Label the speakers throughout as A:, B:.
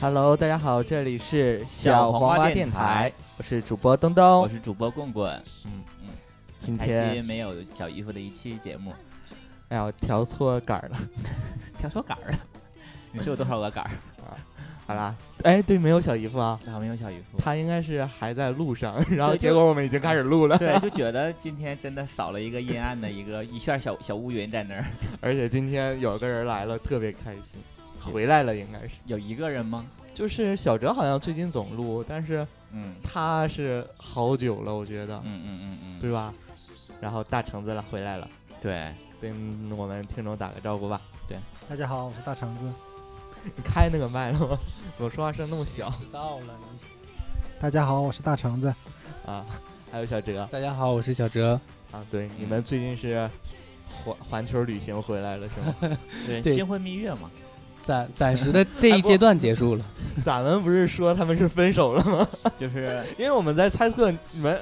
A: Hello，大家好，这里是
B: 小黄
A: 黄
B: 瓜
A: 瓜
B: 电
A: 台
B: 台，
A: 我是主播东
B: 我
A: 东。
B: 是主播棍棍，
A: 今
B: 开心
A: 天
B: 没有小姨夫的一期节目，
A: 哎呀，我调错杆 儿了。
B: 挑错杆儿了。 你是有多少个杆儿？
A: 好啦，哎，对，没有小姨夫啊，
B: 然后没有小姨夫，
A: 他应该是还在路上，然后
B: 对就
A: 结果我们已经开始录了，
B: 对，就觉得今天真的少了一个阴暗的一个一片小小乌云在那儿。
A: 而且今天有个人来了，特别开心，回来了应该是。
B: 有一个人吗？
A: 就是小哲好像最近总录，但是
B: 嗯
A: 他是好久了，我觉得
B: 嗯，嗯嗯嗯，
A: 对吧？然后大橙子了回来了，
B: 对
A: 跟我们听众打个招呼吧。
C: 大家好，我是大橙子。
A: 你开那个麦了吗？怎么说话声那么小
D: 到了你。
C: 大家好，我是大橙子。
A: 啊？还有小哲，
D: 大家好，我是小哲。
A: 啊，对，你们最近是环环球旅行回来了是 吗？
B: 对
D: 对
B: 新婚蜜月嘛，
D: 暂暂时的这一阶段结束了，
A: 咱们不是说他们是分手了吗？
B: 就是
A: 因为我们在猜测你们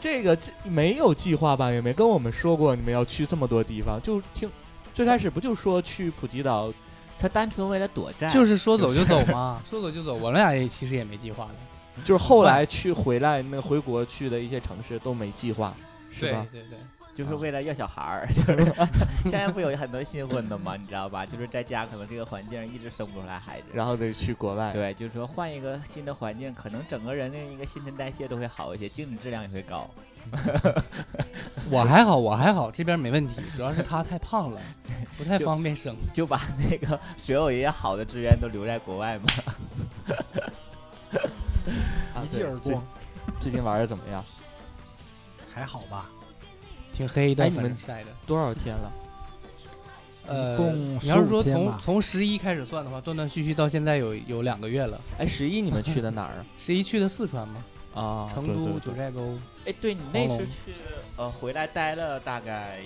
A: 这个计没有计划吧，也没跟我们说过你们要去这么多地方，就听最开始不就说去普吉岛？
B: 他单纯为了躲债，
D: 就是说走就走嘛， 说走就走。我们俩也其实也没计划的，嗯
A: 就是后来去回来那回国去的一些城市都没计划，是
D: 对
A: 吧？
D: 对对，
B: 就是为了要小孩儿， 就是现在不有很多新婚的嘛，你知道吧？就是在家可能这个环境一直生不出来孩子，
A: 然后得去国外，
B: 对，就是说换一个新的环境，可能整个人的一个新陈代谢都会好一些，精神质量也会 高。
D: 我还好，我还好，这边没问题，主要是他太胖 了，不太
B: 就
D: 方便生。
B: 就把那个所有一些好的资源都留在国外嘛。
A: 啊
C: 一
A: 对
C: 记耳
A: 最
C: 光，
A: 最近玩的怎么样？
C: 还好吧？
D: 挺黑的，
A: 哎
D: 反正
A: 你们
D: 晒的。
A: 多少天了？
D: 呃
C: 共，
D: 你要是
C: 15
D: 说
C: 天
D: 从
C: 吧
D: 从十一开始算的话，断断续续到现在有有两个月了。
A: 哎，十一你们去的哪儿
D: 十一去的四川嘛，
A: 啊？啊，
D: 成
A: 对
D: 都、
A: 对
D: 九
A: 对
D: 寨沟，
B: 哎，对你那
D: 黄
B: 次
D: 龙
B: 去呃回来待了大概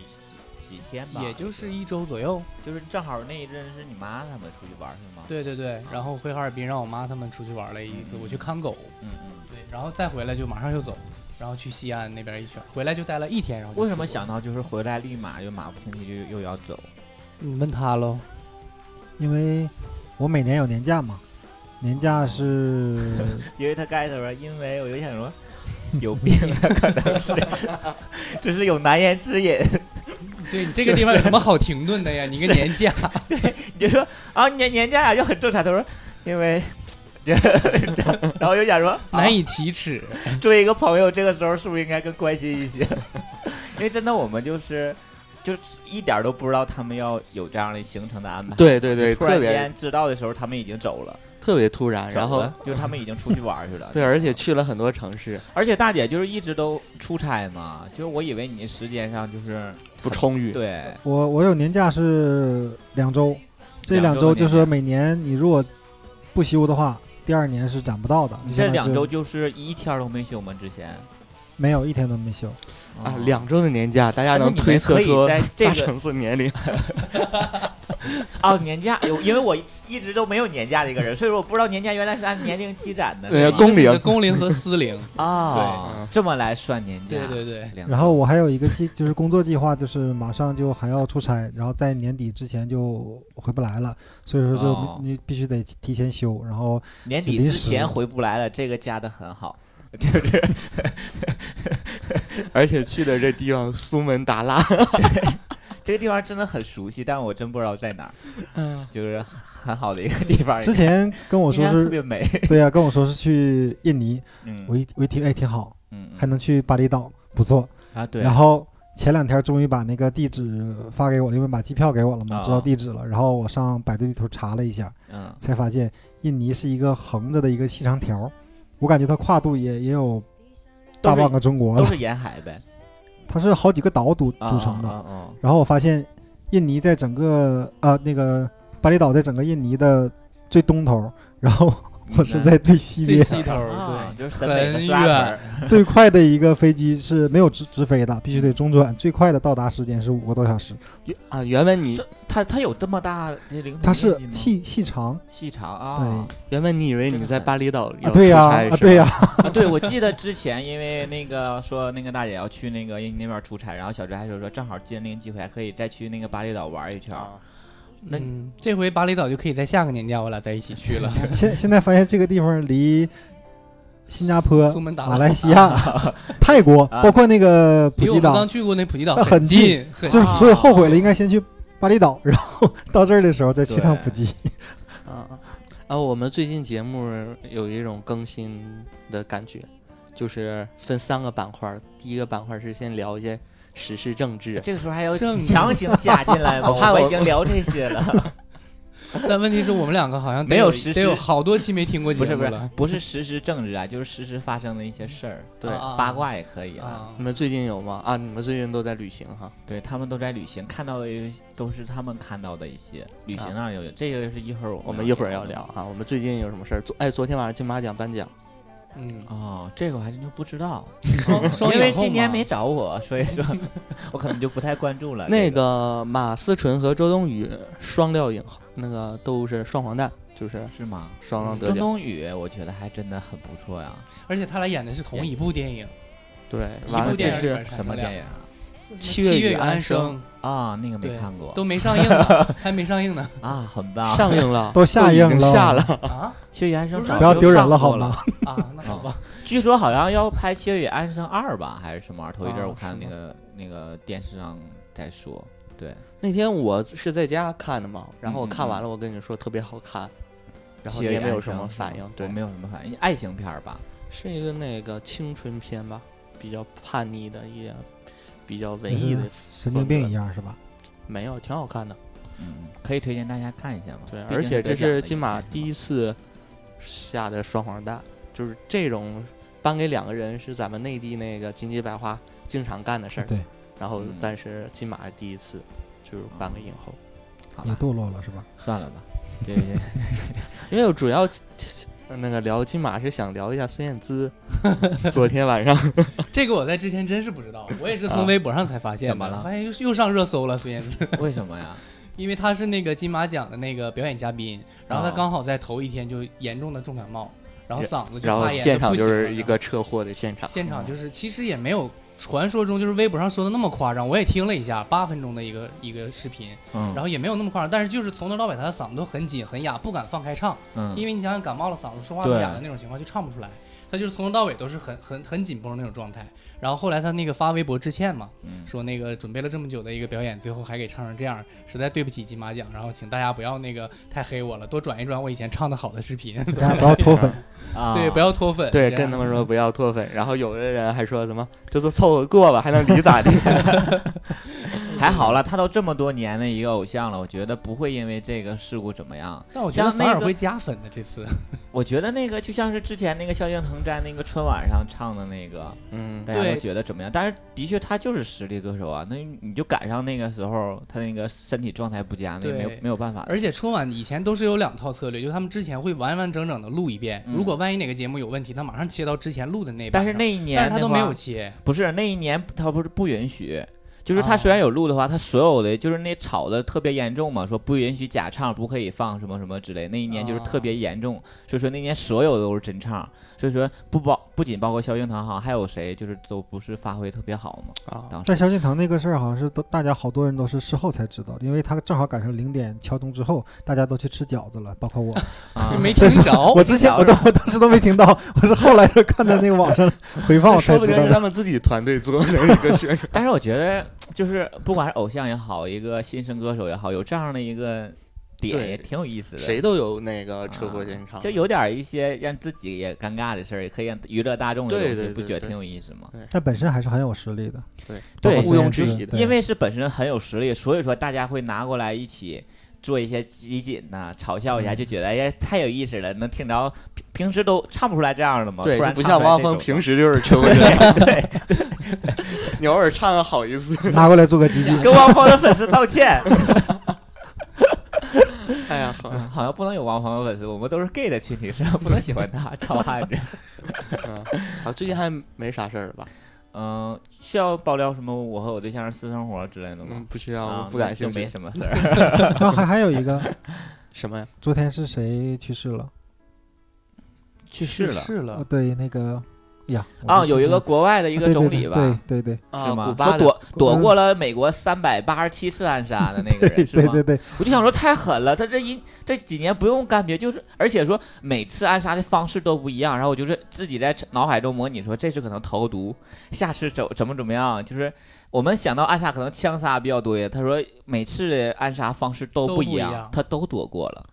B: 几几天吧，
D: 也就是一周左右。
B: 就是正好那一阵是你妈他们出去玩儿是吗？，
D: 对对对，然后回哈尔滨让我妈他们出去玩了一次，
B: 嗯
D: 我去看狗。
B: 嗯嗯。
D: 对，然后再回来就马上就走，然后去西安那边一圈，回来就待了一天，然后就
B: 为什么
D: 出国
B: 想到就是回来立马就马不停蹄就又要走？
D: 你问他喽？
C: 因为我每年有年假嘛，年假 是
B: 因为他开头说，因为我就想说有病了，可能 是，这是有难言之隐。
D: 对你这个地方有什么好停顿的呀？你个年假，
B: 你就说啊年年假呀就很正常，他说因为。 就然后就想说，啊
D: 难以启齿。
B: 作为一个朋友，这个时候是不是应该更关心一些？因为真的，我们就是就是一点儿都不知道他们要有这样的行程的安排。
A: 对对对，
B: 突然
A: 特别
B: 间知道的时候，他们已经走了，
A: 特别突然，
B: 走
A: 然后。
B: 了就是他们已经出去玩儿去了
A: 对，而且去了很多城市，
B: 而且大姐就是一直都出差嘛，就是我以为你时间上就是
A: 不充裕。
B: 对，
C: 我我有年假是两周，这
B: 两
C: 两
B: 周的
C: 周
B: 年
C: 就
B: 假
C: 是每年你如果不休的话，第二年是攒不到的。
B: 你
C: 就
B: 这
C: 相当
B: 两
C: 于是
B: 周就是一天儿都没休吗？之前
C: 没有一天都没休，
A: 啊
B: 哦，
A: 两周的年假，大家
B: 那
A: 能
B: 你们
A: 推测
B: 可以
A: 出
B: 在这
A: 大
B: 个
A: 橙子年龄。
B: 哦，年假有，因为我一直都没有年假的一个人，所以说我不知道年假原来是按年龄积攒的。
A: 呃
B: 是
D: 这
B: 吗
A: 公
D: 是你的
A: 龄
D: 公龄和私龄。
B: 啊，这么来算年假
D: 对，对对，
B: 两
C: 然后我还有一个计 就是工作计划，就是马上就还要出差，然后在年底之前就回不来了，所以说
B: 哦
C: 就你必须得提前休，然后
B: 年底
C: 临
B: 之
C: 时
B: 前回不来了，这个加的很好，就是
A: 而且去的这地方苏门答腊，
B: 这个地方真的很熟悉，但我真不知道在 哪儿，就是很好的一个地方。
C: 嗯之前跟我
B: 我
C: 说
B: 哎特
C: 是
B: 别美，
C: 对呀、跟我说是去印尼，
B: 嗯
C: 我一我一听，哎，挺好，
B: 嗯嗯
C: 还能去巴厘岛，不错。
B: 啊对，
C: 然后前两天终于把那个地址发给我了，因为把机票给我了嘛，
B: 啊
C: 知道地址了。然后我上百度地图查了一下，
B: 嗯
C: 才发现印尼是一个横着的一个细长条，我感觉它跨度也也有大半个中国
B: 都
C: 了。
B: 是沿海呗，
C: 它是好几个岛组
B: 啊
C: 组成的。
B: 啊啊啊
C: 然后我发现印尼在整个啊那个巴厘岛在整个印尼的最东头， 然后我是在最西
D: 最
C: 边。
D: 西头
B: 啊
D: 儿，
B: 就是审
D: 对，
B: 美和
D: 很
B: 刷本
D: 远。
B: 儿
C: 最快的一个飞机是没有直直飞的，必须得中转。最快的到达时间是五个多小时，
A: 啊，原本你
B: 是它它有这么大这领土
C: 它是
B: 面积吗
C: 细细长
B: 细长啊。
A: 原本你以为你在巴厘岛
C: 啊，
A: 要
C: 对
A: 出
C: 呀、
A: 差
C: 啊，对呀、
B: 啊，对，我记得之前因为那个说那个大姐要去那个印尼那边出差，然后小哲还说说正好借那个机会还可以再去那个巴厘岛玩一圈儿。
A: 啊，
B: 那你
D: 嗯，这回巴厘岛就可以在下个年假我俩在一起 去了。
C: 现现在发现这个地方离新加坡、
D: 苏门答
C: 马
D: 腊
C: 来西亚、泰国，
B: 啊
C: 包括那个普
D: 离我
C: 吉
D: 们
C: 岛
D: 刚，去过那普吉岛
C: 呃很
D: 近，很
C: 就是
B: 啊
C: 所以后悔了，应该先去巴厘岛，然后到这儿的时候再去趟
B: 对
C: 普吉。
A: 啊啊！我们最近节目有一种更新的感觉，就是分三个板块儿。第一个板块儿是先聊一些时事政治，
B: 这个时候还要
D: 正
B: 强行加进来吗？
A: 我怕我
B: 们已经聊这些了，
D: 但问题是我们两个好像得
B: 没有
D: 有
B: 实
D: 得
B: 施
D: 有好多期没听过节
B: 不是
D: 目
B: 不
D: 了
B: 是。不是实时政治啊，就是实时发生的一些事儿，
A: 对
D: 啊啊
B: 八卦也可以啊。
D: 啊
A: 你，们最近有吗？啊，你们最近都在旅行哈？
B: 对他们都在旅行，看到的也都是他们看到的一些旅行上有，这个是一会儿
A: 我
B: 我
A: 们
B: 们
A: 一会儿要聊啊。我们最近有什么事儿？昨哎，昨天晚上金马奖颁奖，
D: 嗯，
B: 哦，这个我还真就不知道，
D: 双双
B: 因为
D: 眼后
B: 今年
D: 嘛
B: 没找我，所以说我可能就不太关注 了。
A: 那
B: 这个
A: 个马思纯和周冬雨双料影，那个都是双黄蛋，就是
B: 是吗？
A: 双双得
B: 周
A: 奖。
B: 冬雨，我觉得还真的很不错呀。
D: 而且他俩演的是同一部电影，
A: 对，
D: 一
A: 完
D: 部
A: 了这
D: 电影里
A: 是
D: 边产
B: 什么
D: 生量
B: 电影啊？
A: 七
D: 月
A: 月与
D: 安
A: 安生
B: 啊，那个没
D: 对
B: 看过
D: 都没上映呢，还没上映呢
B: 啊，很棒。
A: 上映了，
C: 都下
A: 已
C: 映
A: 经
C: 了
A: 下了。
D: 啊
B: 七月与安生
D: 不是
B: 早
C: 不要
B: 就
C: 丢人
B: 上
C: 了
B: 过
C: 好
B: 了嗯
C: 吗？
D: 啊，那好吧，
B: 据说好像要拍《七月与安生二》吧，还是什么玩意儿？头一阵儿
A: 啊
B: 我看
A: 是
B: 那
A: 吗
B: 个、那个电视上在说，对，
A: 那天我是在家看的嘛，然后我
B: 嗯
A: 看完了，我跟你说特别好看，然后你
B: 七月与
A: 也没有
B: 安
A: 什么
B: 生
A: 反应，对
B: 我，没有什么反应，爱情片儿吧？
A: 是一个那个青春片吧，比较叛逆的，也比较文艺的
C: 嗯，神经病一样是吧？
A: 没有，挺好看的。
B: 嗯，可以推荐大家看一下吗？
A: 对，
B: 毕竟
A: 而且
B: 得
A: 这
B: 奖了
A: 是
B: 也
A: 金
B: 没
A: 马
B: 什么
A: 第一次下的双黄蛋，就是这种颁给两个人是咱们内地那个金鸡百花经常干的事儿。
C: 对，
A: 然后
B: 嗯
A: 但是金马第一次就是颁给影后，
B: 好
C: 也
B: 吧，
C: 堕落了 是吧？
B: 算了吧，这个
A: 因为我主要呃那个聊金马是想聊一下孙燕 姿，昨天晚上
D: 这个我在之前真是不知道，我也是从微博上才发现的，
B: 怎么了
D: 发现又又上热搜了孙燕姿，
B: 为什么 呀？
D: 因为她是那个金马奖的那个表演嘉宾，然后她
B: 哦
D: 刚好在头一天就严重的重感冒，然后嗓子就
A: 然后
D: 发炎得
A: 现场
D: 不
A: 就
D: 行
A: 是
D: 了
A: 一个车祸的现场，
D: 现场就是其实也没有传说中就是微博上说的那么夸张，我也听了一下八分钟的一个一个视频，
B: 嗯，
D: 然后也没有那么夸张，但是就是从头到尾她的嗓子都很紧很哑，不敢放开唱，
B: 嗯，
D: 因为你想想感冒了嗓子说话不
B: 对
D: 哑的那种情况就唱不出来，她就是从头到尾都是很很很紧绷的那种状态。然后后来她那个发微博致歉嘛，
B: 嗯
D: 说那个准备了这么久的一个表演，最后还给唱成这样，实在对不起金马奖，然后请大家不要那个太黑我了，多转一转我以前唱的好的视频，
C: 大家不要脱 粉，
B: 啊，
D: 对，不要脱 粉，
A: 对，
D: 这
A: 跟
D: 样
A: 他们说不要脱粉，然后有的人还说什么就是凑合过吧，还能离咋地？
B: 还好了，他都这么多年的一个偶像了，我觉得不会因为这个事故怎么样。
D: 但我觉得
B: 像那
D: 反而
B: 个
D: 会加粉的 这次。
B: 我觉得那个就像是之前那个萧敬腾在那个春晚上唱的那个，
A: 嗯，
B: 大家
D: 对
B: 都觉得怎么样？但是的确他就是实力歌手啊，那你就赶上那个时候他那个身体状态不佳，那
D: 对
B: 没有没有办法的。
D: 而且春晚以前都是有两套策略，就他们之前会完完整整的录一遍，
B: 嗯
D: 如果万一哪个节目有问题，他马上切到之前录的那版
B: 但
D: 上。
B: 是那一年
D: 但是他
B: 的
D: 都没
B: 话
D: 有切，
B: 不是那一年他不是不允许，就是他
D: 哦
B: 虽然有录的话，他所有的就是那吵的特别严重嘛，说不允许假唱，不可以放什么什么之类。那一年就是特
A: 哦
B: 别严重，所以说那年所有都是真唱，所以说不包不仅包括萧敬腾哈，还有谁就是都不是发挥特别好 嘛。
A: 啊，
B: 当时
C: 但萧敬腾那个事儿好像是都大家好多人都是事后才知道的，因为他正好赶上零点敲钟之后，大家都去吃饺子了，包 括我。
B: 啊
D: 就没听 着。
C: 我之前我都我当时都没听到，我是后来是看到那个网上 回放我才
A: 说不
C: 知
A: 定
C: 道
A: 是他
C: 的。
A: 们自己团队做的一个宣传。
B: 但是我觉得就是不管是偶像也好，一个新生歌手也好，有这样的一个点
A: 对
B: 也挺有意思的。
A: 谁都有那个车祸
B: 啊
A: 现场，
B: 就有点儿一些让自己也尴尬的事儿，也可以让娱乐大众的
A: 对
B: 东西，
A: 对
B: 不
A: 对
B: 觉得
A: 对
B: 挺有意思吗？
C: 但本身还是很有实力的，
B: 对
C: 包括
A: 毋庸
C: 孙
A: 置
C: 燕姿
A: 疑的
C: 对
B: 因为是本身很有实力，所以说大家会拿过来一起做一些集锦呐、嘲笑
A: 嗯
B: 一下，就觉得哎呀太有意思了，能听着平平时都唱不出来这样的嘛，
A: 对，
B: 突
A: 就
B: 然
A: 不
B: 唱
A: 像
B: 出来
A: 汪
B: 这
A: 峰
B: 种
A: 平 时就是车祸现场，你偶尔唱个好一次。
C: 拿过来做 个集锦。
B: 跟汪峰的粉丝道歉，
A: 哎呀， 好，
B: 好像不能有汪峰的粉丝，我们都是 gay 的群体，是吧？不能喜欢他，糙汉 子。
A: 嗯，好，最近还没啥事儿了吧？
B: 嗯，需要爆料什么我和我对象的私生活之类的
A: 嗯
B: 吗，？
A: 不需要，
B: 啊
A: 我不感
B: 那
A: 兴
B: 就没
A: 趣。
B: 什么事 儿。
C: 然后还还有一个，
A: 什么呀？
C: 昨天是谁去世了？
B: 去
D: 去世
C: 啊
D: 了，
C: 对，那个哎呀
B: 呃啊，有一个国外的一
C: 一
B: 个总理吧，
C: 对对对
B: 是
A: 啊，古
B: 吗？说
A: 巴的
B: 躲躲
C: 嗯
B: 过了美国三百八十七次暗杀的那个
C: 对
B: 人，是
C: 对
B: 吗？
C: 对对，
B: 我就想说太狠了，他这一这几年不用干别，就是而且说每次暗杀的方式都不一样，然后我就是自己在脑海中模拟说这次可能投毒，下次怎怎么怎么样，就是我们想到暗杀可能枪杀比较多一点，他说每次的暗杀方式都
D: 都
B: 不
D: 不一
B: 样，
D: 样
B: 他都躲过了。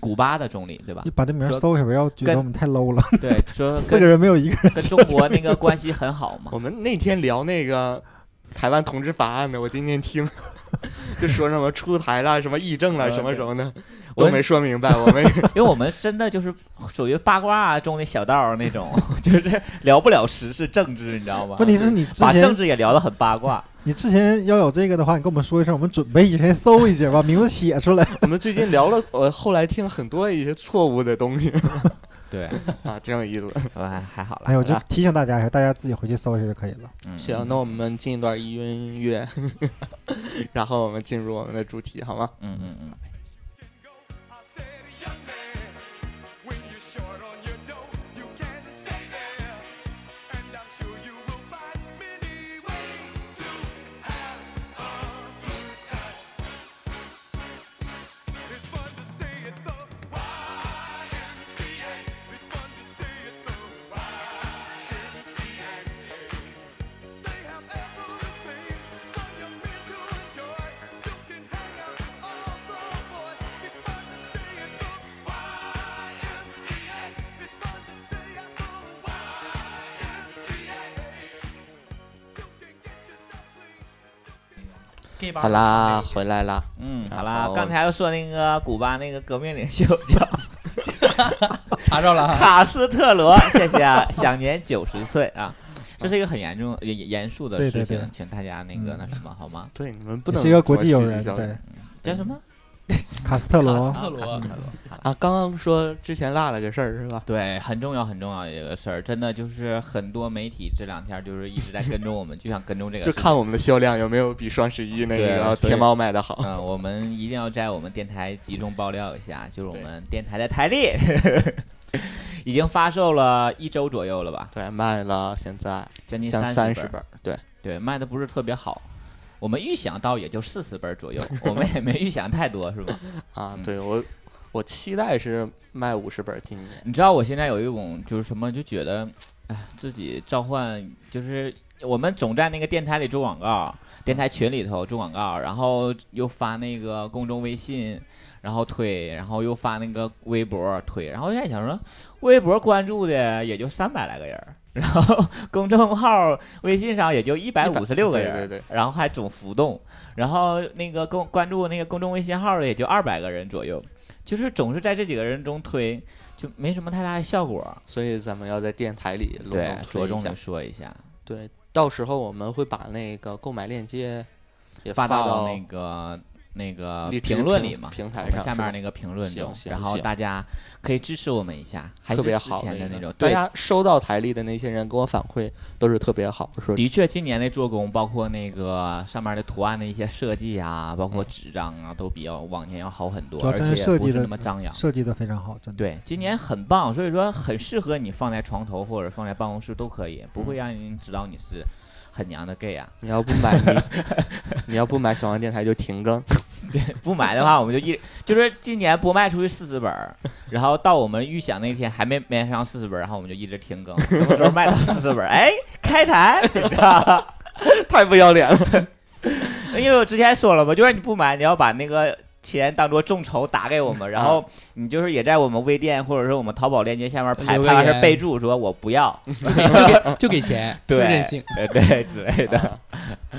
B: 古巴的总理对吧
C: 你？把这名儿
B: 说
C: 搜一下，不要觉得
B: 跟
C: 我们太 low 了，
B: 对，说
C: 四个
B: 跟
C: 人没有一个人
B: 跟中国那个关系很好嘛。
A: 我们那天聊那个台湾同志法案呢，我今天听 就说什么出台了、什么议政了、
B: 嗯
A: 什么什么的，
B: 我
A: 都没说明啊 白。我们
B: 因为我们真的就是属于八卦啊中的小道儿那种， 就是聊不了时事政治，你知道吗？
C: 问题是你之
B: 把政
C: 前
B: 治也聊得很八卦。
C: 你之前要有这个的话，你跟我们说一声，我们准备一下，先搜一下，把 名字写出来。
A: 我们最近聊了，我后来听了很多一些错误的东西
B: 对，
A: 啊，挺有意思。
B: 还还好了。
C: 哎，我就是
B: 吧
C: 提醒大家一下，大家自己回去搜一下就可以了。
B: 嗯
A: 行，那我们进一段音乐， 然后我们进入我们的主题，好吗？
B: 嗯嗯嗯，
E: I said, young man, when you're short on your dough, you can stay there. And I'm sure you will find many ways to have a good time. It's fun to stay at the YMCA. It's fun to stay at the YMCA. They have everything for your men to enjoy. You can hang out with all the boys. It's fun to stay at the YMCA. It's fun to stay at the YMCA. You can get yourself clean.
A: 好啦，回来啦。
B: 嗯，好
A: 然
B: 啦
A: 后，
B: 刚才又说那个古巴那个革命领袖叫
D: 查着了
C: 啊
D: 哈。
B: 卡斯特罗， 谢谢啊，享年九十岁啊。这是一个很严重、严严肃的
C: 对
B: 事
C: 对
B: 情，
C: 对
B: 请大家那个
C: 嗯
B: 那什么好吗？
A: 对，你们不
C: 也
A: 能
C: 是一个国
A: 这么
C: 际友
A: 戏剧
C: 人，
A: 效应
C: 对，
B: 叫什么？
C: 卡斯特罗
D: 卡斯特罗
B: 啊卡斯特罗。
A: 啊。刚刚说之前落了个事儿是吧？
B: 对，很重要很重要的一个事儿，真的就是很多媒体这两天就是一直在跟踪我们，就想跟踪这个
A: 就
B: 事情。
A: 看我们的销量有没有比双十一那
B: 对
A: 个
B: 所以
A: 天猫卖的好。
B: 嗯、我们一定要在我们电台集中爆料一下，就是我
A: 对
B: 们电台的台历 已经发售了一周左右了吧，
A: 对，卖了现在
B: 将近
A: 将
B: 三
A: 三
B: 十
A: 十
B: 本儿，
A: 本儿，对，
B: 对，卖的不是特别好。我们预想到也就四十本儿左右，我们也没预想太多，是吧？
A: 啊
B: 嗯，
A: 对我，我期待是卖五十本儿今年。
B: 你知道我现在有一种就是什么，就觉得，哎，自己召唤就是我们总在那个电台里做广告，电台群里头做广告，然后又发那个公众微信，然后推，然后又发那个微博推，然后我现在想说，微博关注的也就三百来个人儿。然后 公众号、微信上也就一百五十六个人儿，
A: 对对对
B: 然后还总浮动，然后那个公关注那个公众微信号的也就二百个人左右，就是总是在这几个人中推，就没什么太大的效果。
A: 所以咱们要在电台里隆
B: 对
A: 重，
B: 着
A: 推一
B: 重
A: 下
B: 的。说一下，
A: 对，到时候我们会把那个购买链接也
B: 发
A: 到
B: 那个那个
A: 荔枝
B: 评论里嘛，
A: 平
B: 我
A: 台
B: 们
A: 上
B: 下
A: 是吧
B: 面那个评论中
A: 行，行
B: 然后
A: 行
B: 大家可以支持我们一下，还是
A: 特别
B: 之
A: 好
B: 前
A: 一
B: 的
A: 个
B: 那种，
A: 大
B: 对，
A: 家收到台历的那些人给我反馈都是特别好，说
B: 的确，今年的做工，包括那个上面的图案的一些设计啊，包
A: 嗯
B: 括纸张啊，都比较往年要好很多，
C: 主要
B: 而
C: 真是
B: 且
C: 设
B: 不
C: 计
B: 是
C: 的嗯
B: 那么张扬。
C: 设计的非常好，真的。
B: 对，今年很棒，所以说很适合你放在床头或者放在办公室都可以，不
A: 嗯
B: 会让人知道你是很娘的 gay 啊。
A: 你要不买你你要不买小王电台就停更，
B: 不买的话，我们就一 就是今年不卖出去四十本儿，然后到我们预想那天还没卖上四十本儿，然后我们就一直停更，什么时候卖到四十本 儿？哎，开台，你知道吧
A: 太不要脸了。
B: 因为我之前说了嘛，就是你不买，你要把那个钱当做众筹打给我 们，然后你就是也在我们微店或者是我们淘宝链接下面排
D: 留个
B: 排完事
D: 言
B: 备注说我 不要，
D: 就给就给就给钱，就
B: 对，
D: 任性。
B: 呃，对之类的。
A: 啊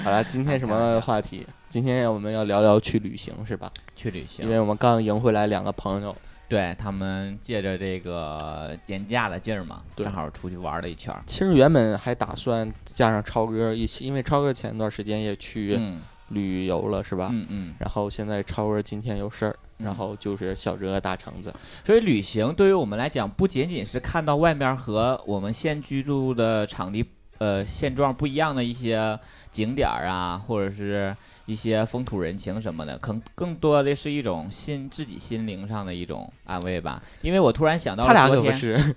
A: 好了，今天什么话题？今天我们要聊聊 去旅行是吧？
B: 去旅
A: 因为
B: 行，
A: 我们刚赢回来两个朋友，
B: 对他们借着这个年假的劲儿嘛，
A: 对
B: 正好出去玩了一圈儿。
A: 其实原本还打算加上超哥一起，因为超哥前段时间也去
B: 嗯
A: 旅游了是吧？
B: 嗯嗯，
A: 然后现在超哥今天有事儿，
B: 嗯
A: 然后就是小哲大橙子，
B: 所以旅行对于我们来讲，不仅仅是看到外面和我们现居住的场地呃现状不一样的一些景点儿啊，或者是一些风土人情什么的，可能更多的是一种心自己心灵上的一种安慰吧。因为我突然想到了
A: 他俩
B: 昨
A: 可不
B: 天
A: 是，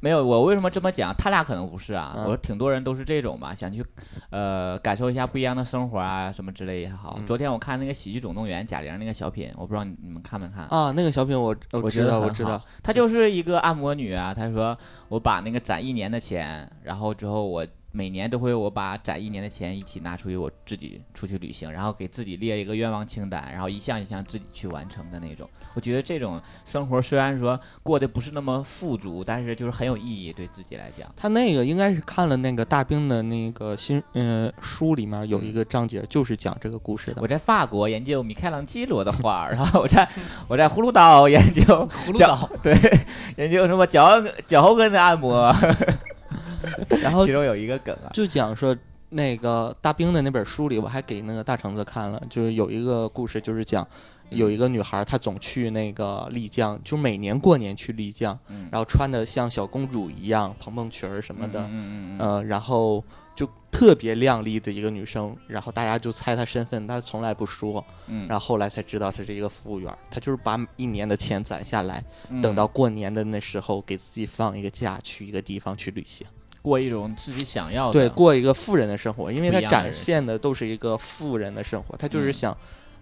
B: 没有，我为什么这么讲？他俩可能不是啊，
A: 嗯
B: 我说挺多人都是这种吧，想去，呃，感受一下不一样的生活啊，什么之类也好。
A: 嗯
B: 昨天我看那个《喜剧总动员》贾玲那个小品，我不知道你你们看没看？
A: 啊，那个小品我
B: 我觉
A: 知
B: 得
A: 道，
B: 很
A: 我知
B: 好
A: 道，
B: 她就是一个按摩女啊。她说我把那个攒一年的钱，然后之后我每年都会我把攒一年的钱一起拿出去，我自己出去旅行，然后给自己列一个愿望清单，然后一项一项自己去完成的那种。我觉得这种生活虽然说过得不是那么富足，但是就是很有意义，对自己来讲。
A: 他那个应该是看了那个大兵的那个新呃书里面有一个章节，就是讲这个故事的
B: 嗯我。在法国研究米开朗基罗的画儿，然后我在我在葫芦岛研究
D: 葫芦
B: 脚
D: 岛，
B: 对研究什么脚脚后跟的按摩，
A: 然后
B: 其中有一个梗啊。
A: 就讲说那个大兵的那本书里，我还给那个大橙子看了，就是有一个故事，就是讲有一个女孩，她总去那个丽江，就每年过年去丽江，
B: 嗯
A: 然后穿的像小公主一样，蓬蓬裙儿什么的，
B: 嗯嗯嗯嗯
A: 呃，然后就特别靓丽的一个女生，然后大家就猜她身份，她从来不说，
B: 嗯，
A: 然后后来才知道她是一个服务员儿，她就是把一年的钱攒下来，
B: 后
A: 等到过年的那时候给自己放一个假，去一个地方去旅行。
B: 过一种自己想要的，
A: 对，过一个富人的生活，因为
B: 不
A: 他
B: 一样的
A: 展
B: 人
A: 现的都是一个富人的生活，他就是
B: 嗯
A: 想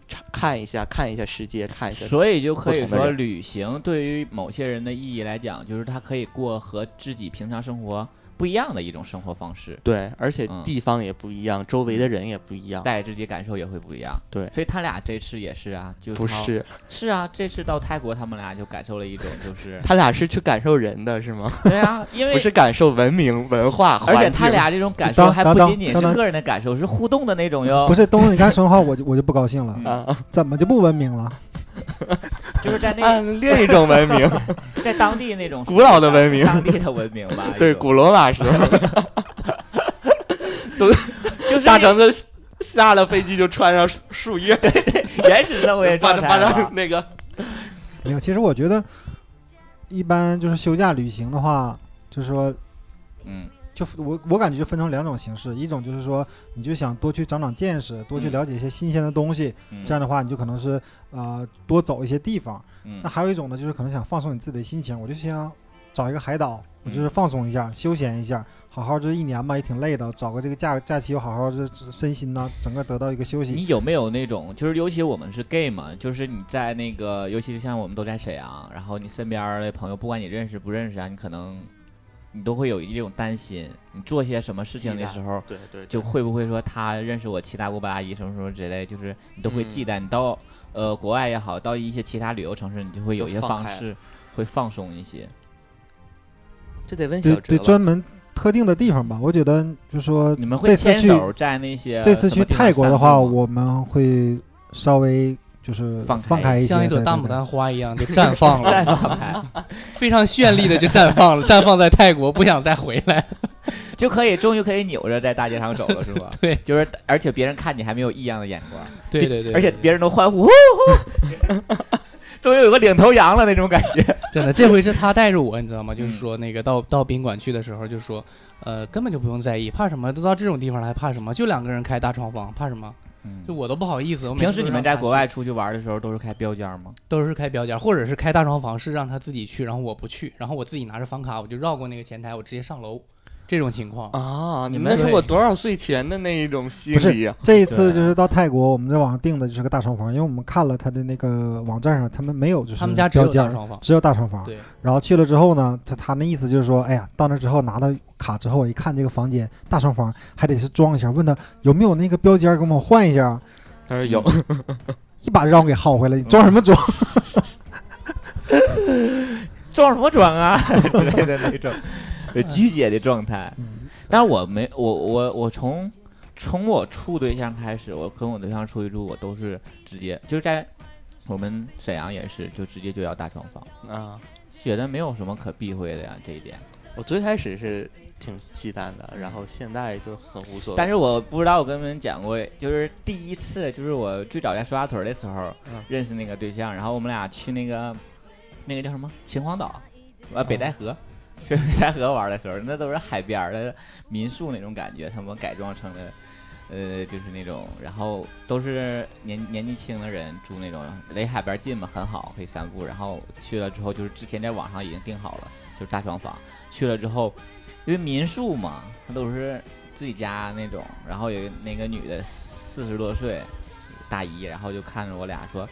A: 查看一下，看一下世界，看一下。
B: 所以就可以
A: 不同的
B: 说
A: 人
B: 旅行对于某些人的意义来讲，就是他可以过和自己平常生活不一样的一种生活方式，
A: 对，而且
B: 嗯
A: 地方也不一样，周围的人也不一样。
B: 带自己感受也会不一样。
A: 对
B: 所以他俩这次也是啊，就
A: 不
B: 到
A: 是，
B: 是啊，这次到泰国他们俩就感受了一种 就是
A: 他俩是去感受人的，是吗？
B: 对啊，因为
A: 不是感受文明文化环
B: 而
A: 境。
B: 且他俩这种感
C: 当
B: 受还不
C: 当
B: 仅仅
C: 当
B: 是
C: 当
B: 个人的感受，是互动的那种哟。
C: 不是东子，你刚才说的话，我就我就不高兴了，
B: 嗯
A: 啊，
C: 怎么就不文明了？
B: 就是在那
A: 按另一种文 明，
B: 在当地那种
A: 哎古老的文明
B: 当地的文明吧，
A: 对，
B: 一种
A: 古罗马时 候，
B: 就是
A: 大
B: 那
A: 橙子下了飞机就穿上树 叶，
B: 原始社会
A: 把
B: 状态啊
A: 把
B: 吧
A: 他那个
C: 没有，其实我觉得，一般就是休假旅行的话，就是说
B: 嗯
C: 就我我感觉就分成两种形式，一种就是说你就想多去长长见识，多去
B: 嗯
C: 了解一些新鲜的东西，
B: 嗯
C: 这样的话你就可能是呃多走一些地方。
B: 嗯
C: 那还有一种呢，就是可能想放松你自己的心情，我就想找一个海岛，我就
B: 嗯
C: 是放松一下，休闲一下，好好这一年吧也挺累的，找个这个假假期我好好这身心呐、整个得到一个休息。
B: 你有没有那种，就是尤其我们是 gay 嘛，就是你在那个，尤其是像我们都在沈阳，然后你身边儿的朋友，不管你认识不认识啊，你可能你都会有一种担心，你做些什么事情的时候，
A: 对对
B: 就会不会说他认识我七大姑八大姨什么什么之类，就是你都会
A: 嗯
B: 忌惮。你到呃国外也好，到一些其他旅游城市，你就会有一
A: 就
B: 些
A: 放
B: 方
A: 开
B: 式会放松一些。
A: 这得问
C: 对
A: 小
C: 对，
A: 哲
C: 专门特定的地方吧，我觉得就说
B: 你们会
C: 呃这次
B: 牵
C: 去
B: 手在那些
C: 这次
B: 什
C: 去
B: 么地方
C: 泰国的
B: 散
C: 话，
B: 步吗啊
C: 我们会稍微就是
B: 放开
C: 开一些，
D: 像一朵
C: 对
D: 大
C: 对
D: 牡
C: 对
D: 丹花一样就绽放 了，
B: 再放开。
D: 非常绚丽的就绽放 了，绽放在泰国，不想再回来。
B: 就可以，终于可以扭着在大街上走了，是吧？
D: 对
B: 就是而且别人看你还没有异样的眼光，
D: 对
B: 就
D: 对对，
B: 而且
D: 对
B: 别人都欢呼，呼 呼终于有个领头羊了那种感觉。
D: 真的，这回是他带着我，你知道吗？就是
B: 嗯
D: 说那个到到宾馆去的时候，就说，呃，根本就不用在意，怕什么？都到这种地方了，还怕什么？就两个人开大床房，怕什么？就我都不好意思。我每
B: 平
D: 次
B: 时
D: 都
B: 你
D: 让
B: 们在
D: 他
B: 国
D: 去
B: 外出去玩的时候都是开标间吗？
D: 都是开标间，或者是开大床房，是让他自己去，然后我不去，然后我自己拿着房卡，我就绕过那个前台，我直接上楼，这种
B: 嗯
D: 情况。
A: 啊，
D: 你
A: 你
D: 们
A: 们那是
D: 对
A: 我多少岁前的那一种心
C: 不是
A: 理啊？
C: 这一次就是到泰国，我们在网上订的就是个大床房，因为我们看了他的那个网站上，他们没有就是
D: 他们家只
C: 标
D: 有
C: 间
D: 大
C: 儿，
D: 床房，
C: 只有大床房。
D: 对，
C: 然后去了之后呢，他他那意思就是说，哎呀，到那之后拿了卡之后，我一看这个房间大床房，还得是装一下，问他有没有那个标间儿给我们换一下，
A: 他说有，
C: 一把就让我给薅回来，你
B: 嗯
C: 装什么装？
B: 装什么装啊之类的 那种，呃拘姐的状态。
C: 嗯
B: 但是我没，我我我从从我处对象开始，我跟我对象出去住，我都是直接就是在我们沈阳也是，就直接就要大床房，
A: 啊，
B: 觉得没有什么可避讳的呀这一点。
A: 我最开始是挺忌惮的，然后现在就很无所谓。
B: 但
A: 是
B: 是我不知道，我跟你们讲过，就是第一次，就是我最早在刷大腿的时候、
A: 嗯
B: 认识那个对象，然后我们俩去那个那个叫什么秦皇岛，呃、北戴河， 去北戴河玩的时候，那都是海边儿的民宿那种感觉，他们改装成的。呃，就是那种，然后都是年年纪轻的人住那种，离海边近嘛，很好，可以散步。然后去了之后，就是之前在网上已经订好了，就是大床房。去了之后，因为民宿嘛，它都是自己家那种。然后有一个那个女的四十多岁，大姨，然后就看着我俩说：“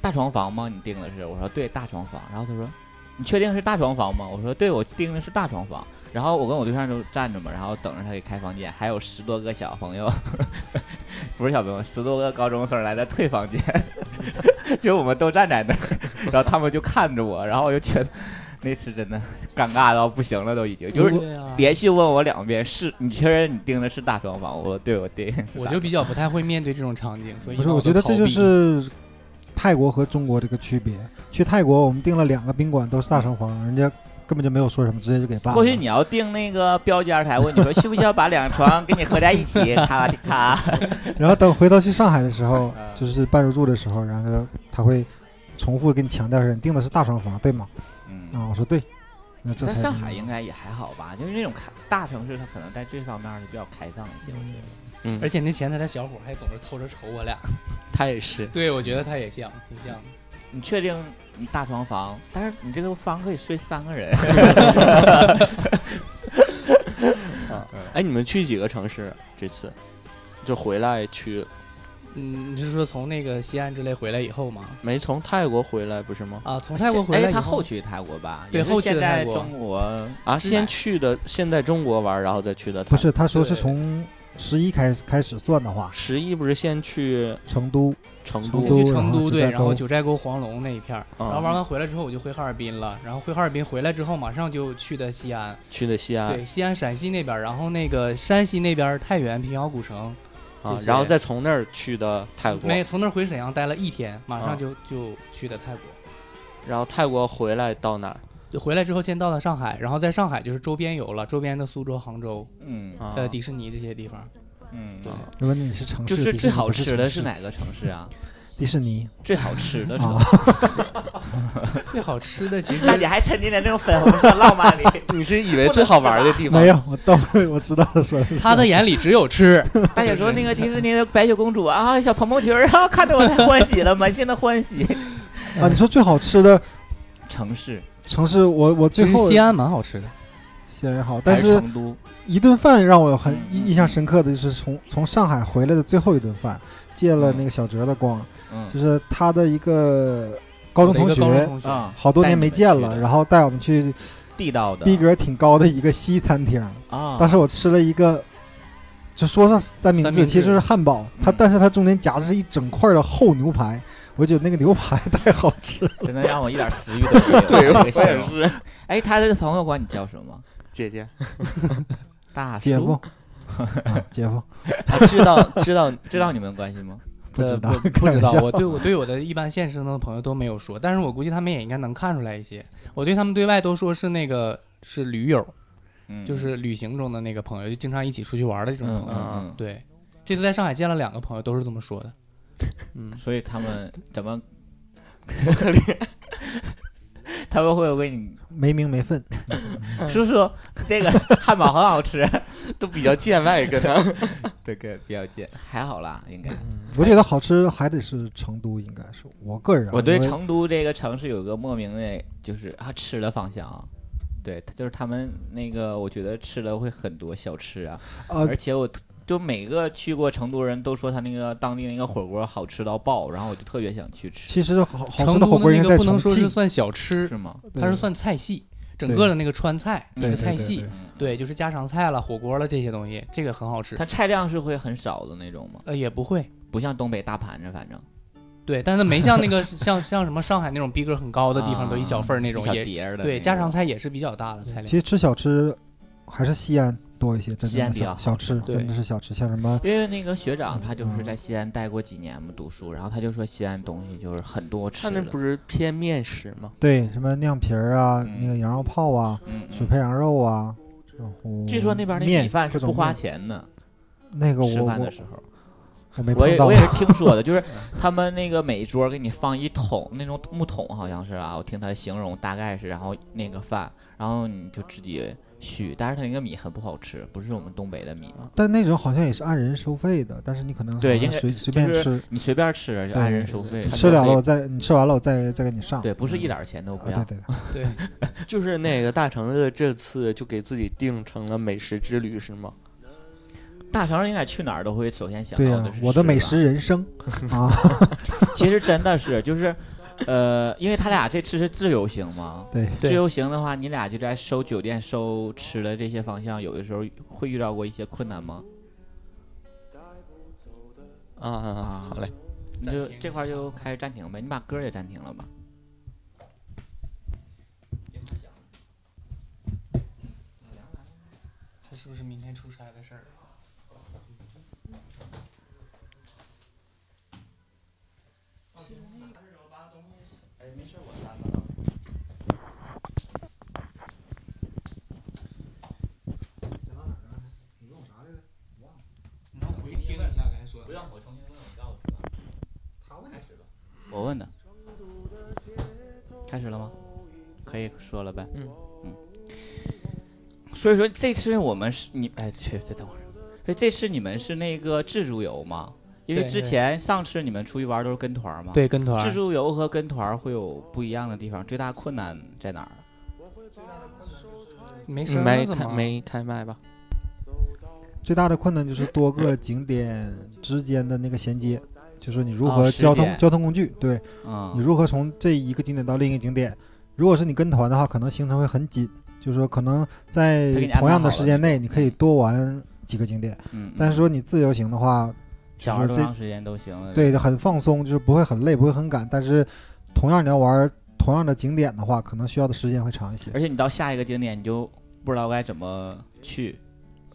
B: 大床房吗？你订的是？”我说：“对，大床房。”然后她说：“你确定是大床房吗？”我说：“对，我订的是大床房。”然后我跟我对象都站着嘛，然后等着他给开房间，还有十多个小朋友， 不是小朋友，十多个高中生来在退房间， 就我们都站在那儿，然后他们就看着我，然后我就觉得那次真的尴尬到不行了，都已经就是
D: 对啊
B: 连续问我两遍，是你确认你订的是大床房？我说对，我订的是
D: 我
B: 大
D: 就比较不太会面对这种场景，所以
C: 不是，
D: 一般
C: 我觉
D: 都
C: 得这
D: 逃
C: 就
D: 避
C: 是泰国和中国这个区别。去泰国，我们订了两个宾馆，都是大床房，人家根本就没有说什么，直接就给办了。
B: 嗯或许你要订那个标间台，问你说需不需要把两床给你合在一起？咔 咔，
C: 然后等回头去上海的时候
B: 嗯，
C: 就是办入住的时候，然后他会重复跟你强调一下，你订的是大床房，对吗？
B: 嗯。
D: 哦
C: 啊，我说对。那这
B: 在
C: 才
B: 上
C: 是
B: 海应该也还好吧，就是那种开大城市，它可能在这方面儿是比较开放一些，我觉得。
A: 嗯，
D: 而且那前台的小伙还总是偷着瞅我俩，
A: 他也是，
D: 对我觉得他也像，挺像。
B: 你确定你大床房，但是你这个房可以 睡三个人，
A: 哎，你们去几个城市啊这次？就回来去，
D: 嗯，你是说从那个西安之类回来以后吗？
A: 没从泰国回来不是吗？
D: 啊，从泰国回来
B: 哎，
D: 以
B: 他
D: 后，
B: 后去泰国吧？
D: 对
B: 也是
D: 后去
B: 现
D: 的泰
B: 在
D: 国
B: 中国
A: 啊，
B: 是
A: 先
B: 的
A: 去的先在中国玩，然后再去的泰
C: 不
A: 国。
C: 是，他说是
D: 对
C: 从十一开开始算的话，
A: 十一不是先去
C: 成都
A: 成
C: 成
A: 都
D: 先
C: 都
D: 去成
C: 然后
D: 都
C: 九
D: 对，
C: 寨
D: 然后
C: 沟
D: 九寨沟、黄龙那一片儿，然后玩完回来之后我就回哈尔滨了，然后回哈尔滨回来之后马上就去的西安，
A: 去的西安
D: 对，西安陕西那边儿，然后那个山西那边儿太原、平遥古城，
A: 啊
D: 这，些
A: 然后再从那儿去的泰国，
D: 没从那儿回沈阳待了一天，马
A: 啊
D: 上就就去的泰国。
A: 然后泰国回来到哪儿
D: 就回来之后先到了上海，然后在上海就是周边游了，周边的苏州、杭州、
B: 嗯
A: 啊？
D: 呃迪士尼这些地方。
B: 嗯，
D: 对，
C: 如果你是城市，
B: 就是
C: 迪士
B: 最
C: 尼
B: 好
C: 不是
B: 吃
C: 城
B: 的
C: 市
B: 是哪个城市啊？
C: 迪士尼
B: 最好吃 的城
C: 啊
D: 哦
B: 市，，
D: 最好吃的其实
B: 那你还沉浸在那种粉红色浪漫里，
A: 你是以为最好玩的地方
C: 没？有，我到我知道了，说的是
D: 他的眼里只有 吃，
B: 大姐说那个迪士尼的白雪公主啊，小蓬蓬裙儿啊，看着我太欢喜了，满心的欢 喜。
C: 啊，你说最好吃的
B: 城市
C: 城市，我我
D: 其
C: 最
D: 实
C: 后
D: 西安蛮好吃的。
C: 西安也好，但
B: 还是
C: 是
B: 成都，
C: 一顿饭让我很
B: 嗯
C: 印印象深刻的就是从从上海回来的最后一顿饭，借了那个小哲的光，
B: 嗯
C: 就是他的一个高中同
D: 我的一个高中
C: 学，
D: 同学，
B: 啊，
C: 好多
B: 带
C: 年
B: 你
C: 没
B: 们
C: 见
B: 去
C: 了，
B: 的
C: 然后带我们去
B: 地道的
C: 逼格挺高的一个西餐厅，
B: 啊，
C: 当时我吃了一个。就说上三明
D: 三
C: 治，
D: 明
C: 其实
D: 治
C: 是汉堡，它
B: 嗯
C: 但是它中间夹着一整块的厚牛排，我觉得那个牛排太好吃了。
B: 真的让我一点食欲都没有。对，我也是。哎，他的朋友管你叫什么？
A: 姐姐，
B: 大
C: 姐夫
B: 叔，，
C: 啊姐 夫，
A: 啊知道知道
B: 知道你们关系吗？
C: 不知道
D: 呃不不
C: 开
D: 知
C: 玩
D: 道。
C: 笑
D: 我对我对我的一般现实中的朋友都没有说，但是我估计他们也应该能看出来一些。我对他们对外都说是那个是驴友，
B: 嗯，
D: 就是旅行中的那个朋友，就经常一起出去玩的这种
B: 嗯
D: 朋友。啊
B: 嗯嗯。
D: 对，这次在上海见了两个朋友，都是这么说的。嗯，
B: 所以他们怎么 他们会为你
C: 没名没 分，
B: 叔叔这个汉堡很好吃，
A: 都比较见外，跟 他嗯
B: 这个比较近，还好啦，应该。
C: 我觉得好吃还得是成都，应该是我个人啊。
B: 我对
C: 因为
B: 成都这个城市有个莫名的，就是啊吃的方向啊，对，就是他们那个，我觉得吃的会很多小吃啊，
C: 呃
B: 而且我特就每个去过成都人都说他那个当地那个火锅好吃到爆，然后我就特别想去吃，
C: 其实好好
D: 成
C: 吃的火
D: 都
C: 锅
D: 的
C: 应该
D: 那
C: 在
D: 个不能
C: 重
D: 说是
C: 庆，
D: 算小吃，
B: 是吗？
C: 对
D: 它是算菜系，整
C: 嗯对
D: 个的那个川菜
C: 对
D: 那
C: 对
D: 个菜
C: 对
D: 系
C: 对，
B: 嗯，
D: 对，就是家常菜了、火锅了这些东西，这个很好吃
B: 它。菜量是会很少的那种吗？
D: 呃，也不会，
B: 不像东北大盘子，反正
D: 对，但是没像那个 像像什么上海那种逼格很高
B: 好
D: 的地方都一小份儿那种，
B: 啊小
D: 也
B: 碟儿的那种，
D: 对，家常菜也是比较大的菜
C: 其
D: 量。
C: 实吃小吃还是西安多一些，真
B: 西安
C: 的
B: 比较
C: 小
B: 好
C: 小吃
D: 对
C: 真的是小吃，像什么
B: 因为那个学长他
C: 嗯
B: 就是在西安待过几年嘛，读书，然后他就说西安东西就是很多吃
A: 他
B: 的，
A: 那不是偏面食吗？
C: 对什么酿皮儿啊，
B: 嗯
C: 那个羊肉泡啊，
B: 嗯，嗯
C: 水培羊肉啊，然后
B: 据说那边那
C: 面
B: 米饭是
C: 各种
B: 不花
C: 面
B: 钱的，
C: 那个
B: 吃
C: 我
B: 饭的
C: 我
B: 时候，
C: 我没
B: 我
C: 碰
B: 也
C: 到
B: 我
C: 过
B: 也，是听说的， 就是他们那个每桌给你放一桶那种木桶，好像是啊，我听他形容大概是，然后那个饭，然后你就自己许，但是它那个米很不好吃，不是我们东北的米嘛。
C: 但那种好像也是按人收费的，但是你可能
B: 对
C: 好像
B: 应该
C: 随
B: 就
C: 随便
B: 是
C: 吃，
B: 你随便吃，啊
C: 对
B: 按人收费，
A: 对
C: 吃了了我再你吃完了我再再给你上。
B: 对，不是一
C: 嗯
B: 点儿钱都
C: 啊
B: 不
C: 对
B: 要
C: 对。对，
D: 对，
A: 就是那个大橙子这次就给自己定成了美食之旅是吗？
B: 大肠应该去哪儿都会首先想
C: 对呀、
B: 到的是
C: 我的美
B: 吧
C: 食 人生啊，
B: 其实真的是就是，呃，因为他俩这次是自由行嘛，
C: 对，
B: 自
D: 对
B: 由行的话，你俩就在收酒店、收吃的这些方向，有的时候会遇到过一些困难吗？
A: 啊啊啊！好嘞，
B: 你
D: 暂
B: 就
D: 停
B: 这
D: 一
B: 块儿
D: 下
C: 啊
B: 就开始暂停呗，你把歌儿也暂停了吧。
D: 这是不是明天出差的事儿？你能回听一下刚才说的？
B: 用，我重新问，我告诉我吧。我问的。开始了吗？可以说了呗。
A: 嗯
B: 嗯。所以说这次我们是你哎去再等会儿，所以这次你们是那个自助游吗？因为
D: 对
B: 之
D: 对
B: 前上次你们出去玩都是跟团儿嘛。。
D: 对，跟团
B: 自助游和跟团儿会有不一样的地方，最大困难在哪儿？
C: 嗯
D: 没
A: 你
D: 声
A: 没
D: 儿怎
A: 开
D: 么？
A: 没开麦吧？
C: 最大的困难就是多个景点之间的那个衔接，就是说你如
B: 哦
C: 何
B: 时
C: 交通、
B: 间
C: 交通工具，对你
B: 嗯，
C: 如何从这一个景点到另一个景点。如果是你跟团的话，可能行程会很紧，就是说可能在
B: 他给你安
C: 同样
B: 排
C: 的
B: 好
C: 时
B: 了
C: 间内，你可以多玩几个景点。
B: 嗯，
C: 但
B: 嗯
C: 是说你自由行的话，就
B: 想
C: 是
B: 玩多啊
C: 这
B: 长时间都行了。
C: 对很放松，就是不会很累，不会很赶。但是同样你要玩同样的景点的话，可能需要的时间会长一些。
B: 而且你到下一个景点，你就不知道该怎么去，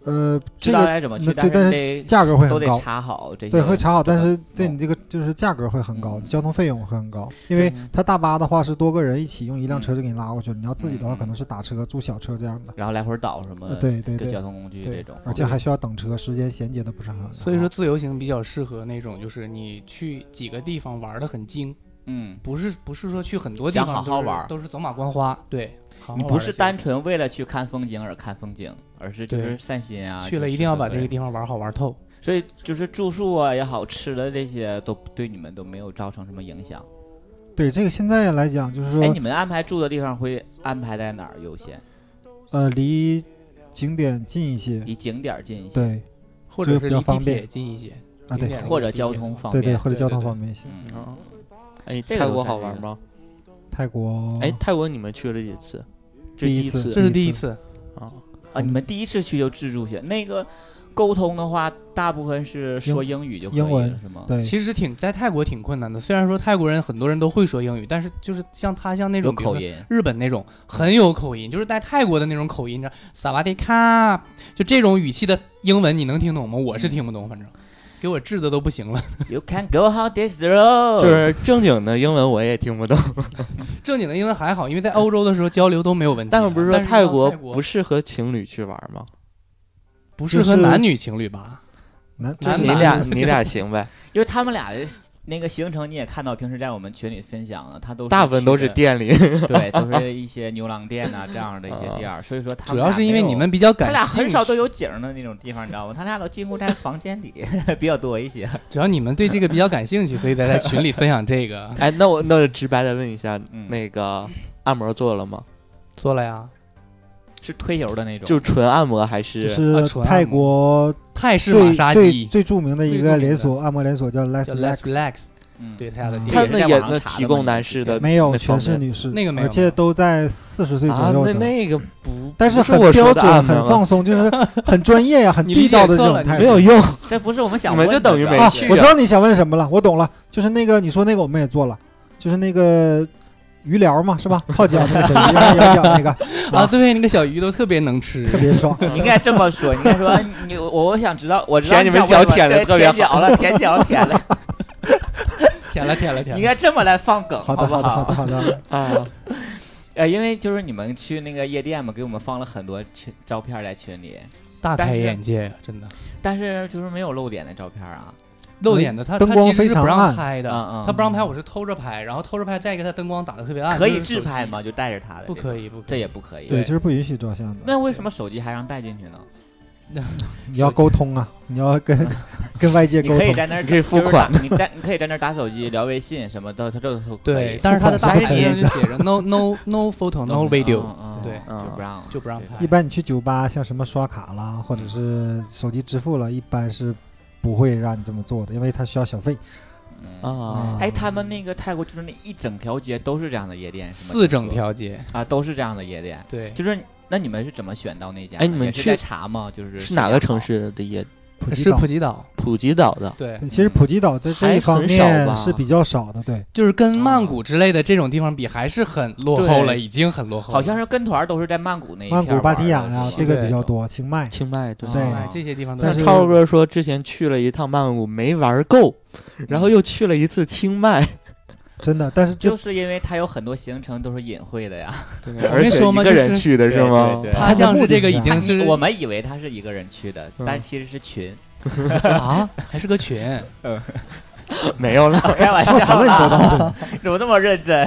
C: 呃，这
B: 知道
C: 个
B: 该怎么去，
C: 那对，
B: 是
C: 但
B: 得
C: 是价格会
B: 都
C: 很
B: 得
C: 高，
B: 查好这些。
C: 对，会查好，但是对
B: 嗯
C: 你这个就是价格会很高，
B: 嗯
C: 交通费用会很高，因为
B: 嗯
C: 它大巴的话是多个人一起用一辆车就给你拉过去了，你要自己的话
B: 嗯
C: 可能是打车、租小车这样的，
B: 然后来回倒什么
C: 呃
B: 的，
C: 对对
B: 的
C: 对
B: 交通工具
C: 对
B: 这种，嗯
C: 而且还需要等车，时间衔接的不是很好。
D: 所以说自由行比较适合那种，就是你去几个地方玩的很精，
B: 嗯，
D: 不是不是说去很多地
B: 想
D: 方
B: 好
D: 都
B: 好
D: 是
B: 玩儿
D: 都是走马观花。对，好好
B: 你
D: 玩
B: 不
D: 儿
B: 是
D: 的
B: 单
D: 行
B: 纯为了去看风景而看风景，而是就是
D: 对
B: 散心啊，
D: 程去
B: 就
D: 了一
B: 是
D: 定要
B: 对
D: 把
B: 不
D: 这个
B: 对
D: 地方玩好玩透。
B: 所以就是住宿啊也好，吃的这些都对你们都没有造成什么影响。
C: 对这个现在来讲，就是
B: 哎，
C: 说
B: 你们安排住的地方会安排在哪儿优先？
C: 呃离景点近一些，
B: 离景点儿近一些，
C: 对
D: 或
C: 这
D: 者
C: 个
D: 是
C: 比较
D: 离地
C: 方
D: 铁
C: 便
D: 近一些，
C: 啊
D: 景
C: 对
D: 点
B: 或者交通方
C: 对
B: 便。
C: 对或者交
D: 对
C: 通
D: 对
C: 方便一些。
B: 嗯，
A: 哎，
B: 这个
A: 泰
B: 我
A: 国
B: 才
A: 好
B: 知
A: 玩
B: 道
A: 吗？
C: 泰国
A: 哎，泰国你们去了几次？这
C: 第一
A: 一
C: 次
A: 次
D: 这是第一
C: 一
D: 次，
A: 啊，
B: 啊，你们第一次去就自助去，那个沟通的话，大部分是说英语就可以
C: 英文
B: 了，是吗？
C: 对
D: 其实挺在泰国挺困难的。虽然说泰国人很多人都会说英语，但是就是像他像那
B: 有
D: 种比如
B: 口
D: 说
B: 音，
D: 日本那种很有口音，就是带泰国的那种口音，你知道萨瓦迪卡，就这种语气的英文，你能听懂吗？
C: 嗯
D: 我是听不懂，反正给我治的都不行了。
B: You can go how this road，
A: 就是正经的英文我也听不懂。
D: 正经的英文还好，因为在欧洲的时候交流都没有问题的。
A: 啊
D: 啊
A: 但是不是说
D: 到泰
A: 国不
D: 不
A: 适合情侣去玩吗？
D: 不适合
C: 就是
D: 男女情侣吧？
C: 南
A: 就
D: 男
A: 你
D: 的
A: 俩你俩行呗，
B: 因为他们俩的那个行程你也看到，平时在我们群里分享了，他都
A: 大部分都是
B: 去的
A: 店里。。
B: 对，都是一些牛郎店啊这样的一些店儿，所以说他
D: 主要是因为你们比较感
B: 他俩
D: 兴趣，
B: 很少都有景儿的那种地方，你知道吗？他俩都几乎在房间里 比较多一些。
D: 主要你们对这个比较感兴趣，所以才在群里分享这个
A: 哎，那我那我直白的问一下，
B: 嗯
A: 那个按摩做了吗？
D: 做了呀，
B: 是推油的那种，
A: 就纯按摩还？
C: 就是
D: 啊
C: 是
D: 纯
C: 泰
D: 按摩
C: 国
D: 泰式
C: 最
D: 马杀
C: 最
D: 鸡
C: 最著名的一
D: 最著名
C: 个
D: 的
C: 连锁按摩连锁叫 Less
D: 叫 Let's Relax，
B: 嗯
D: 对他家的
C: 嗯
D: 店
A: 他
B: 也是
A: 们
B: 在
A: 也
B: 网上
A: 能
B: 查
A: 提
B: 的
A: 供
B: 嘛
A: 男
B: 你之
A: 士的
B: 前
C: 没有，
A: 那
C: 全
A: 方
C: 是
A: 面
C: 女士，
D: 那个没有
C: 而且都在四十岁左
A: 啊，
C: 右
A: 那
C: 的。
A: 那个不，
C: 嗯但
A: 不是
C: 很
A: 我
C: 标
A: 说的啊按
C: 准、很
A: 摩
C: 放松， 就是很专业呀、很
D: 你理
C: 地
D: 解
C: 道的这
D: 算
C: 种
D: 了
C: 态
D: 你
C: 度。
A: 没有用。
B: 这不是我们想
A: 你们
B: 问
A: 就
B: 的
A: 等于
B: 主
A: 没
B: 要
C: 啊
A: 去
B: 是
A: 啊，
C: 我知道你想问什么了，我懂了，就是那个你说那个我们也做了，就是那个鱼疗嘛，是吧？泡脚那个小 鱼，摇脚那个
D: 啊，对，那个小鱼都特别能吃
C: 特，别爽。
B: 你应该这么说，你应该说你我我想知道，我知道
A: 舔你们
B: 想问
A: 脚舔得
B: 对
A: 特别
B: 舔脚了，舔脚舔 了，
D: 舔了舔了
B: 你
D: 舔
B: 应
D: 了。
B: 该这么来放梗，
C: 好的，
B: 不
C: 好的，好的，
B: 好？
C: 好 的。
A: 啊，
B: 呃，因为就是你们去那个夜店嘛，给我们放了很多群照片在群里，
D: 大
B: 但
D: 开
B: 是
D: 眼界呀，真的。
B: 但是就是没有露脸的照片啊。
D: 露点的，他
C: 灯
D: 他
C: 光
D: 其实
C: 非
D: 是
C: 常
D: 不让
C: 暗
D: 拍的
B: 嗯嗯，
D: 他不让拍，我是偷着拍，然后偷着拍，再一个他灯光打的特别暗，
B: 可以
D: 啊就是手
B: 自拍
D: 机？
B: 吗？就带着他的？
D: 不可，以，不可以，
B: 这也不可以。
D: 对
C: 这是不允许照相的。
B: 那为什么手机还让带进去呢？
C: 你要沟通啊，你要跟 跟外界
B: 你
C: 沟
B: 可以
C: 通。
B: 在那儿
A: 嗯可以付款，
B: 就是打你在你可以在那儿打手机、聊微信什么的，他这都可以
D: 对，但是他的大
B: 但是
D: 牌子
B: 你
D: 上就写着 no no no photo
B: 都
D: no
B: 没
D: video，
B: 嗯嗯
D: 对
B: 就不让
D: 就不让拍
C: 一般你去酒吧，像什么刷卡啦，或者是手机支付了，一般是不会让你这么做的，因为它需要小费。嗯
B: 啊。
A: 啊，
B: 哎，他们那个泰国就是那一整条街都是这样的夜店，是吗
D: 四整条街，
B: 啊，都是这样的夜店。
D: 对，
B: 就是那你们是怎么选到那家的？
A: 哎你们
B: 也是
A: 去
B: 在查吗？就是
A: 是哪个城？市的也
C: 普吉
D: 是
C: 岛
D: 普，吉岛，
A: 普吉岛的？
D: 对，
C: 对其实普吉岛在
B: 嗯
C: 这
A: 还
C: 一方
A: 很少
C: 面
A: 吧
C: 是比较少的，对。
D: 就是跟曼谷之类的这种地方比，还是很落后了，
B: 对
D: 已经很落后了。
B: 好像是跟团都是在曼谷那一片
C: 曼谷、芭提雅
B: 玩的
C: 呀
B: 是，吧
C: 这个比较
D: 对
C: 多，清迈。
A: 清迈对。啊
C: 对
D: 哎，这些地方都
C: 但
A: 那
D: 是
C: 是
A: 超哥说之前去了一趟曼谷没玩够，然后又去了一次清 迈，
C: 真的，但是就
B: 就是因为它有很多行程都是隐晦的呀。
A: 对
D: 我
A: 而
D: 跟你
A: 且
D: 说嘛
A: 一个
D: 就
A: 人
D: 是
A: 去的是
B: 对
A: 吗？
B: 对对
D: 他像是这个已
C: 他
D: 经是
B: 我们以为他是一个人去的，
A: 嗯
B: 但其实是 群。
D: 啊，还是个群，
A: 没有了，
B: 开玩
C: 说什
B: 笑
C: 么你都
B: 啦，
C: 当 真
B: 怎么那么认真？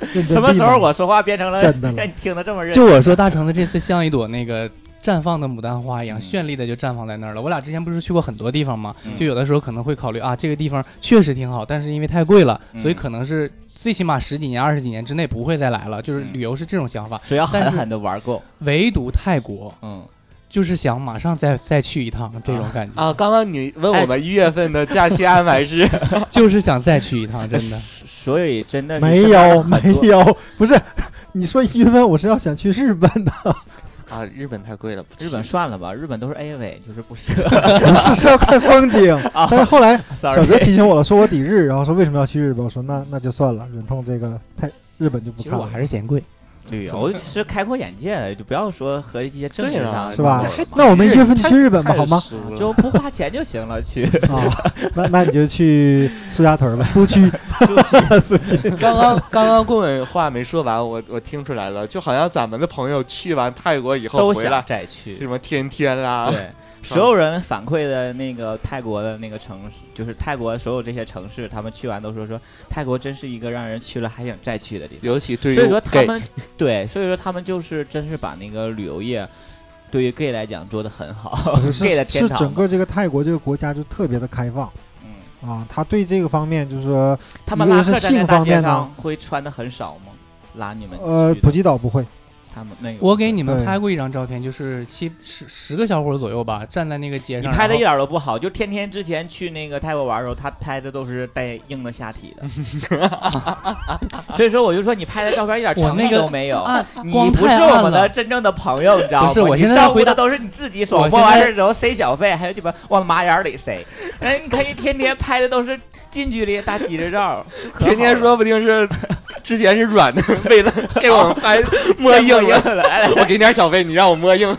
C: 认真
B: 什么时
C: 地
B: 候
C: 呢
B: 我说话变成了
C: 真的了
B: 让你 听得这么认
D: 就
B: 真？
D: 我说，大橙子这次像一朵那个绽放的牡丹花一样，
B: 嗯
D: 绚丽的就绽放在那儿了。我俩之前不是去过很多地方吗？
B: 嗯
D: 就有的时候可能会考虑啊，这个地方确实挺好，但是因为太贵了，
B: 嗯
D: 所以可能是最起码十几年、二十几年之内不会再来了。就是
B: 嗯
D: 旅游是这种想法，
B: 只要
D: 但
B: 狠
D: 是
B: 狠的玩够，
D: 唯独泰国
B: 嗯，
D: 就是想马上再再去一趟，这种感觉、
A: 啊，刚刚你问
C: 哎
A: 我们一月份的假期安排 是
D: 就是想再去一趟，真 的。
B: 所以真的是
C: 没
B: 身边的
C: 有
B: 很
C: 没
B: 多
C: 有，不是 你说一月份我是要想去日本的，
A: 啊，日本太贵了，不
B: 日本
A: 去
B: 算了吧，日本都是 A 尾，就是不适合。啊
C: 不是是要看 风景。但是后来
B: Sorry
C: 小哲提醒我了，说我抵日，然后说为什么要去日本？我说那那就算了，忍痛这个太日本就不
D: 其
C: 看
D: 实我
C: 了。
D: 还是嫌 贵，
B: 旅游是开阔眼界的，就不要说和一些政治
A: 对了
B: 上的
C: 是吧
B: 东西了嘛
C: 那我们一月份去
A: 太
C: 日本吧，
A: 太
C: 好吗？
A: 熟了
B: 就不花钱就行了，去
C: 啊，
B: 哦
C: 那那你就去苏家屯吧，苏区，苏区，
A: 刚刚刚刚棍伟话没说完，我我听出来了，就好像咱们的朋友去完泰国以后
B: 都
A: 回来
B: 想，再
A: 什
B: 去。
A: 么天天啊啦，
B: 对，所有人反馈的那个泰国的那个城市，就是泰国所有这些城市，他们去完都说说泰国真是一个让人去了还想再去的地方。
A: 尤其对于
B: 所以说他
A: gay，
B: 们对，所以说他们就是真是把那个旅游业对于 gay 来讲做得很好
C: 是
B: ，gay 的
C: 是
B: 天
C: 是
B: 堂。
C: 整个这个泰国这个国家就特别的开放
B: 嗯，
C: 啊，他对这个方面就是说，
B: 他们
C: 一个
B: 拉
C: 是
B: 客站在
C: 性
B: 大
C: 方
B: 街
C: 面
B: 上
C: 呢
B: 会穿的很少吗？拉你们
C: 呃，
B: 去的
C: 普吉岛不会，
B: 他们那个
D: 我给你们
C: 对
D: 拍过一张照片，就是七十十个小伙左右吧，站在那个街
B: 你
D: 上，
B: 拍的一
D: 然
B: 点
D: 后
B: 儿都不好，就天天之前去那个泰国玩儿的时候，他拍的都是带硬的下体 的，所以说我就说你拍的照片一点
D: 我
B: 诚意
D: 那个
B: 都没有，
D: 暗
B: 你
D: 光
B: 不
D: 太
B: 是
D: 暗
B: 我们
D: 了
B: 的真正的朋友，你知道吗？
D: 不是我
B: 你
D: 现在
B: 照顾
D: 回答
B: 的都是你自己
D: 我
B: 爽，
D: 现
B: 过完
D: 在
B: 事儿之后塞小费，还有鸡巴往马眼儿里塞，哎，你可以天天拍的都是近距离的大鸡子照，就可
A: 天天
B: 好了
A: 说不定是之前是软 的，为了给我们 拍摸
B: 先
A: 硬
B: 摸
A: 了，
B: 硬了，哎
A: 我给你点小费，你让我摸硬了，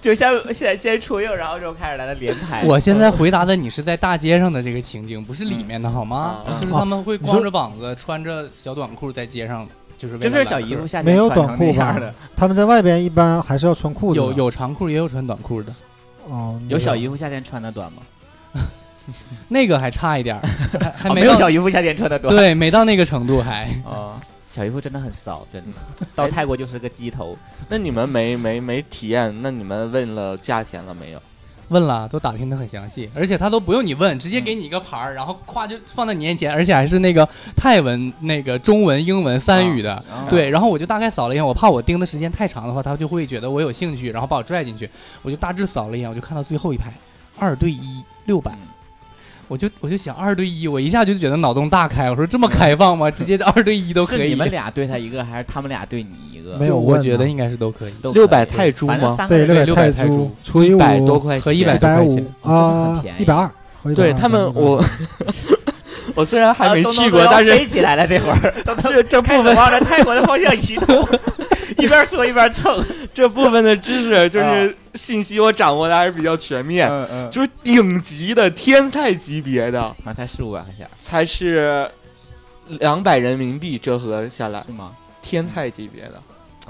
B: 就先先先出硬，然后就开始来了连拍。
D: 我现在回答的你是在大街上的这个情景，不是里面的好吗？
A: 嗯啊
D: 就是他们会光着膀子，穿着小短裤在街上，就是为
B: 就
D: 了
B: 是
D: 揽
B: 小
D: 客
B: 姨夫夏
C: 没
B: 天
C: 有
B: 穿成
C: 短裤
B: 那样
C: 吧
B: 的，？
C: 他们在外边一般还是要穿裤子的，
D: 有有长裤也有穿短裤的，
C: 哦，没
B: 有小姨夫夏天穿的短吗？
D: 那个还差一点儿，还还
B: 哦
D: 没
B: 有
D: 到
B: 小姨夫夏天穿的短。
D: 对，没到那个程度还。
B: 啊，小姨夫真的很骚，真的，到泰国就是个鸡头。
A: 那你们没没没体验？那你们问了价钱了没有？
D: 问了都打听的很详细，而且他都不用你问，直接给你一个牌儿，然后咵就放在你眼前，而且还是那个泰文、那个中文、英文三语的。
B: 啊
D: 对，然后我就大概扫了一眼，我怕我盯的时间太长的话，他就会觉得我有兴趣，然后把我拽进去。我就大致扫了一眼，我就看到最后一排，二对一六百
B: 嗯，
D: 我就我就想二对一，我一下就觉得脑洞大开，我说这么开放吗？直接二对一都可
B: 是
D: 以。
B: 你们俩对他一个，还是他们俩对你一个？
C: 没
D: 就
C: 有
D: 我
C: 问
D: 觉得
C: 呢
D: 应该是都可以，
B: 都
A: 600
B: 可以
A: 泰铢
B: 反正
A: 吗
B: 三个
C: 对
B: 人
D: 对
C: 六
D: 600泰
C: 泰
D: 铢
C: 除以
A: 一
C: 五
A: 百多块钱，
D: 和一百
C: 一
D: 多
C: 百
D: 块
C: 五
D: 钱
B: 哦
C: 啊
B: 真的很，便宜
C: 一百二，啊和
A: 对
C: 120
A: 他们，我 我虽然还没
B: 啊
A: 去
B: 都
A: 过，
B: 能
A: 但
B: 都要
A: 是
B: 飞起来了这会儿，都能
A: 这这
B: 开
A: 部
B: 始
A: 分
B: 往着泰国的方向移 动，一边说一边蹭。
A: 这 部分的知识就
B: 啊
A: 是信息，我掌握的还是比较全面，
B: 嗯，
A: 就是顶级的天才级别的
B: 好像才四五百块钱，
A: 才是两百人民币折合下来
B: 是吗？
A: 天才级别的。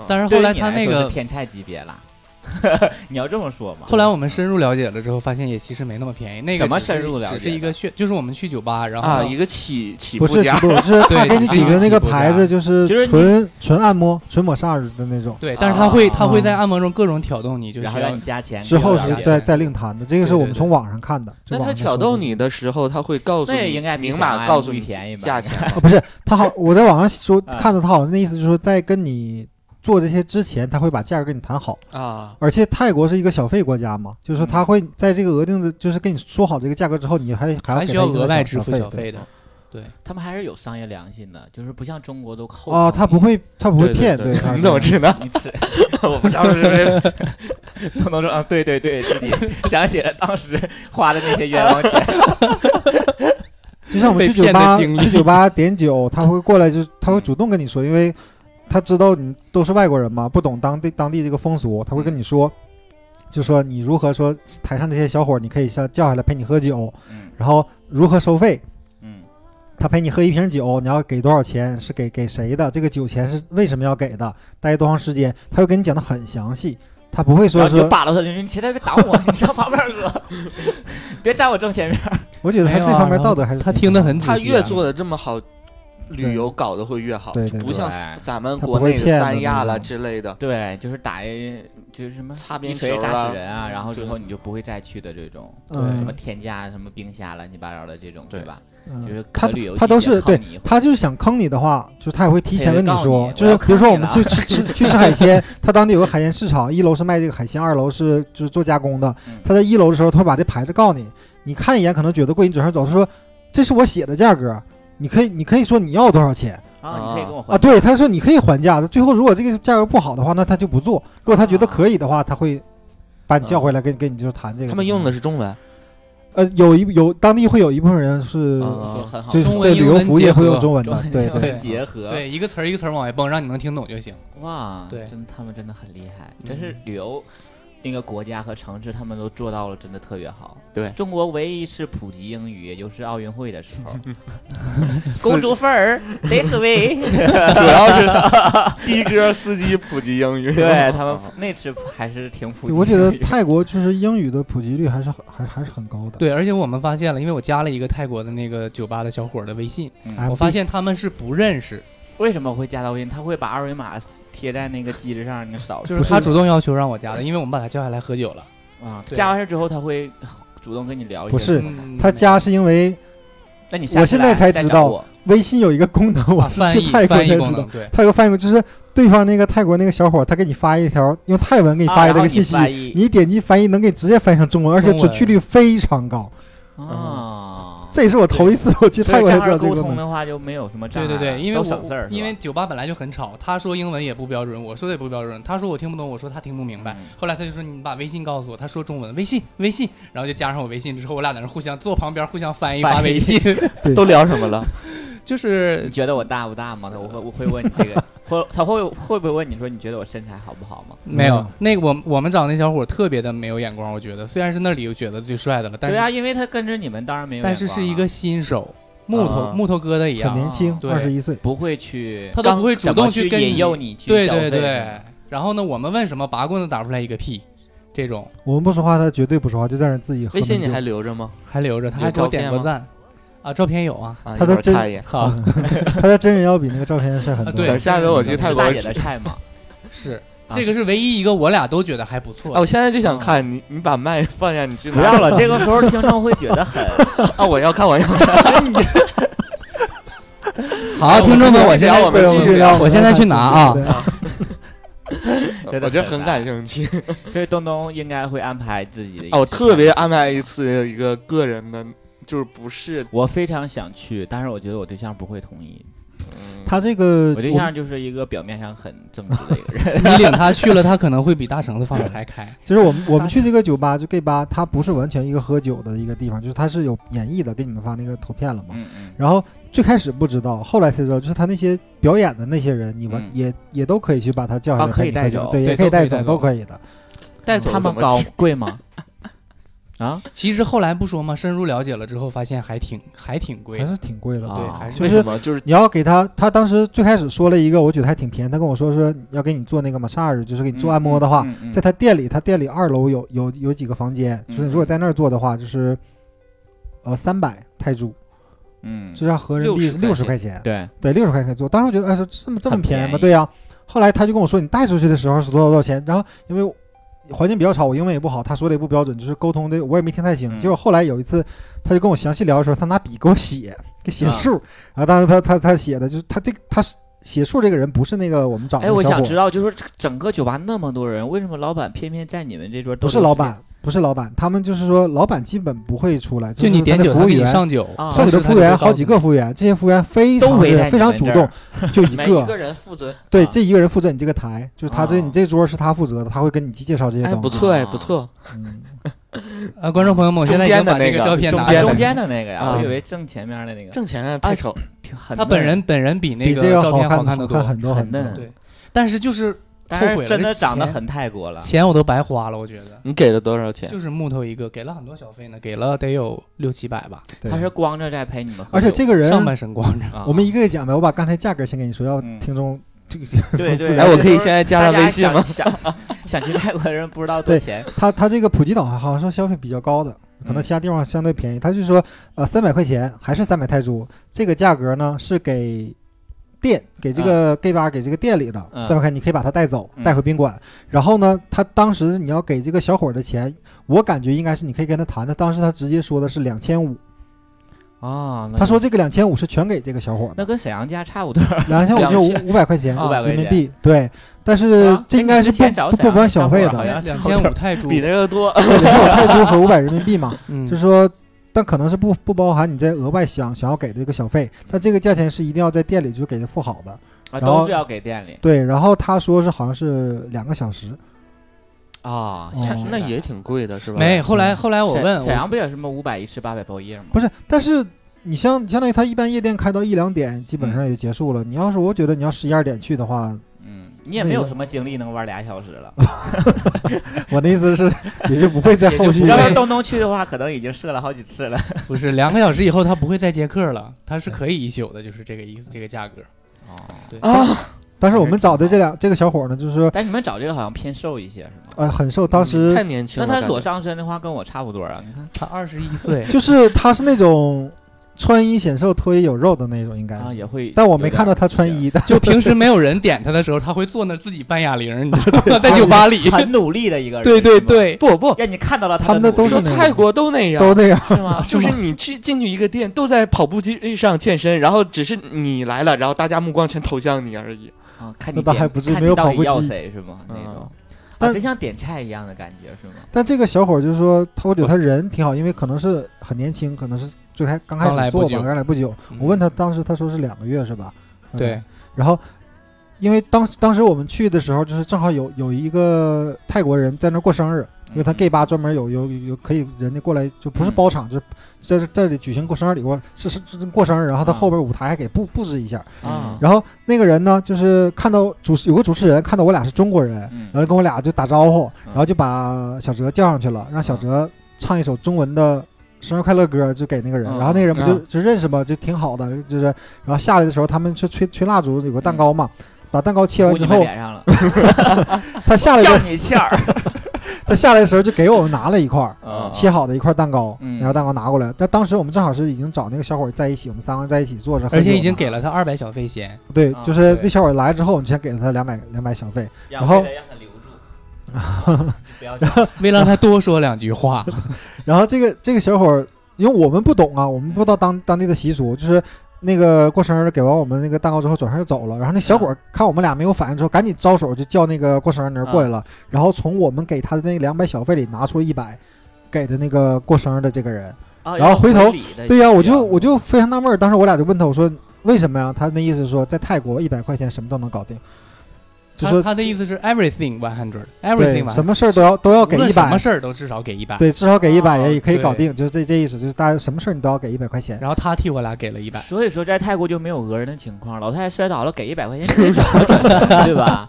D: 但是后
B: 对
D: 来
B: 于你
D: 他那
B: 说
D: 个
B: 是天菜级别了， 你要这么说嘛？
D: 后来我们深入了解了之后，发现也其实没那么便宜。那个
B: 怎么
D: 只是
B: 深入了解的
D: 只是一个炫，就是我们去酒吧，然后、
A: 啊，一个起起
C: 不
A: 步
C: 是
A: 价
C: 起步，就是他
D: 对
C: 给你
D: 起
C: 举
D: 步
C: 的那个
D: 起步
C: 牌
D: 价
C: 子，就是
B: 就是你
C: 纯纯按摩、纯抹煞的那种。
D: 对，但是他会、
B: 啊
D: 他会在按摩中各种挑动你，就
B: 然后
D: 需
B: 让
D: 要
B: 你加钱，
C: 之后
D: 了
C: 是
D: 解
C: 再再另谈的，这个是
D: 对
C: 我
D: 对
C: 们
D: 对
C: 从网上看的。
A: 那他
C: 就网上
A: 挑
C: 说的
A: 逗你的时候，他会告诉
B: 那
A: 你，
B: 也应该比
A: 明
B: 想
A: 码
B: 象
A: 告
B: 中
A: 诉
B: 会
A: 你
B: 便宜吧
A: 价钱。
C: 啊，不是他好，我在网上说
B: 啊
C: 看到他好像那意思就是说，在跟你做这些之前，他会把价格跟你谈好，
A: 啊，
C: 而且泰国是一个小费国家嘛，就是说
A: 嗯
C: 他会在这个额定的，就是跟你说好这个价格之后，你还还要给他
D: 还需要
C: 一个
D: 额外支付
C: 费
D: 小
C: 对
D: 费的。
B: 他们还是有商业良心的，就是不像中国都扣
A: 哦
C: 啊，他不会他不会
A: 对对
C: 骗，
A: 对
C: 他
A: 你
C: 是
A: 怎么知 道？
B: 你吃，啊我不知道是不是。彤彤说啊，对对对，自己想起了当时花的那些冤 枉钱。
C: 就像我们
D: 被
C: 去酒
D: 骗的
C: 吧
D: 经历
C: 去酒吧点酒，他会过来就他会主动跟你说，因为他知道你都是外国人嘛，不懂当地当地这个风俗，他会跟你说，就说你如何说台上这些小伙儿，你可以像叫下来陪你喝酒，
B: 嗯
C: 然后如何收费。
B: 嗯，
C: 他陪你喝一瓶酒，你要给多少钱？是给给谁的？这个酒钱是为什么要给的？待多长时间？他会给你讲的很详细，他不会
B: 然
C: 说
B: 后你
C: 是
B: 就，扒拉他，你说你起来别挡我，你上旁边喝， 别站我正前面。
C: 我觉得他
D: 没
C: 这
D: 有啊
C: 方面
D: 然后
C: 道德还是
D: 他
C: 挺
D: 听
C: 好
D: 得很仔细、啊
A: 他越做的这么好，旅游搞得会越好，
C: 对对对
A: 不像
B: 对
A: 咱们
C: 他
A: 国
C: 不会
A: 内的
C: 骗
A: 三
C: 的
A: 亚
C: 那
A: 啦
C: 种
A: 之类的。
B: 对，就是打一就是什么
A: 擦边
B: 一锤
A: 球
B: 炸
A: 啊
B: 死人啊，然后之
A: 对
B: 后你就不会再去的这种，
C: 对
B: 什么添加什么冰虾乱七八糟的这种，对
A: 对
B: 吧？
C: 嗯
B: 就是
C: 他
B: 可旅游
C: 他都是对
B: 你
C: 他就是想坑你的话，就是他也会提前跟你
B: 他也
C: 说，
B: 会告诉你
C: 就
B: 我
C: 是
B: 要
C: 比如说我
B: 坑你
C: 们
B: 了
C: 去吃吃去吃海鲜，他当地有个海鲜市场，一楼是卖这个海鲜，二楼是就是做加工的
B: 嗯。
C: 他在一楼的时候，他会把这牌子告你，你看一眼可能觉得贵，你转身走，他说这是我写的价格，你可以你可以说你要多少钱
B: 啊，你可以跟我
C: 啊？
B: 换
C: 对，他说你可以还价的。最后如果这个价格不好的话，那他就不做；如果他觉得
B: 啊
C: 可以的话，他会把你叫回来跟跟你就谈这个。
A: 他们用的是中文，
C: 呃有一有当地会有一部分人是
A: 嗯
B: 说很好，
C: 就是
D: 中文
C: 对旅
D: 英
C: 游
D: 文
C: 服务
D: 结
C: 业会用
D: 合
C: 中文
B: 中
C: 的，
B: 文
C: 对
B: 中
C: 对
B: 文。结合，
D: 对，一个词儿一个词儿往外蹦，让你能听懂就行。
B: 哇，
D: 对
B: 真的他们真的很厉害，
C: 嗯
B: 真是旅游。那个国家和城市，他们都做到了，真的特别好。
A: 对
B: 中国唯一是普及英语，也就是奥运会的时 候， 公主范儿 this way，
A: 主要 是的哥司机普及英语。
B: 对他们那次还是挺普及的。
C: 对，我觉得泰国就是英语的普及率还是很还还是很高的。
D: 对，而且我们发现了，因为我加了一个泰国的那个酒吧的小伙儿的微信，
B: 嗯
C: 啊
D: 我发现他们是不认识，
B: 为什么会加到微信？他会把二维码贴在那个机子上，你扫着
D: 就是
C: 不是
D: 他主动要求让我加的，因为我们把他叫下来喝酒了。
B: 啊。
D: 对
B: 加完事之后，他会主动跟你聊一些。
C: 不是
D: 嗯
C: 他加是因为
B: 那你下
C: 我
B: 次
C: 现在
B: 来
C: 才
B: 再
C: 知
B: 找
C: 道
B: 我
C: 微信有一个功能，我
D: 啊
C: 是
D: 翻
C: 去
D: 译
C: 泰国
D: 翻
C: 才
D: 译功
C: 知道
D: 能，。 对，
C: 泰国翻译就是对方那个泰国那个小伙儿，他给你发一条用泰文给你
B: 啊
C: 发的
B: 然
C: 这
B: 后
C: 个
B: 你
C: 信息，
B: 翻译
C: 你点击翻译能给直接翻译成中文，而且
D: 中文
C: 准确率非常高。
B: 啊。
C: 这也是我头一次我去
B: 哦所
C: 泰
B: 以
C: 国才
B: 这
C: 知道
B: 样
C: 嗯这
B: 沟
C: 个
B: 通
C: 嗯功能。
B: 的话就没有什么障
D: 对
B: 碍
D: 对
B: 了，
D: 对，因为
B: 都
D: 我
B: 省事儿，
D: 因为
B: 是吧
D: 酒吧本来就很吵，他说英文也不标准，我说的也不标准，他说我听不懂，我说他听不明白
B: 嗯。
D: 后来他就说你把微信告诉我，他说中文，微信微信，然后就加上我微信之后，我俩在那互相坐旁边互相翻译
B: 翻译
D: 发微信，
A: 都聊什么 了？
D: 就是
B: 呃你觉得我大不大吗？他我会我会问你这个，或他会会不会问你说你觉得我身材好不好吗？
D: 没有
C: 嗯
D: 那个我们我们找那小伙儿特别的没有眼光，我觉得虽然是那里觉得最帅的了，但
B: 对
D: 是
B: 啊，因为他跟着你们，当然没有眼
D: 但
B: 光了。啊
D: 是是一个新手，木头
A: 啊
D: 木头疙瘩一
C: 很
D: 样，
C: 年轻，
D: 对
C: 二十一岁，
B: 不会去
D: 他都不会主
B: 怎么
D: 动
B: 去
D: 跟
B: 引
D: 你
B: 诱你去
D: 对
B: 消
D: 对
B: 费
D: 对。然后呢，我们问什么拔棍子打不出来一个屁，这种
C: 我们不说话，他绝对不说话，就在那儿自己喝
A: 微
C: 闷酒。
A: 信你还留着吗？
D: 还留着，他
A: 有
D: 还给我
A: 照片
D: 点过
A: 吗
D: 赞啊，照片有啊，
A: 啊，
C: 他
A: 一会
C: 的
A: 儿
C: 真
A: 看一眼。
D: 好
C: 嗯 他的真人要比那个照片帅很
D: 啊
C: 多。
D: 对
A: 等下次我去
B: 是
A: 泰国
B: 大
A: 吃，
B: 姐 的菜吗？
D: 是
B: 啊
D: 这个是唯一一个我俩都觉得还不错
A: 啊，
D: 的
A: 我。现在就想看你， 你把麦放下，你去哪
B: 不
A: 儿？
B: 要了，这个时候听众会觉得很
A: 啊！我要看，我要看。
D: 好，听众们，我现在
A: 我们继续
C: 聊
D: 我现 在去拿啊
C: 对
B: 真的
A: 我就
B: 很
A: 呃很感兴趣。
B: 所以东东应该会安排自己的一
A: 啊，我
B: 次
A: 特别安排一次一个个人的，就是不是
B: 我非常想去，但是我觉得我对象不会同意。
C: 他这个
B: 我对象就是一个表面上很正直的一个 人，
D: 你领他去了，他可能会比大绳子放的还开。
C: 就是我们我们去这个酒吧，就 gay 吧，它不是完全一个喝酒的一个地方，就是它是有演绎的，给你们发那个图片了嘛。
B: 嗯嗯，
C: 然后最开始不知道，后来才知道，就是他那些表演的那些人，你们
B: 嗯
C: 也也都可以去把他叫下
B: 啊
C: 来
B: 可以
C: 陪你喝
B: 带
C: 酒，
B: 走
C: 对，
D: 对
C: 也可以
D: 都可以
C: 走，
D: 带
C: 都
D: 走
C: 可以的。
A: 带走
B: 他们
A: 怎么
B: 高
A: 吃
B: 贵吗？啊，
D: 其实后来不说嘛，深入了解了之后，发现还挺还挺贵
C: 还。是挺贵的。
D: 对
B: 啊
D: 还是
C: 就
A: 为
C: 是
A: 什么就是
C: 你要给他，他当时最开始说了一个，我觉得还挺便宜。他跟我说说要给你做那个 massage，就是给你做按摩的话，
B: 嗯，嗯嗯
C: 在他店里，他店里二楼有有有几个房间，就是你如果在那儿做的话，就是呃三百泰铢，
B: 嗯，
C: 这要合人民币
A: 60
C: 六十
A: 块
C: 块钱，
B: 对，
C: 对，六十块钱做。当时我觉得，哎，这这么这么
B: 很
C: 便宜吗？
B: 便宜
C: 对呀、后来他就跟我说，你带出去的时候是多少多少钱。然后因为环境比较吵，我英文也不好，他说的也不标准，就是沟通的我也没听太清。
B: 嗯
C: 结果后来有一次，他就跟我详细聊的时候，他拿笔给我写，给写
B: 啊
C: 数。然后当时他他他写的就是他这个他写数这个人不是那个我们找的
B: 哎，
C: 小伙
B: 我，想知道，就是整个酒吧那么多人，为什么老板偏偏在你们这桌？
C: 不是老板，不是老板，他们就是说老板基本不会出来，
D: 就是你
C: 他
D: 点
C: 的
D: 酒，
C: 服
D: 他
C: 务
D: 给你
C: 员。
D: 上酒，
B: 啊
C: 上
D: 酒
C: 酒的服务员好几个服务员，这些服务员非
B: 都
C: 常
B: 围在你
C: 非常
B: 们
C: 主
B: 这儿
C: 动，就一
A: 每
C: 个
A: 一个人负责？
C: 对，
B: 啊
C: 这一个人负责你这个台，就是他这、
B: 哦
C: 你这桌是他负责的，他会跟你介绍这些
A: 哎，
C: 东
A: 不
C: 西。
A: 错哎，
B: 啊
A: 不错。
C: 嗯
D: 呃，观众朋友们，我现在已经把这照片拿
A: 中间
D: 来
A: 的
B: 中
D: 了。
B: 间的那个呀，
A: 啊
B: 我以为正前面的那个，
A: 挣钱啊，太丑。
B: 挺狠的。
D: 他本人本人比那
C: 比这
D: 照
C: 好
D: 片好
C: 看
D: 的
C: 看
D: 多，
C: 很多
B: 很
C: 很多。
B: 嫩
D: 对但是就是
B: 但
D: 后悔
B: 是
D: 了
B: 真
D: 这
B: 的长得
D: 钱
B: 很泰国 了。
D: 钱我都白花了，我觉得
A: 你给了多少钱？
D: 就是木头一个，给了很多小费呢，给了得有六七百吧，
C: 对
B: 他是光着在陪你们喝酒，
C: 而且这个人，
D: 上半身光着。
B: 啊
C: 我们一个一个讲呗，我把刚才价格先跟你说，要
B: 嗯
C: 听众这个
B: 对对，
A: 哎，我可以
B: 就是
A: 现在加
B: 大
A: 他
B: 家
A: 微信
B: 想
A: 吗？
B: 想想去泰国的人不知道多
C: 对
B: 少 钱，
C: 他他这个普吉岛啊好像说消费比较高的，可能
B: 嗯
C: 其他地方相对便宜。他就说呃三百块钱还是三百泰铢，这个价格呢是给。店给这个 gay bar 给这个店里的
B: 嗯
C: 三百块，你可以把它带走，
B: 嗯
C: 带回宾馆。然后呢，他当时你要给这个小伙儿的钱，我感觉应该是你可以跟他谈的。当时他直接说的是两千五，
D: 哦
B: 啊，那
C: 他说
B: 跟
C: 这个两千五是全给这个小伙儿的，
B: 那跟沈阳家差 不多，
C: 两千五就
A: 2000
C: 五五百块钱
B: 500
C: 人民
B: 块钱
C: 币，对。但是
B: 啊
C: 这应该是不
B: 那你之前找
C: 不
B: 沈阳
C: 不管小费
B: 小伙儿好
C: 的，
B: 像
D: 两千五泰铢，
A: 比那个多。
B: 啊
C: 两千五泰铢和五百人民币嘛，
D: 嗯，
C: 就是说，但可能是不不包含你在额外想想要给的一个小费，但这个价钱是一定要在店里就给他付好的，
B: 啊，
C: 然后
B: 都是要给店里
C: 对。然后他说是好像是两个小时，
B: 啊。
C: 哦
B: 现
A: 那
B: 在
A: 也挺贵的，是吧？
D: 没。后
C: 嗯
D: 来后来我
B: 沈
D: 问
B: 沈
D: 我
B: 阳不也什么五百一吃八百包夜吗？
C: 不是，但是。你相相当于他一般夜店开到一两点，基本上也就结束了。你要是我觉得你要十一二点去的话，
B: 嗯，你也没有什么精力能玩俩小时了。
C: 我的意思是也就不会 在
B: 也就
C: 后续
B: 不要
D: 了
B: 是东东去的话，可能已经射了好几次了。
D: 不是两个小时以后他不会再接客了，他是可以一宿的，就是这个意思，这个价格。
B: 哦，
D: 对，
A: 啊
C: 但是我们找的这两这个小伙呢，就是说
B: 但你们找这个好像偏瘦一些，是吗？
C: 呃很瘦，当时，
A: 太年轻
B: 那
A: 了，
B: 他
A: 感
B: 裸
A: 觉
B: 上身的话，跟我差不多啊。你看
D: 他二十一岁
C: 就是他是那种穿衣显瘦、脱衣有肉的那种，应该
B: 啊，
C: 是。
B: 也会。
C: 嗯但我没看到他 穿，衣， 但
D: 就平时没有人点他的时候，他会坐那儿自己搬哑铃，你知道 吗？在酒吧里。
B: 很努力的一个人。
D: 对对
B: 是吗，
D: 对，
A: 不不，
B: 让你看到了
C: 他们的
B: 努
C: 都
B: 力
C: 是
A: 说
C: 那样
A: 泰国都那样
C: 都。那样。
B: 是 吗？
A: 就是你去进去一个店，都在跑步机上健身，然后只是你来了，然后大家目光全投向你而已。
B: 啊，看
C: 那
B: 你
C: 倒
B: 点，
C: 还不至于
B: 看
C: 没
B: 你
C: 有
B: 到
C: 跑步
B: 底要
C: 机
B: 谁是吗？那
A: 嗯
B: 种，啊，
C: 但
B: 就像点菜一样的感觉是吗？
C: 但这个小伙就是说，他我觉得他人挺好，因为可能是很年轻，可能是最开刚开
D: 刚来
C: 始
D: 不
C: 做
D: 久嗯
C: 吧，刚来不久。我问他当时他说是两个月是吧？嗯
D: 对。
C: 然后，因为当时当时我们去的时候，就是正好有有一个泰国人在那儿过生日，因为他
B: 嗯
C: gay 吧专门有有有可以人家过来，就不是
B: 嗯
C: 包场，就是在这在这里举行过生日礼过是是是过生日，然后他
B: 啊
C: 后边舞台还给布布置一下。
B: 啊，
C: 然后那个人呢，就是看到主持有个主持人看到我俩是中国人，
B: 嗯
C: 然后跟我俩就打招呼，
B: 嗯
C: 然后就把小哲叫上去了，让小哲唱一首中文的生日快乐歌，就给那个人。
B: 嗯
C: 然后那个人不就
A: 嗯
C: 就认识嘛，就挺好的，就是然后下来的时候，他们去吹吹蜡烛，有个蛋糕嘛，把蛋糕切完
B: 糊
C: 之
B: 你们
C: 后，
B: 脸 上了，
C: 他下来
B: 要
C: 的
B: 你欠儿
C: 他下来的时候就给我们拿了一块儿
B: 啊
C: 切好的一块蛋糕，
B: 嗯
C: 然后蛋糕拿过来。但当时我们正好是已经找那个小伙在一起，我们三个人在一起坐着喝酒
D: 而
C: 嘛，
D: 且已经给了他二百小费钱，
C: 对
B: 啊，
C: 就是
D: 对
C: 那小伙来之后，我们先给了他两百两百小费。
B: 然
C: 然后
B: 让他留住， 就不要这样
D: 为了让他多说两句 话，
C: 然后这个这个小伙儿，因为我们不懂啊，我们不知道当当地的习俗，就是那个过生日给完我们那个蛋糕之后，转身就走了。然后那小伙儿看我们俩没有反应之后，赶紧招手就叫那个过生日那人过来
D: 啊
C: 了，然后从我们给他的那两百小费里拿出一百。给的那个过生日的这个人，
B: 啊
C: 然后回头
B: 礼
D: 哎
B: 的
C: 对呀、
B: 一
C: 我就
B: 样
C: 我就非常纳闷儿，当时我俩就问他，我说为什么呀？他那意思说在泰国一百块钱什么都能搞定，就
D: 他
C: 说
D: 他的意思是 everything one hundred，everything
C: 对
D: one，
C: 什么事儿都要都要给
D: 无论
C: 一
D: 什么
C: 百，
D: 事儿都至少给一百。
C: 对，至少给一百
B: 啊
C: 也也可以搞
D: 对
C: 定，就是这这意思，就是大家什么事儿你都要给一百块钱。
D: 然后他替我俩给了一 百，
B: 所以说，在泰国就没有讹人的情况，老太太摔倒了给一百块钱，这是什么状态对吧？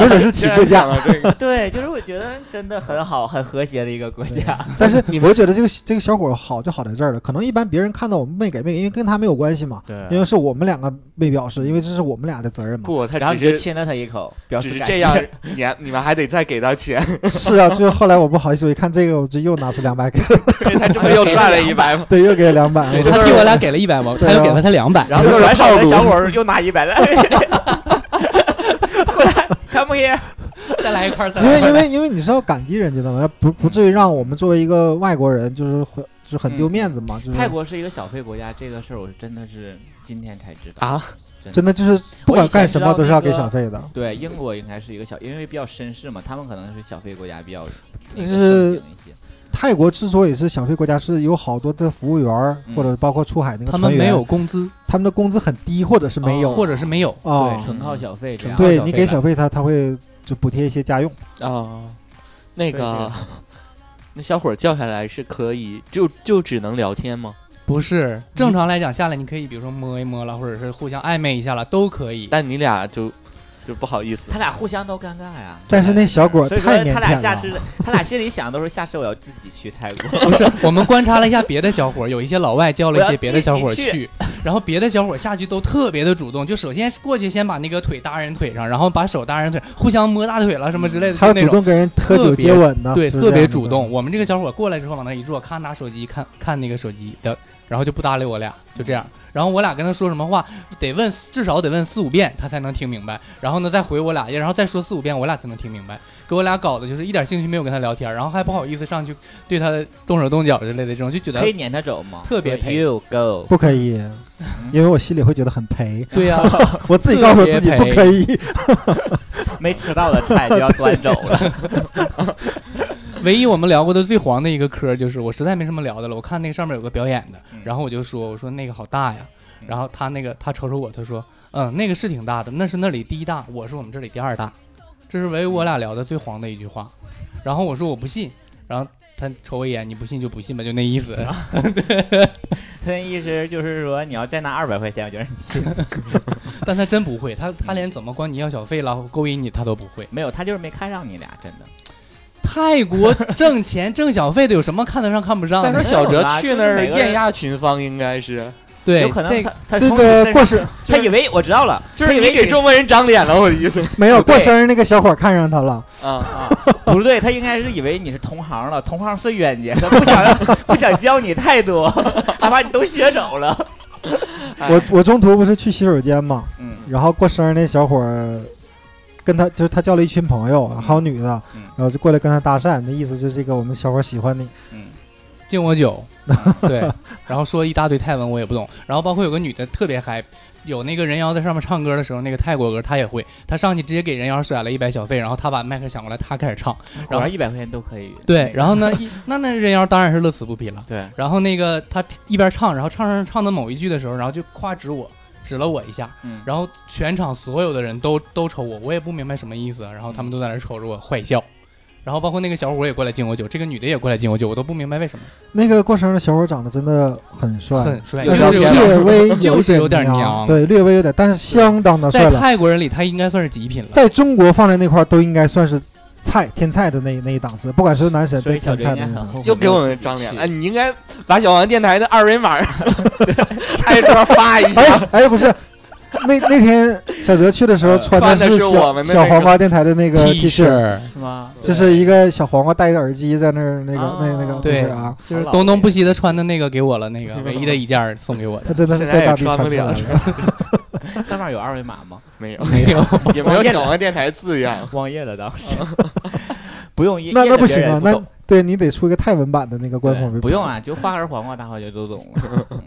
C: 没准是起步价。
A: 了啊这个。
B: 对，就是我觉得真的很好，很和谐的一个国家。
C: 但是我觉得这个这个小伙好就好在这儿了，可能一般别人看到我们没给没给，因为跟他没有关系嘛，
B: 对啊
C: 因为是我们两个没表示，因为这是我们俩的责任嘛。
A: 不，
B: 然后
A: 他
B: 你
A: 只
B: 就
A: 是
B: 亲了他一口，表
A: 只
B: 示
A: 是
B: 感
A: 这
B: 谢
A: 样，你还你们还得再给他 钱，
C: 是啊，就是后来我不好意思，我一看这个，我就又拿出两百给，
A: 他 这不又赚了一百吗？
C: 对，又给了两百。
D: 对
C: 我
D: 他
C: 说
D: 替我俩给了一百毛，
C: 啊
D: 他又给了他两百，
B: 然后
A: 这都是
B: 转手
A: 套
B: 的
A: 路
B: 小伙儿又拿一百 来，过来，come here。
D: 再来一块儿，再
C: 因
D: 来
C: 为
D: 一块
C: 因
D: 儿。
C: 为因为你是要感激人家的嘛，要不不至于让我们作为一个外国人就是很就是很丢面子嘛，
A: 嗯
C: 就是
B: 泰国是一个小费国家，这个事儿我真的是今天才知道
A: 啊。
C: 真的就是不管干什么都是要给小费的。
B: 对，英国应该是一个小，因为比较绅士嘛，他们可能是小费国家比较那个
C: 是
B: 盛行一些。
C: 泰国之所以是小费国家，是有好多的服务员儿
B: 嗯
C: 或者包括出海那个
D: 他
C: 船
D: 们
C: 员，
D: 没有工资，
C: 他们的工资很低，或者是没有，
D: 或者是没有，
C: 哦
A: 嗯
D: 对，
B: 纯靠小费这样，
C: 对你给
B: 小
C: 小费他他会就补贴一些家用。
A: 啊，那
B: 费感
A: 个那小伙儿叫下来是可以，就就只能聊天吗？
D: 不是正常来讲下来，你可以比如说摸一摸了，或者是互相暧昧一下了，都可以。
A: 但你俩就就不好意思
B: 他。俩互相都尴尬呀。
C: 但是那小果
B: 所以
C: 太
B: 说
C: 腼
B: 他俩
C: 腆
B: 下
C: 了，
B: 次，他俩心里想都是下次我要自己去泰国。
D: 不是，我们观察了一下别的小伙儿，有一些老外叫了一些别的小伙儿
B: 我要自己
D: 去，然后别的小伙儿下去都特别的主动，就首先过去先把那个腿搭人腿上，然后把手搭人腿，互相摸大腿了什么之类的，
C: 还有
D: 就那
C: 主
D: 种。
C: 动跟人喝酒
D: 特别
C: 接吻的，
D: 对，
C: 啊就是
D: 特
C: 这
D: 别
C: 样的
D: 主动。。我们这个小伙儿过来之后往那一坐，咔拿手机看看那个手机聊，然后就不搭理我俩，就这样。然后我俩跟他说什么话，得问至少得问四五遍，他才能听明白。然后呢，再回我俩，然后再说四五遍，我俩才能听明白。给我俩搞的就是一点兴趣没有跟他聊天，然后还不好意思上去对他动手动脚之类的这种，就觉得
B: 可以撵他走吗？
D: 特别配
B: You go，
C: 不可以，因为我心里会觉得很赔。
D: 对呀、
C: 我自己告诉我自己
D: 特
C: 不
D: 别赔
C: 可以，
B: 没吃到的菜就要端走了。
D: 唯一我们聊过的最黄的一个嗑儿就是，我实在没什么聊的了。我看那个上面有个表演的，
B: 嗯
D: 然后我就说，我说那个好大呀。
B: 嗯
D: 然后他那个他瞅瞅我，他说，嗯，那个是挺大的，那是那里第一大，我是我们这里第二大。这是唯一我俩聊的最黄的一句话。然后我说我不信，然后他瞅我一眼，你不信就不信吧，就那意思。
B: 嗯他的意思就是说，你要再拿二百块钱，我就让你信。
D: 但他真不会，他他连怎么管你要小费了、勾引你他都不 会。
B: 没有，他就是没看上你俩，真的。
D: 泰国挣钱挣小费的有什么看得上看不上
A: 再说？
D: 的
A: 小哲去那儿
B: 没有啦就是每个人
A: 艳压群芳，应该是
D: 对，
B: 有可能
D: 这
B: 他他
C: 这
B: 从
C: 个
B: 你
C: 过
B: 身上，
C: 生
B: 他以为我知道了，
A: 就是
B: 他以
A: 你
B: 为
A: 给中国人长脸了，我的意思
C: 没有
B: 不对
C: 过生日那个小伙看上他了，
A: 啊。
B: 啊，不对，他应该是以为你是同行了，同行是冤家，他不想让不想教你太多，他把你都学走了。
A: 哎
C: 我我中途不是去洗手间嘛，
B: 嗯，
C: 然后过生日那小伙儿跟他就是他叫了一群朋友，还有女的，
B: 嗯
C: 然后就过来跟他搭讪，那意思就是这个我们小伙儿喜欢你，
B: 嗯，
D: 敬我 酒，对，然后说一大堆泰文我也不懂，然后包括有个女的特别嗨，有那个人妖在上面唱歌的时候，那个泰国歌她也会，她上去直接给人妖甩了一百小费，然后她把麦克抢过来，她开始唱，
B: 然后一百块钱都可以。
D: 对， 然后呢，一那那人妖当然是乐此不疲了，
B: 对，
D: 然后那个她一边唱，然后唱唱唱到某一句的时候，然后就夸指我。指了我一下，
B: 嗯，
D: 然后全场所有的人都都瞅我，我也不明白什么意思，
B: 嗯
D: 然后他们都在那儿瞅着我坏笑，然后包括那个小伙儿也过来敬我酒，这个女的也过来敬我酒，我都不明白为什么，
C: 那个过生日的小伙儿长得真的很帅，
D: 很帅，
A: 有
D: 就
C: 但
A: 照
D: 是
A: 片
C: 是
D: 有
A: 吗
D: 点
C: 略微
D: 就是有点
C: 娘，
D: 娘
C: 对，略微有点，但是相当的啊帅
D: 在
C: 了，
D: 泰国人里，他应该算是极品了。
C: 在中国放在那块儿都应该算是菜天菜的那那一档次，不管是男神
B: 所
C: 对
B: 以小
C: 天
B: 哲
C: 菜
B: 应该
C: 的那一
B: 很
C: 档次
B: 后悔。
A: 又给我们长脸了，哎你应该把小王电台的二维 码开桌发一下。
C: 哎哎，不是，那那天小哲去的时候
A: 呃
C: 穿
A: 穿的
C: 是
A: 是我
C: 小
A: 们的
C: 小
A: 那个
C: 黄瓜电台的那个 T 恤，
D: 恤
B: 是吗？
C: 就是一个小黄瓜戴着耳机在那儿那个
D: 哦
B: 啊
C: 那那个
D: 对
C: 就是啊，
D: 就是东东不惜的穿的那个给我了，那个唯一的一件儿送给我
C: 他
D: 的，
C: 真的是
A: 现在
C: 在
A: 也
C: 大地
A: 穿
C: 穿
A: 不
C: 出 来
A: 了
C: 了。
B: 上面有二维码吗？
A: 没有，
D: 没有，
A: 也没有小王电台字样。
B: 忘页了当时，啊 不用页
C: 嗯那
B: 页
C: 那
B: 的
C: 不
B: 别
C: 行
B: 人
C: 啊，
B: 不
C: 那
B: 懂
C: 对你得出一个泰文版的那个官方微
B: 对
C: 博。
B: 不用，啊，就花儿黄瓜大伙就都懂 了。嗯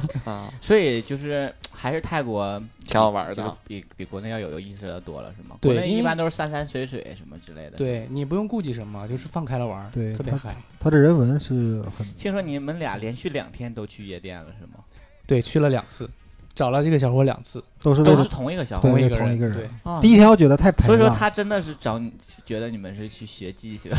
A: 啊，
B: 所以就是还是泰国
A: 挺好玩的啊
B: 就比比国内要有意思的多了，是吗？
D: 对
B: 国内
D: 因
B: 一
D: 为
B: 般都是山山水水什么之类的。，
D: 对你不用顾忌什么，就是放开了玩儿，
C: 对
D: 特别嗨。
C: 他的人文是很
B: 听说你们俩连续两天都去夜店了，是吗？
D: 对，去了两次，找了这个小伙两次，
C: 都是为
B: 都是
C: 了
B: 同一个小伙
C: 对
D: 同
C: 对
D: 个
C: 同一个人
D: 对，
B: 啊
C: 第一天我觉得太赔
B: 所以说
C: 了，
B: 他真的是找你，觉得你们是去学技去了。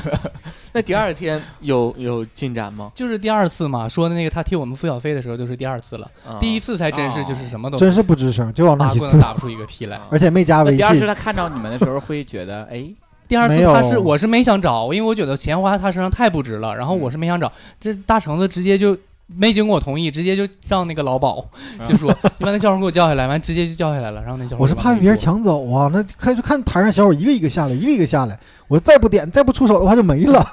A: 那第二天有 有进展吗？
D: 就是第二次嘛，说的那个他替我们付小费的时候，就是第二次了。
A: 啊
D: 第一次才真是就是什么都
C: 啊真是不吱声，就往那
D: 八
C: 一
D: 棍子
C: 坐，
D: 打不出一个屁来。
A: 啊
C: 而且没加
B: 那
C: 微
B: 第二是
C: 信，
B: 他看到你们的时候会觉得，哎，
D: 第二次
C: 没有
D: 他是我是没想找，因为我觉得钱花他身上太不值了，然后我是没想找，这大橙子直接就。没经过我同意，直接就让那个 老鸨
B: 啊
D: 就说：“你把那小伙给我叫下来。”完，直接就叫下来了。然后那小伙
C: 我是
D: 就
C: 怕
D: 往那
C: 别人
D: 一坐，
C: 抢走啊，那看就看台上小伙一个一个下来，一个一个下来，我再不点再不出手的话 就没了。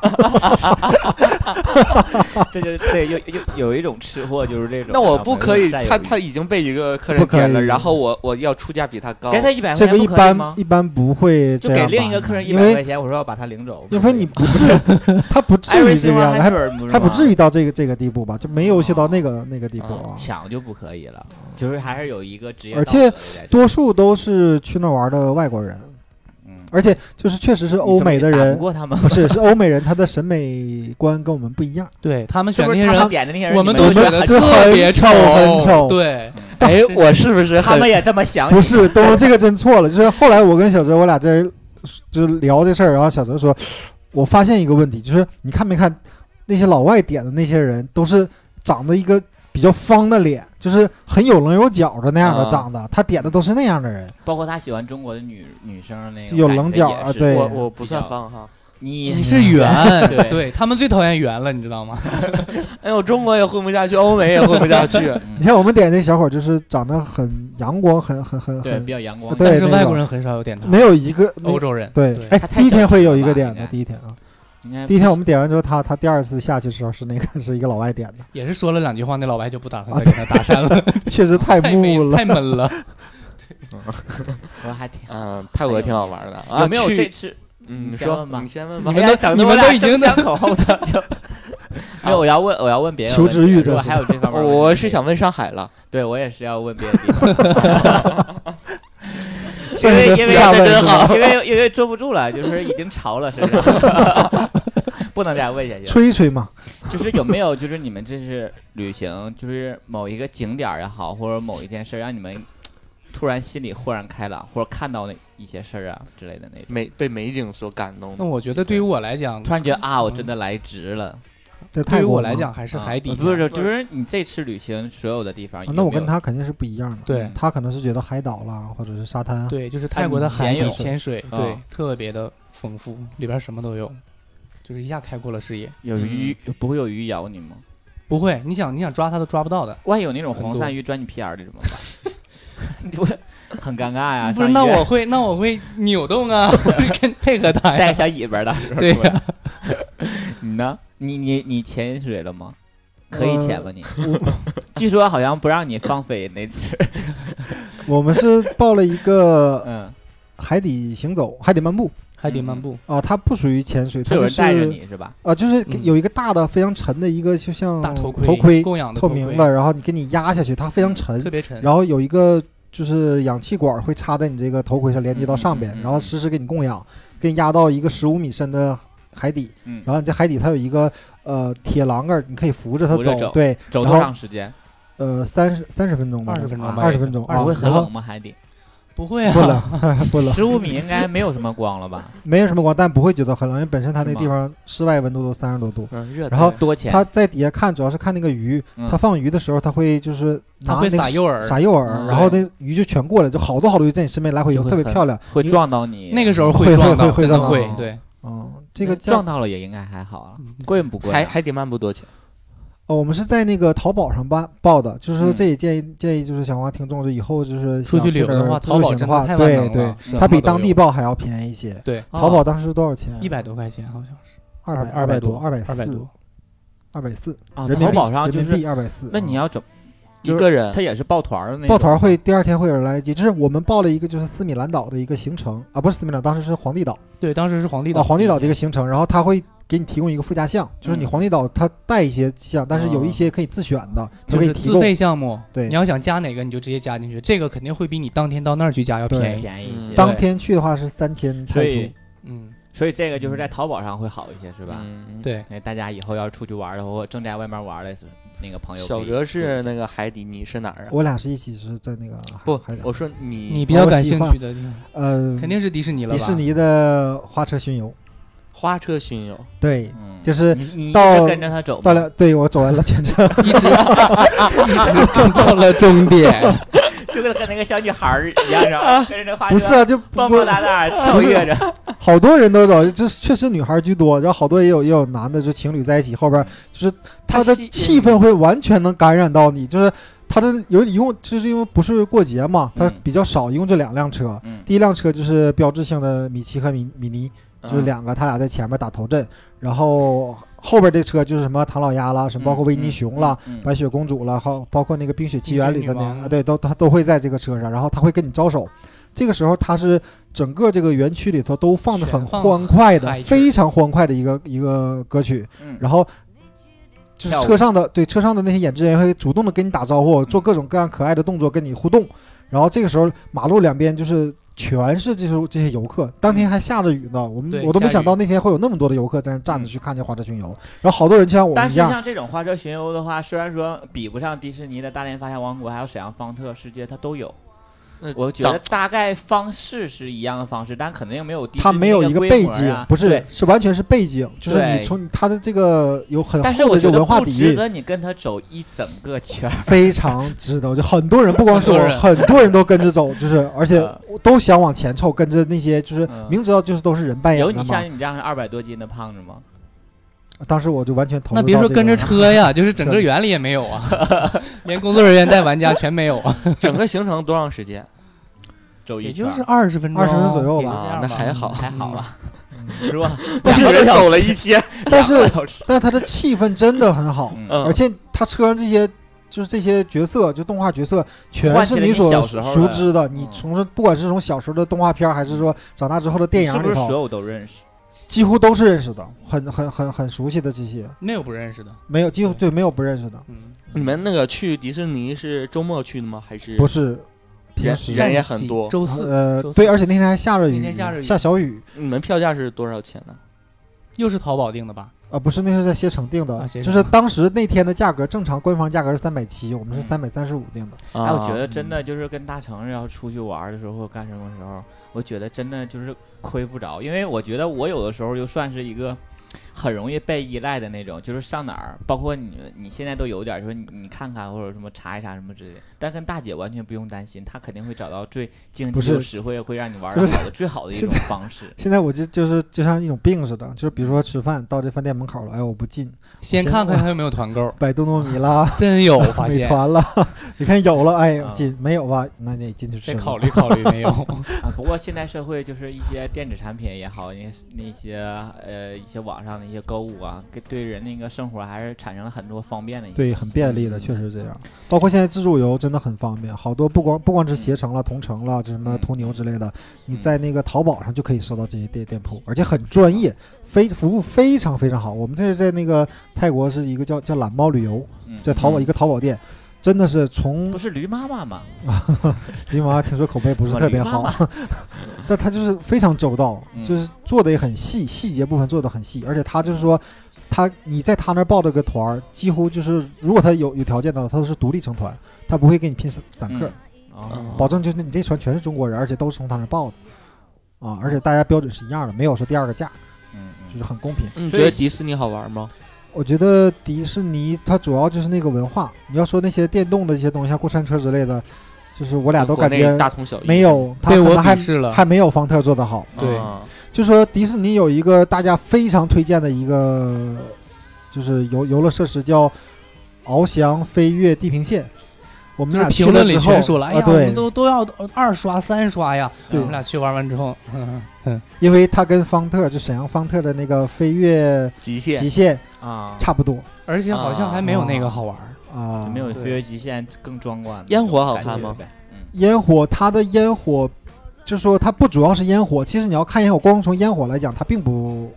B: 这就对，有有有一种吃货就是这种。
A: 那我不可以，
B: 占有
A: 他
B: 欲
A: 他已经被一个客
C: 不
A: 人
C: 可
A: 点了，
C: 以
A: 然后我我要出价比他高，
B: 给他一百
C: 这
B: 块
C: 个
B: 钱
C: 一
B: 不可以
C: 般
B: 吗？
C: 一般不会
B: 就
C: 这
B: 给
C: 样
B: 另一
C: 吧
B: 个客人一
C: 因
B: 百
C: 为
B: 块钱，我说要把他领走。
C: 因 为你不至，他不至于这个样子，还还不至
B: 于
C: 于到这个这个地步吧，就没优秀到那
B: 哦
C: 个那个地步啊。
B: 抢就不可以了，就是还是有一个职业道
C: 而
B: 德在这
C: 且
B: 里。
C: 多数都是去那玩的外国人，
B: 嗯，
C: 而且就是确实是
B: 你
C: 欧
B: 怎么
C: 美
B: 也
C: 的
B: 打
C: 人
B: 不，过他们，
C: 不是是欧美人，他的审美观跟我们不一样。
D: 对他们
B: 是
D: 选
B: 不
D: 那
B: 是
D: 些
B: 他们
D: 人，
B: 点的那些人，
D: 我们
B: 你
D: 都
B: 就
D: 觉
B: 觉
D: 得
C: 这
D: 特别
C: 很丑很丑
D: 对，
A: 哎，我是不是
B: 他
A: 很
B: 们也这么想你
C: 不是，东东这个真错了。就是后来我跟小哲，我俩在就是聊这事儿，然后小哲说，我发现一个问题，就是你看没看那些老外点的那些人，都是长得一个比较方的脸，就是很有棱有角的那样的
A: 啊
C: 长的，他点的都是那样的人。
B: 包括他喜欢中国的女女生那个
C: 有棱角
B: 感觉也
C: 啊
B: 是
C: 对
A: 我我不算，方哈？
B: 你
D: 你是圆，
B: 对
D: 对他们最讨厌圆了，你知道吗？
A: 哎呦，中国也混不下去，欧美也混不下去
B: 嗯
C: 你看我们点那小伙，就是长得很阳光，很很很
B: 对
C: 很
B: 比，较阳光，
C: 对
D: 但是
C: 那
D: 外
C: 种
D: 国人很少有点他，
C: 没有一个
D: 欧。洲人
C: 对
D: 对，
C: 哎
B: 他，太
C: 第一
B: 小
C: 天会
B: 众
C: 有
B: 了
C: 一个
B: 吧
C: 点
B: 应
C: 的，
B: 该
C: 第一天啊，
B: 应该
C: 第一天我们点完之后，他他第二次下去的时候是那个 是一个老外点的，
D: 也是说了两句话，那老白就不打算
C: 啊
D: 再跟他搭讪了，
C: 确实太
D: 太 没
C: 木了。
D: 太闷了。
B: 我还挺
A: 嗯，泰国挺好玩的啊。
B: 有没有
A: 去
B: 这次
A: 嗯，
B: 你
A: 你
B: 先
A: 说
B: 问吧嗯
A: 你 先问吧
D: 你。们都你们都已经
B: 讲口后 的就。 没有，我要问，我要问别人
C: 求
B: 问题。
C: 知欲
B: 如
C: 这
B: 果
C: 是
B: 还有这方面的问题，
A: 我是想问上海了，
B: 对我也是要问别的 地方，因
C: 剩
B: 为因
C: 下私
B: 为
C: 下问
B: 真
C: 是吧
B: 好，因为因为坐不住了，就是 已经潮了身上，不能再问下去了。
C: 吹一吹嘛，
B: 就是有没有，就是你们这是旅行，就是某一个景点儿也好，或者某一件事儿，让你们突然心里豁然开朗，或者看到那一些事儿啊之类的那种，
A: 美被美景所感动
D: 那
A: 的。
D: 我觉得对于我来讲，
B: 突然觉得啊，我真的来值了。
C: 在
D: 对
C: 泰
D: 于
C: 国
D: 我
C: 嘛
D: 来讲还是
B: 啊
D: 海底、
B: 不是，就是你这次旅行所有的地方
C: 啊，
B: 有没
C: 那
B: 有
C: 我跟他肯定是不一样的。
D: 对
C: 他可能是觉得海岛啦，或者是沙滩，
D: 对，就是啊泰国的
B: 潜
D: 海底
B: 泳
C: 嗯
D: 潜水，
B: 啊
D: 对，特别的丰富，里边什么都有，就是一下开阔了视野。
C: 嗯
B: 有鱼，不会有鱼咬你吗？
D: 不会，你想你想抓它都抓不到的。
B: 万一有那种黄
D: 很多
B: 鳝鱼钻你屁眼儿里怎么办？ 你不很尴尬呀？
D: 不是，
B: 啊上
D: 那
B: 医院
D: 我会，那我会扭动啊，我会跟配合它
B: 带
D: 呀。
B: 小尾巴的。
D: 对呀、
B: 你呢？你你你潜水了吗？可以
C: 呃
B: 潜吧你？ 据说好像不让你放飞那 只。
C: 我们是报了一个
B: 嗯，
C: 海底行走、海底漫步
D: 海底漫步，
C: 啊，它不属于潜水，
B: 是
C: 它
B: 有
C: 就
B: 人带着
C: 是
B: 你是吧？
C: 啊，就是
D: 嗯
C: 有一个大的、非常沉的一个，就像
D: 大头
C: 嗯
D: 盔，
C: 头盔
D: 供氧的
C: 透
D: 头盔
C: 明的，然后你给你压下去，它非常沉
D: 特，别沉。
C: 然后有一个就是氧气管会插在你这个头盔上，连接到上
B: 嗯嗯
C: 边
B: 嗯，嗯
C: 然后实时给你供氧，给你压到一个十五米深的海底，
B: 嗯，
C: 然后你在海底它有一个呃铁栏杆儿，你可以扶着它
B: 扶着走
C: 走，对，
B: 走
C: 然
B: 多
C: 后
B: 长时间？
C: 呃，三十三十分钟吧，
D: 20分钟吧
C: 二十分钟
D: 啊
C: 啊
B: 不会，很
C: 然后
B: 冷吗？海底
D: 不会啊，
C: 不冷， 不冷，
B: 十五米应该没有什么光了吧？
C: 没有什么光，但不会觉得很冷，因为本身它那
B: 是吗
C: 地方室外温度都三十多度。
A: 嗯，热的。
C: 然后
B: 多潜
C: 它在底下看，主要是看那个鱼，
B: 嗯
C: 它放鱼的时候，它会就是
D: 它
C: 拿
D: 会
C: 那个
D: 撒诱饵。
C: 撒诱饵，
B: 嗯
C: 然后那鱼就全过来，就好多好多鱼在你身边来回游，
B: 就会
C: 特别
B: 很
C: 漂亮。
B: 会
C: 因为
B: 撞到你。
D: 那个时候
C: 会
D: 撞到，
C: 会会
D: 真的
C: 撞
B: 到
D: 会
B: 哦。
D: 对，
C: 嗯，
D: 嗯
C: 这个叫
B: 撞到了也应该还好啊，贵不贵啊？
A: 海海底漫步多少钱？
C: 呃，我们是在那个淘宝上办报的，就是说
B: 嗯
C: 这也建议建议就是小黄听众，就以后就是
D: 出
C: 想
D: 去旅游
C: 这
D: 的
C: 边
D: 话，
C: 自
D: 淘
C: 助
D: 宝
C: 行
D: 真
C: 的
D: 的
C: 话
D: 太万
C: 对
D: 能
C: 对
D: 了，，
C: 它比当地报还要便宜一些。
D: 对
B: 哦
C: 淘宝当时多少钱？
D: 一百多块钱好像是，
C: 二百
D: 二
C: 百
D: 多，
C: 二
D: 二
C: 百
D: 百
C: 四
D: 多，，
C: 二百四。
B: 啊，
C: 人民
B: 淘
C: 币
B: 宝上就
C: 人民
B: 是，
C: 币二百四。
B: 那你
C: 啊
B: 要怎么？
A: 一个人
B: 他也是抱团儿的那种
C: 报团会第二天会有人来接，这是我们报了一个就是斯米兰岛的一个行程啊，不是斯米兰，当时是皇帝岛
D: 对，当时是皇帝
C: 啊，
D: 岛，
C: 皇帝岛这个行程，然后他会。给你提供一个附加项，就是你
B: 嗯
C: 皇帝岛它带一些项，但是有
A: 哦
C: 一些可以自选的，它
D: 就
C: 给
D: 是
C: 你提
D: 自
C: 供。
D: 费项目，
C: 对
D: 你要想加哪个你就直接加进去，这个肯定会比你当天到那儿去加要便宜。
B: 便宜一些，
A: 嗯
C: 当
D: 对
C: 天去的话是三千
B: 所
C: 泰铢
B: 以，
D: 嗯，
B: 所以这个就是在淘宝上会好一些，是吧？
A: 嗯，
D: 对，
B: 那大家以后要是出去玩儿的话，或者正在外面玩儿的时那个朋友可以
A: 小
B: 做一下。
A: 哲是那个海底，你是哪儿啊？
C: 我俩是一起是在那个
A: 不
C: 海，
A: 我说
D: 你
A: 你
D: 比较
C: 我
D: 感
C: 喜
D: 兴
C: 欢
D: 趣的地方，
C: 呃，
D: 肯定是迪士尼了吧？
C: 迪士尼的花车巡游，
A: 花车巡游，
C: 对，
B: 嗯，
C: 就是
B: 你你一
C: 到
B: 直跟着他走
C: 到
B: 吗
C: 了，对我走完了全程，
D: 一直一直跟到了终点，
B: 就跟跟那个小女孩儿一样，是吧？跟着那花车
C: 不是啊，就不
B: 蹦蹦哒哒跳跃着，
C: 好多人都走，这确实女孩居多，然后好多也有也有男的，就情侣在一起后边，就是他的
A: 吸引
C: 气氛会完全能感染到你，就是他的有一共就是因为不是过节嘛，他
B: 嗯
C: 比较少，一共就两辆车，
B: 嗯
C: 第一辆车就是标志性的米奇和米米妮，就是
A: 嗯
C: 两个，他俩在前面打头阵，然后后边这车就是什么唐老鸭啦，什么包括维尼熊啦，，
B: 嗯嗯嗯嗯
C: 白雪公主了，还有包括那个《冰雪奇
D: 冰
C: 缘
D: 雪》
C: 里
D: 女
C: 的那
D: 王
C: 啊，对，都他都会在这个车上，然后他会跟你招手。这个时候，他是整个这个园区里头都放的很
D: 全放
C: 欢快的
D: 嗨，曲
C: 非常欢快的一个一个歌曲。
B: 嗯
C: 然后就是
B: 跳舞
C: 车上的对车上的那些演职人员会主动的跟你打招呼，做各种各样可爱的动作跟你互动。然后这个时候，马路两边就是全是这些这些游客。当天还下着雨呢，我们
D: 对
C: 我都没
D: 下
C: 想到
D: 雨
C: 那天会有那么多的游客在那站着
B: 嗯
C: 去看这花车巡游。然后好多人就像我
B: 但
C: 们一
B: 是
C: 样，
B: 像这种花车巡游的话，虽然说比不上迪士尼的大连发现王国，还有沈阳方特世界，它都有
A: 那。
B: 我觉得大概方式是一样的方式，但可能又没有迪士尼
C: 它没有一个
B: 规
C: 背
B: 模
C: 景，
B: 啊
C: 不是
B: 对，
C: 是完全是背景，就是你
B: 对
C: 从它的这个有很
B: 但是
C: 厚
B: 我
C: 的这
B: 觉得
C: 个文化
B: 不
C: 底
B: 值
C: 蕴，
B: 得你跟他走一整个 圈儿。
C: 非常值得。就很多人，不光是我，
D: 很
C: 很多人都跟着走， 就是而且
B: 嗯
C: 我都想往前凑，跟着那些就是
B: 嗯
C: 明知道就是都是人扮演
B: 有
C: 的
B: 你
C: 嘛
B: 像。你这样二百多斤的胖子吗？
C: 当时我就完全投入
D: 那
C: 到
D: 别说跟着
C: 这个
D: 车呀，就是整个园里也没有啊，连工作人员带玩家全没有啊，
A: 整个行程多长时间？
B: 走
D: 也
B: 一
D: 就是
B: 圈儿
D: 二十分钟，
C: 20分钟左右吧
D: 也就这
A: 啊
D: 样，
A: 那还好，
B: 还好吧？
C: 嗯
B: 是吧？
C: 但是
A: 两个 人走了一天，
C: 但是
A: 两个小时
C: 但它的气氛真的很好，
B: 嗯，
C: 而
A: 嗯，
C: 且它车上这些。就是这些角色，就动画角色，全
B: 唤起
C: 是
B: 了你
C: 所
B: 小时候
C: 熟
B: 的
C: 知的。你
B: 嗯
C: 从这不管是从小时候的动画片儿，还是说长大之后的电影
B: 是
C: 里头，
B: 不是所有都认识？
C: 几乎都是认识的，很很很很熟悉的这些，
D: 那有不认识的，
C: 没有几乎
D: 对
C: 对没有不认识的，
D: 嗯，
A: 你们那个去迪士尼是周末去的吗？还是
C: 不是平
A: 人
C: 时
A: 人也很多？
D: 周四
C: 呃
D: 周四
C: 对，而且那天还下着雨，
D: 那天下着雨
C: 小雨
A: 你们票价是多少钱呢？
D: 又是淘宝订的吧？
C: 啊、不是那是在携程订的，
D: 啊携
C: 就
D: 程
C: 是当时那天的价格，正常官方价格是三百七，我们是
B: 嗯
C: 三百三十五订的，
B: 哎，
A: 啊，
B: 我觉得真
C: 嗯
B: 的就是跟大成要出去玩儿的时候，或干什么时候，我觉得真的就是亏不着，因为我觉得我有的时候就算是一个很容易被依赖的那种，就是上哪儿，包括你你现在都有点儿说你你看看或者什么查一查什么之类的，但跟大姐完全不用担心，她肯定会找到最经
C: 不
B: 济又
C: 是
B: 实惠，会让你玩
C: 就
B: 的
C: 是
B: 好的最好的一
C: 现
B: 种方式。
C: 现在我就就是就像一种病似的，就是比如说吃饭到这饭店门口了，哎我不进，
D: 先
C: 行
D: 看看他有没有团购，
C: 百度糯米啦，
D: 真有， 我发
C: 美
D: 现
C: 团啦， 你看有了，哎
B: 啊
C: 进没有吧？那你得进去吃
D: 得
C: 吧，
D: 考虑考虑没有。
B: 啊，不过现代社会就是一些电子产品也好，那那些呃一些网上的一些购物啊，给对人那个生活还是产生了很多方便的一些。
C: 对，很便
B: 嗯
C: 利的，确实是这样。包括现在自助游真的很方便，好多不光不光是携程了、同城了，就什么
B: 嗯
C: 途牛之类的，你
B: 嗯
C: 在那个淘宝上就可以搜到这些店店铺，而且很专
B: 嗯
C: 业，非服务非常非常好。我们这是在那个泰国是一个叫叫懒猫旅游，
B: 嗯
C: 在淘宝一个淘宝店。真的是 从
B: 不是驴妈妈吗？
C: 林娃听说口碑不是特别
B: 怎么
C: 好，啊但他就是非常周到，
B: 嗯
C: 就是做的也很细，细节部分做的很细，而且他就是说，他你在他那儿报这个团儿，几乎就是如果他有有条件的话，他都是独立成团，他不会给你拼散散客，
B: 嗯哦，
C: 保证就是你这船全是中国人，而且都是从他那儿报的，啊，而且大家标准是一样的，没有说第二个价，
B: 嗯嗯
C: 就是很公平。
A: 你
B: 所
A: 觉得
B: 以
A: 迪士尼好玩吗？
C: 我觉得迪士尼它主要就是那个文化，你要说那些电动的一些东西，像啊过山车之类的，就是我俩都
A: 国
C: 感
A: 内
C: 觉
A: 大同小异，
C: 没有， 他
D: 被
C: 可
D: 我
C: 能还
D: 鄙视了
C: 还没有方特做得好。
D: 对
A: 啊
C: 就说迪士尼有一个大家非常推荐的一个，就是游游乐设施叫“翱翔飞跃地平线”。我们
D: 就是
C: 俩去
D: 评论
C: 了
D: 里
C: 之后
D: 全说了，哎呀，
C: 啊
D: 我们
C: 对，
D: 都都要二刷三刷呀。
C: 对
D: 我们俩去玩完之后，嗯嗯，
C: 因为它跟方特就沈阳方特的那个飞跃
A: 极限
C: 极限
B: 啊，
C: 差不多
D: 而且好像还没有那个好玩儿。
C: 啊，
B: 没有飞越极限更壮观。
A: 烟火好看吗？
B: 嗯，
C: 烟火，它的烟火。就说它不主要是烟火，其实你要看烟火，光从烟火来讲，它并不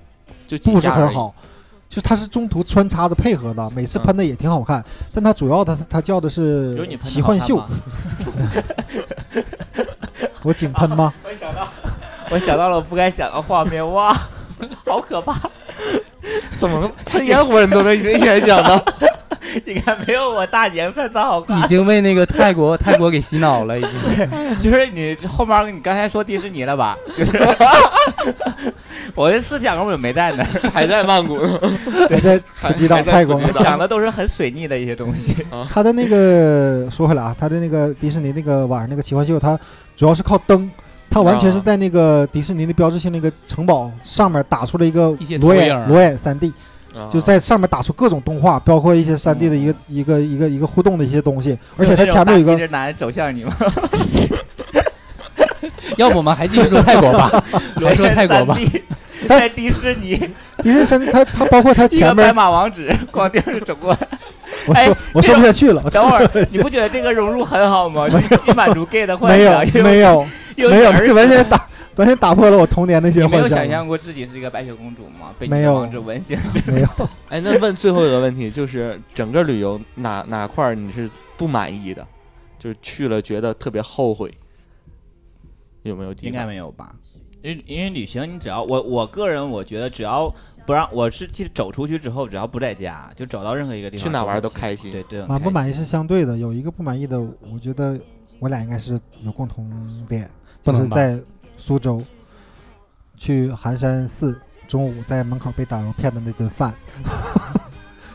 A: 就极
C: 不是
A: 限
C: 很
A: 而已，
C: 好，就是它是中途穿插着配合的，每
D: 嗯
C: 次喷的也挺好看，但它主要它它叫的
B: 有你喷的
C: 是呃奇
B: 好
C: 幻
B: 看
C: 秀
B: 吗，，
C: 我井喷吗？
B: 我想到，我想到了我不该想的画面，哇，好可怕！
A: 怎么能喷烟火？你都能联想到，
B: 应该没有我大年份的好看
C: 啊
D: 已。经被那个泰国泰国给洗脑了，已经。
B: 就是你后面你刚才说迪士尼了吧？就是 我这思想根本就没在那 儿，
A: 还在曼谷呢，
C: 还在普吉岛
A: 还在
C: 泰国
A: 普。吉岛
B: 想的都是很水逆的一些东西。
C: 他的那个说回来啊，他的那个迪士尼那个晚上那个奇幻秀，它主要是靠灯，它完全是在那个迪士尼的标志性那个城堡上面打出了一个
D: 一些
C: 裸
D: 投
C: 眼
D: 影
C: 裸眼三 D，
A: 啊
C: 就在上面打出各种动画，包括一些三 D 的一个一个一个一个互动的一些东西， 而且它前面有
B: 那种
C: 一
B: 大机
C: 个
B: 智男走向 你吗？
D: 要不我们还继续说泰国 吧，还说泰国吧。
B: 3D 在迪士尼，
C: 迪士尼三，它它包括它
B: 一
C: 前
B: 个白
C: 面，
B: 马王子 光腚是中国。
C: 我
B: 哎
C: 说我说
B: 这
C: 不下去了， 我
B: 等会儿你不觉得这个融入很好 吗？既满足 gay 的幻
C: 没
B: 想，
C: 有没有
B: 又
C: 没有，
B: 又是儿
C: 完全
B: 时
C: 打完全打破了我童年那些
B: 你没
C: 幻
B: 有
C: 想
B: 想，象过自己是一个白雪公主吗？被
C: 没
B: 女
C: 有
B: 王子吻醒。
C: 没有。
A: 哎，那问最后一个问题，就是整个旅游哪哪块儿你是不满意的，就是去了觉得特别后悔，有没有地
B: 应该
A: 方？
B: 没有吧？因为因为旅行，你只要我我个人我觉得，只要不让我是去走出去之后，只要不在家，就走到任何一个地方，
A: 去哪玩
B: 会
A: 都
B: 幸福
A: 开心
B: 对对，
C: 满不
B: 开
C: 满意是相对的，有一个不满意的，我觉得我俩应该是有共同点，
D: 不
C: 就是
D: 能吧
C: 在苏州去寒山寺，中午在门口被导游骗的那 顿饭。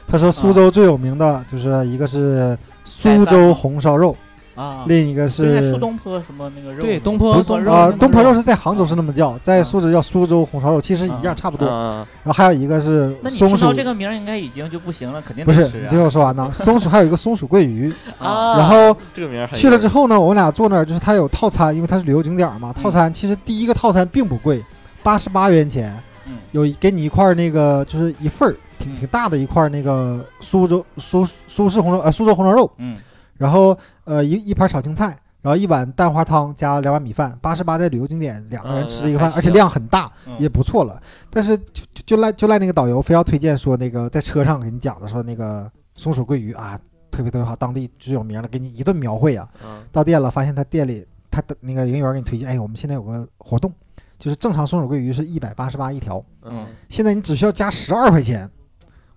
C: 他说苏州最有名的就是一个是苏州红烧肉，
B: 心啊？
C: 另一个
B: 就是在
C: 是
B: 苏东坡什么那个肉吗，
D: 对，东
C: 不
D: 坡
C: 是
D: 东
C: 啊、
D: 坡
C: 东坡肉是在杭州是那么叫，在
B: 啊
C: 苏州叫苏州红烧肉，其实一样
B: 啊
C: 差不多。
A: 嗯，
C: 然后还有一个是
B: 那你
C: 松
B: 听
C: 鼠
B: 到，这个名儿应该已经就不行了，肯定
C: 不
B: 得
C: 是
B: 吃
C: 你
B: 啊
C: 听我说 完呢，松鼠还有一个松鼠桂鱼，
B: 啊！
C: 然后
A: 这个名儿很
C: 去了之
A: 后，
C: 后呢，我们俩坐那儿，就是它有套餐，因为它是旅游景点儿嘛。
A: 嗯
C: 套餐其实第一个套餐并不贵，八十八元钱，
B: 嗯
C: 有一给你一块儿那个就是一份儿，挺
B: 嗯
C: 挺大的一块儿那个苏州苏苏式红烧呃苏州红烧肉，
B: 嗯，
C: 然后呃一一盘儿炒青菜，然后一碗蛋花汤加两碗米饭，八十八在旅游景点两个人吃这个饭
A: 嗯，还
C: 而且
A: 行
C: 量很大，
B: 嗯
C: 也不错了。但是就就就赖就赖那个导游非要推荐说那个在车上给你讲的说那个松鼠桂鱼啊。特别特别好，当地最有名的，给你一顿描绘啊。
A: 嗯
C: 到店了，发现他店里他的那个营业员给你推荐，哎，我们现在有个活动，就是正常松鼠桂鱼是一百八十八一条，
A: 嗯，
C: 现在你只需要加十二块钱，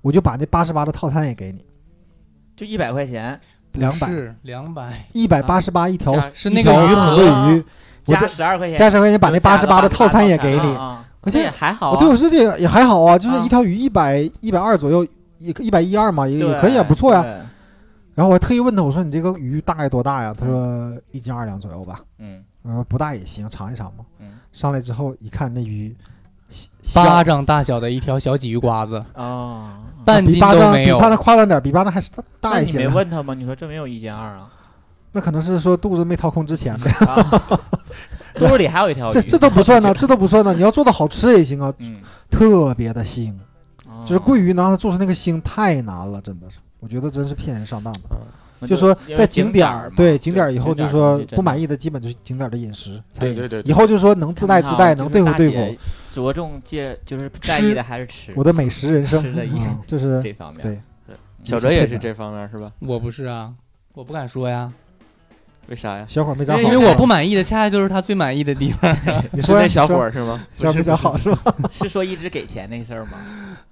C: 我就把那八十八的套餐也给你，
B: 就一百块钱
C: 两百
D: 是两百，
C: 一百八十八一条
A: 加
D: 是
C: 一
D: 啊那个
C: 条
D: 鱼
C: 松
D: 盒
C: 鼠桂鱼，我
B: 加
C: 这
B: 十二块钱，
C: 加十块钱把那八十八的套餐也给
B: 啊
C: 你，
B: 啊
C: 而
B: 那也
C: 且
B: 还好
C: 我
B: 啊。
C: 对我是这个也还好啊，就是
B: 啊
C: 一条鱼一百一百二左右，也一百一二嘛，也
B: 对
C: 也可以啊，不错呀。
B: 对
C: 然后我还特意问他，我说你这个鱼大概多大呀？他说一斤二两左右吧。
B: 嗯，
C: 我说不大也行，尝一尝吧。
B: 嗯
C: 上来之后一看那鱼，小
D: 巴
C: 小
D: 掌大小的一条小鲫鱼瓜子，
B: 哦，
D: 半
C: 啊比
D: 斤
C: 巴
D: 都
C: 掌
D: 没
C: 比
D: 有
C: 巴。掌夸张点，比巴掌还是大大
B: 那
C: 一
B: 你
C: 些
B: 没
C: 呢。
B: 问他吗？你说这没有一减二啊？
C: 那可能是说肚子没掏空之前 呗，
B: 啊， 兜里还有一条鱼，
C: 这这都 不算呢，这都不算呢。你要做的好吃也行啊，
B: 嗯，
C: 特别的腥，
B: 哦
C: 就是桂鱼能让它做出那个腥太难了，真的是，我觉得真是骗人上当的。
B: 那
C: 就说
B: 因为
C: 在
B: 景
C: 点
B: 儿
C: 儿
B: 嘛，
C: 对景点儿以后
B: 景
C: 就
B: 点儿
C: 说
B: 东西
C: 不满
B: 真
C: 意的，基本就是景点儿的饮食餐
A: 对
C: 饮。
A: 对对，
C: 以后就说能自带自带，
B: 很好啊就是
C: 能对付
B: 大
C: 对
B: 姐
C: 付。
B: 着重介就是在
C: 吃
B: 意的还是吃
C: 我的美食人生
B: 吃的一，
C: 嗯这是
B: 这方面。
C: 对
A: 小哲也是这方面是吧？
D: 我不是啊，我不敢说呀，
A: 为啥呀？
C: 小伙儿没长好
D: 因
C: 看，啊
D: 为我不满意的恰恰就是他最满意的地方。
C: 你
A: 是
C: 说
A: 那小伙
C: 说
A: 儿是吗？
C: 小伙儿没长好是吧？
B: 是说一直给钱那事儿吗？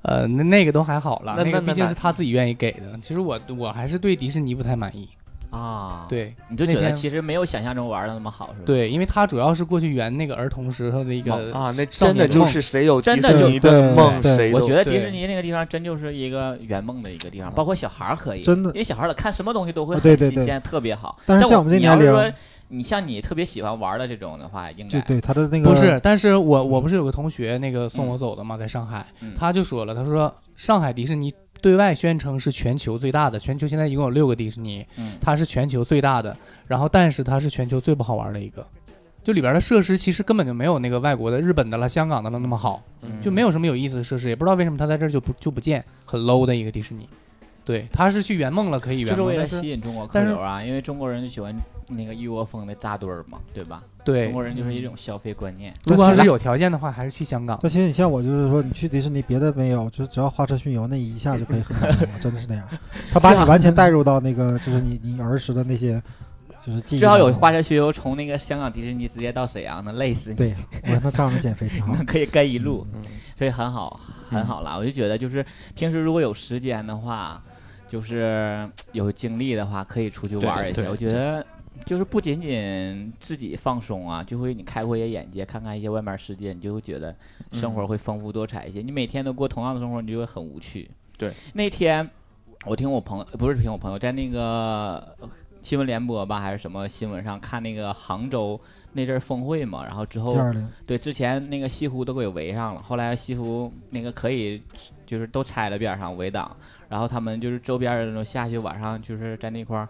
D: 呃，那那个都还好了，
A: 那
D: 那
A: 那
D: 个毕
A: 那嗯
D: 竟
A: 哪
D: 是他自己愿意给的。其实我我还是对迪士尼不太满意。
B: 啊，，
A: 哦
D: 对
B: 你就觉
D: 那
B: 得
D: 天
B: 其实没有想象中玩的那么好，是吧？，
D: 对，因为他主要是过去圆那个儿童时候的一个
A: 啊，那
D: 少
A: 真的
D: 年
A: 就
D: 梦
A: 是谁有
B: 真
A: 迪
B: 的
A: 士
B: 就
A: 尼的
C: 对
A: 梦，
C: 对
A: 谁
B: 我
A: 都
B: 觉得迪
D: 对
B: 士尼那个地方真就是一个圆梦的一个地方，包括小孩儿可以，
C: 真的
B: 因为小孩儿老看什么东西都会
C: 啊对
B: 很
C: 对
B: 新
C: 对
B: 鲜，特别好。
C: 但是像我们这
B: 你要
C: 年
B: 是
C: 龄
B: 说你像你特别喜欢玩的这种的话，应
C: 就
B: 该
C: 对他的那个
D: 不是，但是我我不是有个同学那个送我走的嘛，在上海
B: 嗯，
D: 他就说了，他说上海迪士尼对外宣称是全球最大的，全球现在一共有六个迪士尼，
B: 嗯
D: 它是全球最大的，然后但是它是全球最不好玩的一个，就里边的设施其实根本就没有那个外国的、日本的了、香港的了那么好，
A: 嗯
D: 就没有什么有意思的设施，也不知道为什么它在这儿就不就不见，很 low 的一个迪士尼。对，他是去圆梦了，可以
B: 就
D: 圆
B: 是
D: 梦，
B: 为了
D: 但是
B: 吸引中国客
D: 但是
B: 流啊，因为中国人就喜欢那个一窝蜂的扎堆儿嘛，对吧？中
D: 对，嗯
B: 国人就是一种消费观念。
D: 如果要
C: 那
D: 是有条件的话，还是去香港。
C: 那其实你像我，就是说你去迪士尼，别的没有，就是只要花车巡游那一下就可以很满足了，真的是那样。他把你完全带入到那个，就是你你儿时的那些，就是记忆。
B: 至少有花，车巡游从那个香港迪士尼直接到沈阳，能累死你。
C: 对我让他这样能减肥挺好。
B: 可以跟一路，
A: 嗯
B: 所以很好，很好啦。我就觉得，就是平时如果有时间的话，就是有精力的话，可以出去
D: 对
B: 玩儿一
D: 对
B: 下。我觉得就是不仅仅自己放松啊，就会你开阔一些眼界，看看一些外面世界，你就会觉得生活会丰富多彩一些。你每天都过同样的生活，你就会很无趣。
A: 对，
B: 那天我听我朋友，不是听我朋友，在那个新闻联播吧还是什么新闻上看那个杭州那阵儿峰会嘛，然后之后
C: G 二零，
B: 对，之前那个西湖都给围上了，后来西湖那个可以就是都拆了边儿上围挡，然后他们就是周边儿的人都下去晚上就是在那块儿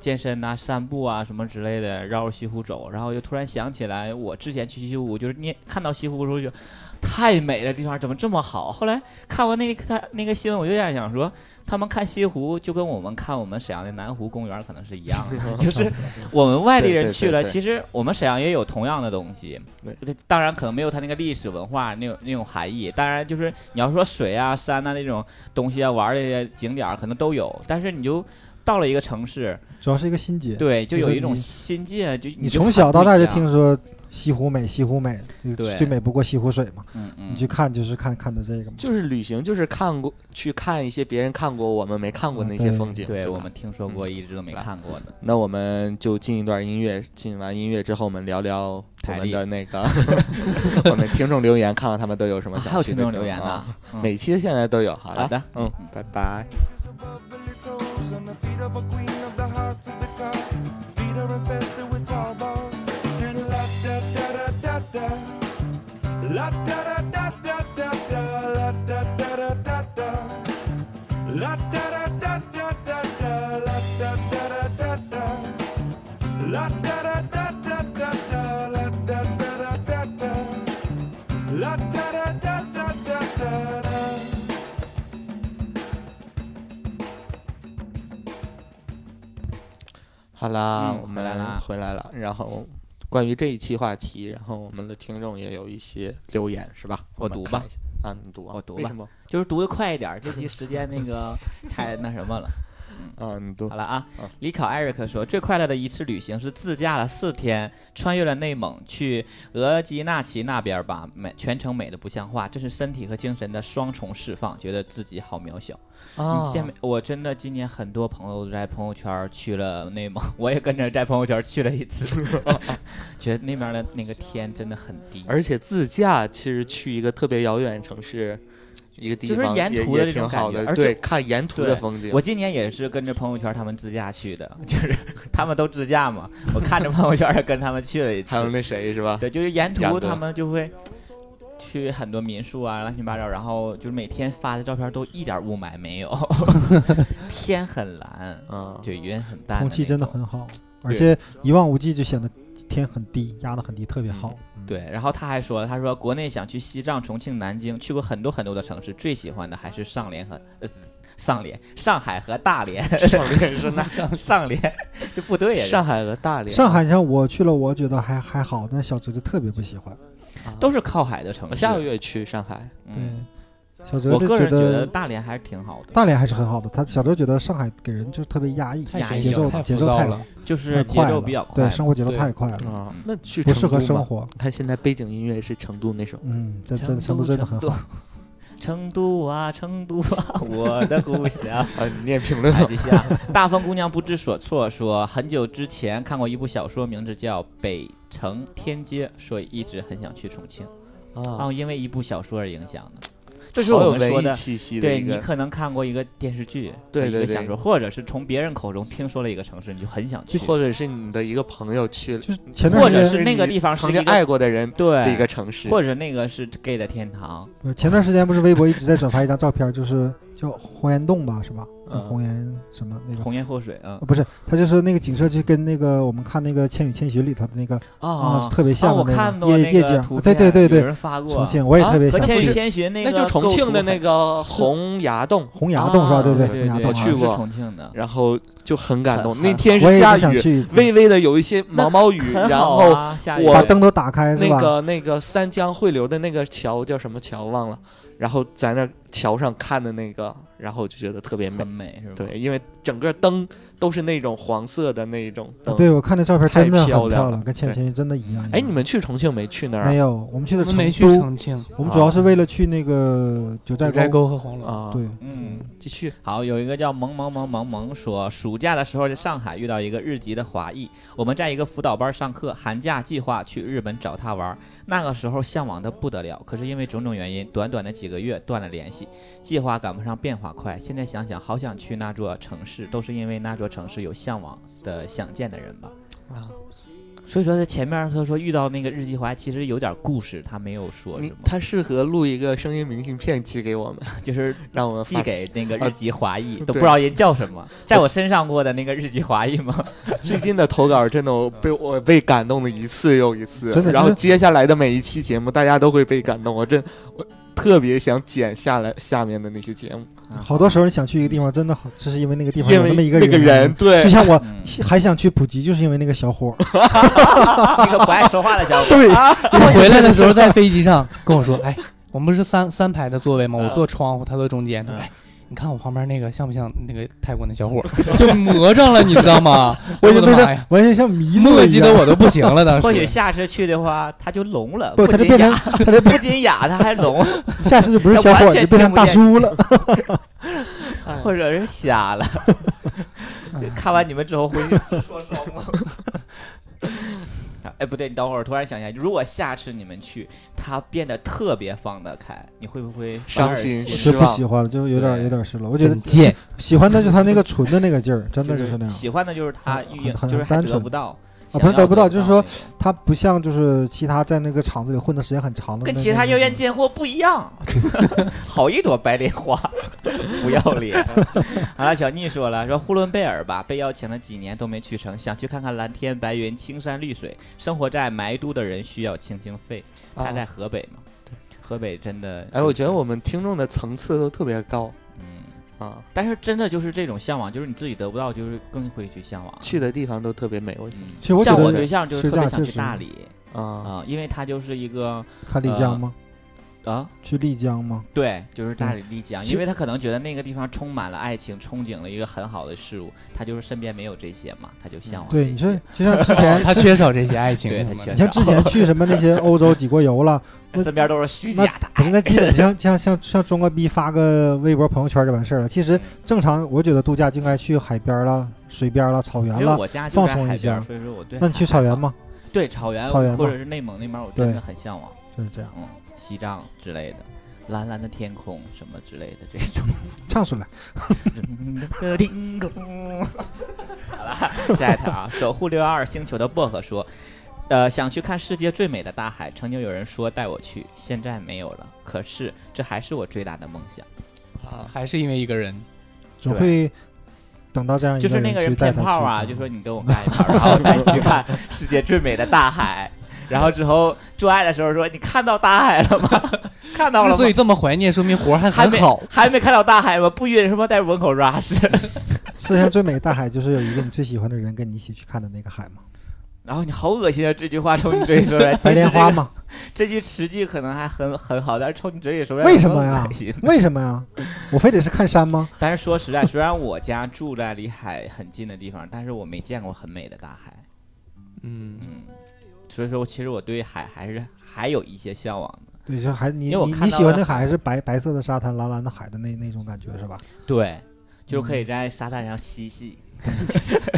B: 健身呐、散步啊什么之类的，绕着西湖走，然后我就突然想起来，我之前去西湖就是你看到西湖的时候就觉得太美了，地方怎么这么好？后来看完那个他那个新闻，我就在想说，他们看西湖就跟我们看我们沈阳的南湖公园可能是一样的， 就是我们外地
A: 对对
B: 人去
A: 对
B: 了，
A: 对
B: 其实我们沈阳也有同样的东西。这当然可能没有它那个历史文化那种那种含义。当然就是你要说水啊、山啊那种东西啊，玩儿的这些景点儿可能都有，但是你就到了一个城市，
C: 主要是一个心结。
B: 对，就
C: 就
B: 有
C: 是
B: 一种
C: 你
B: 新界，就
C: 你
B: 就
C: 从
B: 看
C: 小
B: 不
C: 到大
B: 一
C: 就
B: 样
C: 听说西湖美，西湖美，就
B: 对
C: 最美不过西湖水嘛。
B: 嗯嗯，
C: 你去看就是看看的这个嘛。
A: 就是旅行，就是看过去看一些别人看过我们没看过
C: 嗯
A: 那些
C: 对
A: 风景，
B: 对嗯
A: 吧
B: 我们听说过，一直都没
A: 来
B: 看过的。
A: 那我们就进一段音乐，进完音乐之后，我们聊聊我
B: 台
A: 们
B: 历
A: 的那个 我们听众留言，看看他们都有什么
B: 啊
A: 想
B: 还有
A: 去
B: 听
A: 的
B: 众
A: 地
B: 留言
A: 方
B: 呢啊
A: 啊，，
B: 嗯
A: 每期现在都有。好
B: 好
A: 了，
B: 的，
A: 嗯，拜拜。
E: Fingers above the little toes and the feet of a queen of the hearts of the crowd. Feet are infested with tall balls. And la da da da da da. La da da da da da da. La da da da da da. La da da da da da da. La da da da da da. La da da da da da da. La da da da da da. La da da da da da da.
A: 好啦，
B: 嗯
A: 我
B: 回来
A: 们
B: 啦
A: 回来了。然后关于这一期话题，然后我们的听众也有一些留言，是吧？
B: 我
A: 们
B: 读
A: 看
B: 吧
A: 一下啊，你读啊，
B: 我读
A: 为
B: 吧
A: 什么？
B: 就是读的快一点儿，这期时间那 个太那什么了。嗯
A: 啊，你读
B: 好。了啊
A: 嗯，
B: 李考艾瑞克说，最快乐的一次旅行是自驾了四天，穿越了内蒙，去额济纳旗那边吧，美全程美的不像话，这是身体和精神的双重释放，觉得自己好渺小。
A: 啊
C: 哦
B: 你，见没？嗯我真的今年很多朋友都在朋友圈儿去了内蒙， 我也跟着在朋友圈儿去了一次， 觉得那边儿的那个天真的很低，
A: 而且自驾其实去一个特别遥远的城市，一个地
B: 就是
A: 方
B: 沿
A: 也
B: 途的
A: 也
B: 这种
A: 挺好
B: 感觉
A: 的，
B: 而且
A: 对，看沿途的
B: 对
A: 风景。
B: 我今年也是跟着朋友圈儿他们自驾去的， 就是他们都自驾嘛，我看着朋友圈儿也跟他们去了一次。
A: 还有那谁是吧？
B: 对，就是沿
A: 养
B: 途
A: 德
B: 他们就会去很多民宿啊，乱七八糟，然后就是每天发的照片都一点雾霾没有， 天很蓝，
A: 嗯，
B: 就云很淡，
C: 空气真的。很好，而且一望无际就显得天很低，压得很低，特别好。嗯，
B: 对，然后他还说，他说国内想去西藏、重庆、南京，去过很多很多的城市，最喜欢的还是上联和呃上联、上海和大连。
A: 嗯上面是 那
B: 上上联这不对呀，
A: 上海和大连，
C: 上海，你像我去了，我觉得还还好，但小侄子特别不喜欢。
A: 啊
B: 都是靠海的城
A: 我
B: 市。
A: 下个月去上海，
B: 嗯，
C: 对，小侄
B: 我
C: 子
B: 个人觉得
C: 得
B: 大连还是挺好的，
C: 大连还是很好的，他小侄子觉得上海给人就是特别压抑，
D: 太
B: 压抑
C: 节奏
B: 了太
C: 节
D: 浮
C: 奏
D: 躁
C: 太
D: 了
B: 就是
C: 太
B: 节
C: 快
B: 奏
C: 了，
B: 比较快
C: 对
B: 嘛。
C: 生活节奏
D: 对
C: 太快了，
A: 啊
B: 嗯，
A: 那去
C: 不适
A: 成
C: 合
A: 都
C: 生
A: 嘛。
C: 活。
A: 你看现在背景音乐是成都那首，
C: 嗯，这
B: 成
C: 真成
B: 都
C: 都真的很
B: 成
C: 好。
B: 成都啊，成都 啊，我的故乡。
A: 啊，你念评论
B: 来
A: 吧
B: 继续啊，大风姑娘不知所措说，很久之前看过一部小说，名字叫《北城天街》，所以一直很想去重庆。
A: 啊，
B: 然后因为一部小说而影响的，这是
A: 好有
B: 我们说
A: 文艺
B: 的。
A: 气息的
B: 对
A: 一
B: 你
A: 个，
B: 可能看过一个电视剧，
A: 对
B: 一
A: 对
B: 个
A: 对
B: 小说，或者是从别人口中听说了一个城市，你就很想去。
A: 或者是你的一个朋友去了，
C: 就是前
B: 或
C: 段
B: 者
C: 时
B: 是
C: 间，
B: 那个地方
A: 曾
B: 是一
A: 经
B: 个
A: 爱过的人的一
B: 对
A: 个，城市，
B: 或者那个是 gay 的天堂，
C: 呃前段时间不是微博一直在转发一张照片，就是叫红岩洞吧，是吧？叫
A: 嗯
C: 红岩什么那个？
B: 红颜祸水啊
C: 呃不是，他就是那个景色，就跟那个我们看那个《千与千寻》里头的那个
B: 啊！
C: 哦特别
B: 啊，
C: 像
B: 我
C: 的
B: 看
C: 那
B: 到那
C: 个夜
B: 个
C: 夜景
B: 图，
C: 对
B: 片
C: 对对
B: 有
C: 对，
B: 人发过
C: 重庆我也
A: 啊
C: 特别
B: 和
C: 想
B: 《千与
C: 去。
B: 千寻》那
A: 那
B: 个
A: 就重庆的那
B: 个
A: 个洪崖洞，
C: 红崖洞是吧？对
B: 对
C: 红崖
B: 对，
C: 洞
A: 我
C: 啊，
A: 去过
B: 是重庆的，
A: 然后就很感动。
B: 很
A: 那
B: 很
A: 天
C: 我也
A: 下
C: 是想
A: 雨，
C: 去一次，
A: 微微的有一些毛毛雨，
B: 很
A: 然
B: 好
A: 后
B: 啊，下
A: 我
B: 雨
C: 把灯都打开是
A: 那
C: 吧？
A: 个那个三江汇流的那个桥叫什么桥忘了，然后在那桥上看的那个，然后就觉得特别美
B: 很。美是吧？
A: 对，因为整个灯都是那种黄色的那一种灯。
C: 啊对，我看这照片
A: 太
C: 真的很
A: 漂亮
C: 漂
A: 了
C: 亮，跟前
A: 对
C: 前真的一样。
A: 哎，你们去重庆没去那儿啊？
C: 没有？我们去的
D: 我们没去
C: 成都，
D: 重庆，
C: 我们主要是为了去那个九寨
D: 九寨
C: 沟。
D: 沟和黄龙。
A: 啊，
C: 对，
B: 嗯，
A: 继续。
B: 好，有一个叫萌萌萌萌萌说，暑假的时候在上海遇到一个日籍的华裔，我们在一个辅导班上课，寒假计划去日本找他玩儿。那个时候向往的不得了，可是因为种种原因，短短的几个月断了联系，计划赶不上变化快。现在想想，好想去那座城市，都是因为那座城市有向往的想见的人吧。
A: 啊，
B: 所以说他前面他说遇到那个日籍华裔，其实有点故事，他没有说什
A: 你
B: 么，
A: 他适合录一个声音明信片寄给我 们，
B: 就是
A: 让我们
B: 寄
A: 发
B: 给那个日籍华裔，都
A: 对
B: 不知道人叫什么，在我身上过的那个日籍华裔吗？
A: 最近的投稿真的我 被我被感动的一次又一次
C: 真的，
A: 然后
C: 真的
A: 接下来的每一期节目大家都会被感动，我真我特别想剪下来下面的那些节目，
B: 嗯
C: 好多时候你想去一个地方，真的好，就是因为那个地方
A: 因
C: 有
A: 为
C: 那么一
A: 那个人
C: 人。
A: 对
C: 就像我
B: 嗯
C: 还想去普吉，就是因为那个小伙儿。
B: 那个不爱说话的小伙
C: 对，
D: 我回来的时候在飞机上跟我说：“哎，我们不是三三排的座位吗？
C: 嗯
D: 我坐窗户，他坐中间。他说：‘
B: 嗯
D: 哎，你看我旁边那个像不像那个泰国那小伙儿？ 就魔怔了，你知道吗？
C: 我已
D: 的
C: 经被
D: 妈呀！
C: 他完全像迷住
D: 墨
C: 了一
D: 迹得
C: 样。
D: 我都不行了，当
B: 或许
D: 时。
B: 下次去的话，他就聋了，
C: 不，
B: 不
C: 他就
B: 仅
C: 变成
B: 哑，
C: 他就
B: 不仅哑，他还 聋，
C: 下次 就不是小伙儿，就变成大叔了。嗯
B: 或者是瞎 了。看完你们之后回去说双吗？ 哎，不对，你等会儿，我突然想起来，如果下次你们去，他变得特别放得开，你会不会反而
A: 伤心
B: 喜
C: 就
A: 失
C: 不
A: 望
C: 喜欢了，就有点
B: 对
C: 有点失落。我觉得
D: 真贱，
C: 喜欢的就是他那个纯的那个劲儿，真的就是那样。
B: 喜欢的就是他预言，
C: 很很
B: 就是还
C: 单
B: 得
C: 纯
B: 不到，
C: 啊
B: 想
C: 不是
B: 要
C: 得不到就是说
B: 那种
C: 他不像就是其他在那个厂子里混的时间很长的那些
B: 跟
C: 人，
B: 其他妖艳贱货不一样， 好一朵白莲花，不要脸。 好了，小逆说了，说呼伦贝尔吧，被邀请了几年都没去成，想去看看蓝天白云、青山绿水。生活在埋都的人需要清清肺。
A: 啊
B: 他在河北嘛，河北真的。
A: 哎，我觉得我们听众的层次都特别高
B: 嗯，
A: 啊，
B: 但是真的就是这种向往，就是你自己得不到，就是更会去向往。
A: 去的地方都特别美，我觉
B: 嗯
C: 其实我
B: 像
C: 觉
B: 我
C: 得
B: 对象就是
C: 是
B: 特别
C: 这样
B: 想
C: 确
B: 去
C: 实
B: 大理
A: 得啊，
B: 啊、因为他就是一个
C: 看丽江吗？
B: 啊，
C: 去丽江吗？
B: 对，就是大
C: 对
B: 理丽江，
C: 嗯其
B: 因为他可能觉得那个地方充满了爱情，憧憬了一个很好的事物，他就是身边没有这些嘛，他就向往这些。
C: 对，你说就像之前，
D: 他缺少这些爱情
B: 对
D: 什
B: 他
D: 么
B: 缺
D: 的。
C: 你像之前去什么那些欧洲几国游了，那
B: 身边都是虚
C: 那
B: 假的
C: 不
B: 爱
C: 是那基本像像像像装个逼发个微博朋友圈就完事儿了。其实正常，我觉得度假就应该去海边了、水边了、草原
B: 因为
C: 了。
B: 我家就
C: 放
B: 在
C: 松
B: 海
C: 一
B: 边儿，
C: 下
B: 所以说我对
C: 那你
B: 海
C: 去草
B: 海
C: 原
B: 岛？
C: 吗？
B: 对草原，
C: 草原
B: 或
C: 吧
B: 者是内蒙那边儿，我真
C: 对
B: 的很向往。
C: 就是这样，
B: 嗯，西藏之类的，蓝蓝的天空什么之类的这种。
C: 唱出来。
B: 的天空。好了，下一条啊，守护六幺二星球的薄荷说，呃，想去看世界最美的大海。曾经有人说带我去，现在没有了。可是这还是我最大的梦想。
D: 啊还是因为一个人，
C: 总会等到这样一
B: 就是那
C: 个
B: 个人
C: 去带
B: 骗
C: 他去
B: 炮啊，
C: 看
B: 就说你跟我干一炮，啊然后带你去看世界最美的大海。然后之后做爱的时候说：“你看到大海了 吗？看到了
D: 之
B: 吗
D: 所以？这么怀念，说明活儿还
B: 还
D: 很
B: 没
D: 好。
B: 还没看到大海吗？不晕是吗？带文口 rush。”
C: 世界上最美的大海就是有一个你最喜欢的人跟你一起去看的那个海 嘛，
B: 然后你好恶心啊！这句话从你嘴里说出来，
C: 白莲花
B: 嘛。
C: 嘛。
B: 这句词句可能还很很好，但是从你嘴里说出来
C: 为什么呀
B: 很恶心
C: 为什么呀？我非得是看山吗？
B: 但是说实在，虽然我家住在离海很近的地方，但是我没见过很美的大海。
D: 嗯，
B: 嗯，所以说，其实我对海还是还有一些向往的。
C: 对，就还你
B: 因为我
C: 你
B: 看
C: 你
B: 到
C: 喜欢
B: 的
C: 那海还是白白色的沙滩、蓝蓝的海的那那种感觉 是吧？
B: 对，就是可以在沙滩上嬉戏，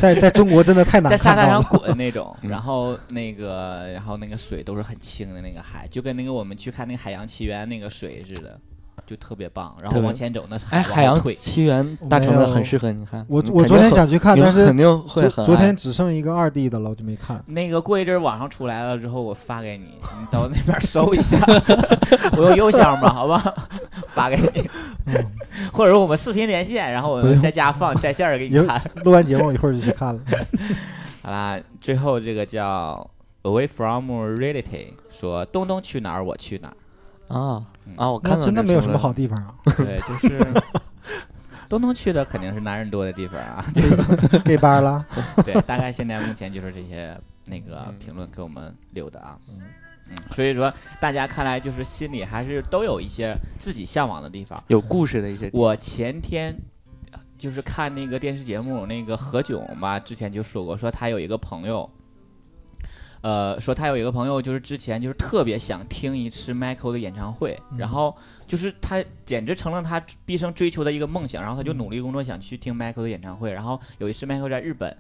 C: 在在中国真的太难
B: 在沙
C: 嗯看
B: 滩
C: 到嗯
B: 上
C: 了。
B: 滚那种，然后那个，然后那个水都是很清的那个海，就跟那个我们去看那个《海洋奇缘》那个水似的，就特别棒。然后
A: 特别
B: 往前走，那是
A: 哎，
B: 往
A: 海
B: 后
A: 洋
B: 退
A: 奇缘大城市很适合你看，
C: 我
A: 你
C: 我
A: 嗯肯定
C: 昨天
A: 很
C: 想去看，
A: 你
C: 但是
A: 肯定会
C: 昨
A: 很
C: 昨
A: 爱
C: 天只剩一个二 D 的了，我就没看。
B: 那个过一阵儿网上出来了之后，我发给 你，你到那边搜一下， 我有邮箱吧，好吧， 发给你，
C: 嗯，
B: 或者是我们视频连线，然后我
C: 不
B: 们
C: 用
B: 在家放在线儿给你
C: 有
B: 看。
C: 录完节目我一会儿就 去看了。
B: 好啦，最后这个叫 Away from Reality 说东东去哪儿我去哪儿，
A: 啊
B: 嗯
A: 啊！我看
C: 那
A: 到
C: 真的
A: 这
C: 没有
A: 评
C: 什么
A: 论
C: 好地方啊，
B: 对，就是东东去的肯定是男人多的地方啊，
C: 给班 了。
B: 对，大概现在目前就是这些那个
A: 嗯
B: 评论给我们留的啊。嗯，所以说大家看来就是心里还是都有一些自己向往的地方。
A: 有故事的一些地方
B: 我前天就是看那个电视节目，那个何炅吧，之前就说过，说他有一个朋友，呃，说他有一个朋友，就是之前就是特别想听一次 Michael 的演唱会，
C: 嗯
B: 然后就是他简直成了他毕生追求的一个梦想，然后他
D: 嗯
B: 就努力工作，想去听 Michael 的演唱会，然后有一次 Michael 在日本。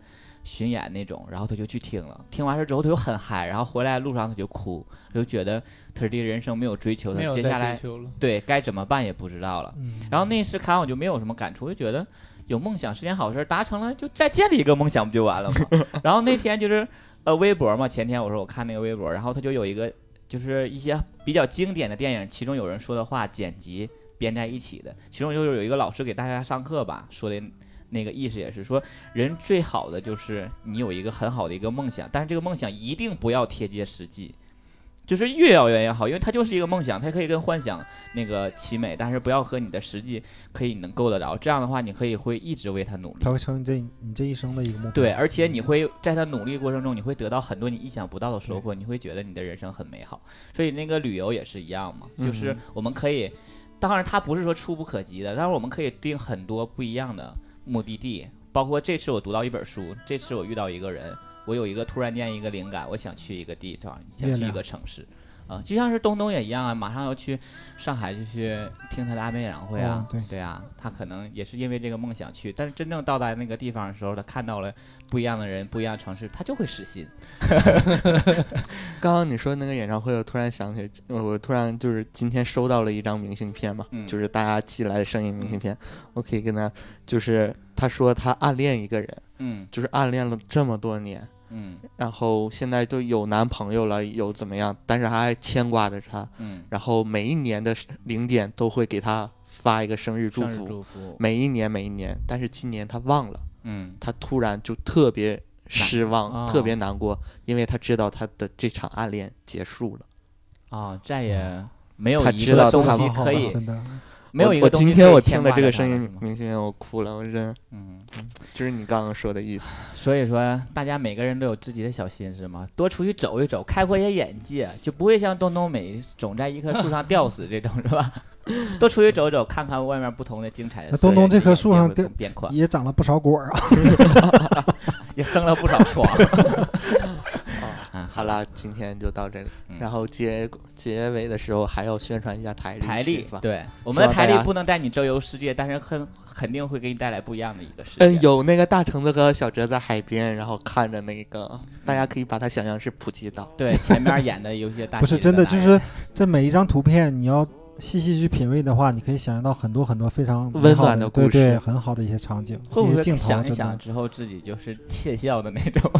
B: 巡演那种，然后他就去听了，听完事之后他就很嗨，然后回来路上他就哭，他就觉得他对人生没有追求，
D: 没
B: 他
D: 有
B: 接
D: 再
B: 下来
D: 追求了。
B: 对该怎么办也不知道了。
C: 嗯
B: 然后那次看完我就没有什么感触，就觉得有梦想是件好事儿，达成了就再建立一个梦想不就完了吗？然后那天就是呃微博嘛，前天我说我看那个微博，然后他就有一个就是一些比较经典的电影，其中有人说的话剪辑编在一起的，其中就是有一个老师给大家上课吧说的。那个意思也是说，人最好的就是你有一个很好的一个梦想，但是这个梦想一定不要贴切实际，就是越遥远越好，因为它就是一个梦想，它可以跟幻想那个奇美，但是不要和你的实际可以能够得着。这样的话，你可以会一直为他努力
C: 他。会成为你这你这一生的一个目标。嗯啊
B: 对，而且你会在他努力过程中，你会得到很多你意想不到的收获，你会觉得你的人生很美好。所以那个旅游也是一样嘛，就是
A: 嗯
B: 我们可以，当然它不是说触不可及的，但是我们可以定很多不一样的目的地。包括这次我读到一本书，这次我遇到一个人，我有一个突然间一个灵感，我想去一个地方，想
C: 月
B: 去一
C: 亮
B: 个城市。啊、就像是东东也一样啊，马上要去上海，就去听他的阿妹演唱会啊
C: 哦，对
B: 啊，他可能也是因为这个梦想去，但是真正到达那个地方的时候，他看到了不一样的人，不一样的城市，他就会失信。
A: 刚刚你说那个演唱会，我突然想起，我我突然就是今天收到了一张明信片嘛，
B: 嗯
A: 就是大家寄来的声音明信片，我可以跟他，就是他说他暗恋一个人，
B: 嗯
A: 就是暗恋了这么多年，
B: 嗯
A: 然后现在都有男朋友了，有怎么样，但是还牵挂着他，
B: 嗯，
A: 然后每一年的零点都会给他发一个生日祝
B: 生日
A: 福，
B: 祝福，
A: 每一年每一年，但是今年他忘了，
B: 嗯
A: 他突然就特别失望，
B: 哦
A: 特别难过，因为他知道他的这场暗恋结束了。
B: 啊，再
C: 嗯
B: 也没有
A: 他
B: 一
A: 知道
B: 个东
A: 他
B: 西
C: 好吧
B: 可以，
C: 真的，
B: 没有
A: 我
B: 一
A: 我
B: 个东西
A: 今
B: 可以
A: 天我
B: 牵
A: 听了
B: 挂
A: 这
B: 着
A: 个
B: 他
A: 声
B: 了
A: 音
B: 是吗
A: 明信片，我哭了，我真
B: 嗯。
A: 就是你刚刚说的意思。
B: 所以说，大家每个人都有自己的小心思嘛，多出去走一走，开阔一下眼界，就不会像东东美总在一棵树上吊死这种， 是吧？多出去走走，看看外面不同的精彩的
C: 那
B: 色
C: 东东
B: 彩
C: 这棵
B: 也
C: 树
B: 也
C: 上
B: 会
C: 吊
B: 更变宽，
C: 也长了不少果儿啊。
B: 也生了不少疮。啊
A: 好啦，今天就到这里。
B: 嗯
A: 然后结结尾的时候还要宣传一下台历
B: 台
A: 历
B: 历
A: 吧。嗯
B: 对，我
A: 希望
B: 们的台
A: 大
B: 历
A: 家
B: 不能带你周游世界，但是很肯定会给你带来不一样的一个
C: 哎
B: 世界。
A: 嗯，有那个大橙子和小哲在海边，然后看着那个，大家可以把它想象是普吉岛。
B: 对前面演的有一些大
C: 不是
B: 戏的
C: 真的，
B: 男
C: 就
B: 人
C: 是这每一张图片，你要细细去品味的话，你可以想象到很多很多非常美
A: 温
C: 好
A: 暖
C: 的
A: 的故事
C: 对对，很好的一些场景，
B: 会不
C: 一些
B: 会
C: 镜头，啊
B: 想一
C: 真
B: 想
C: 的，
B: 之后自己就是窃笑的那种，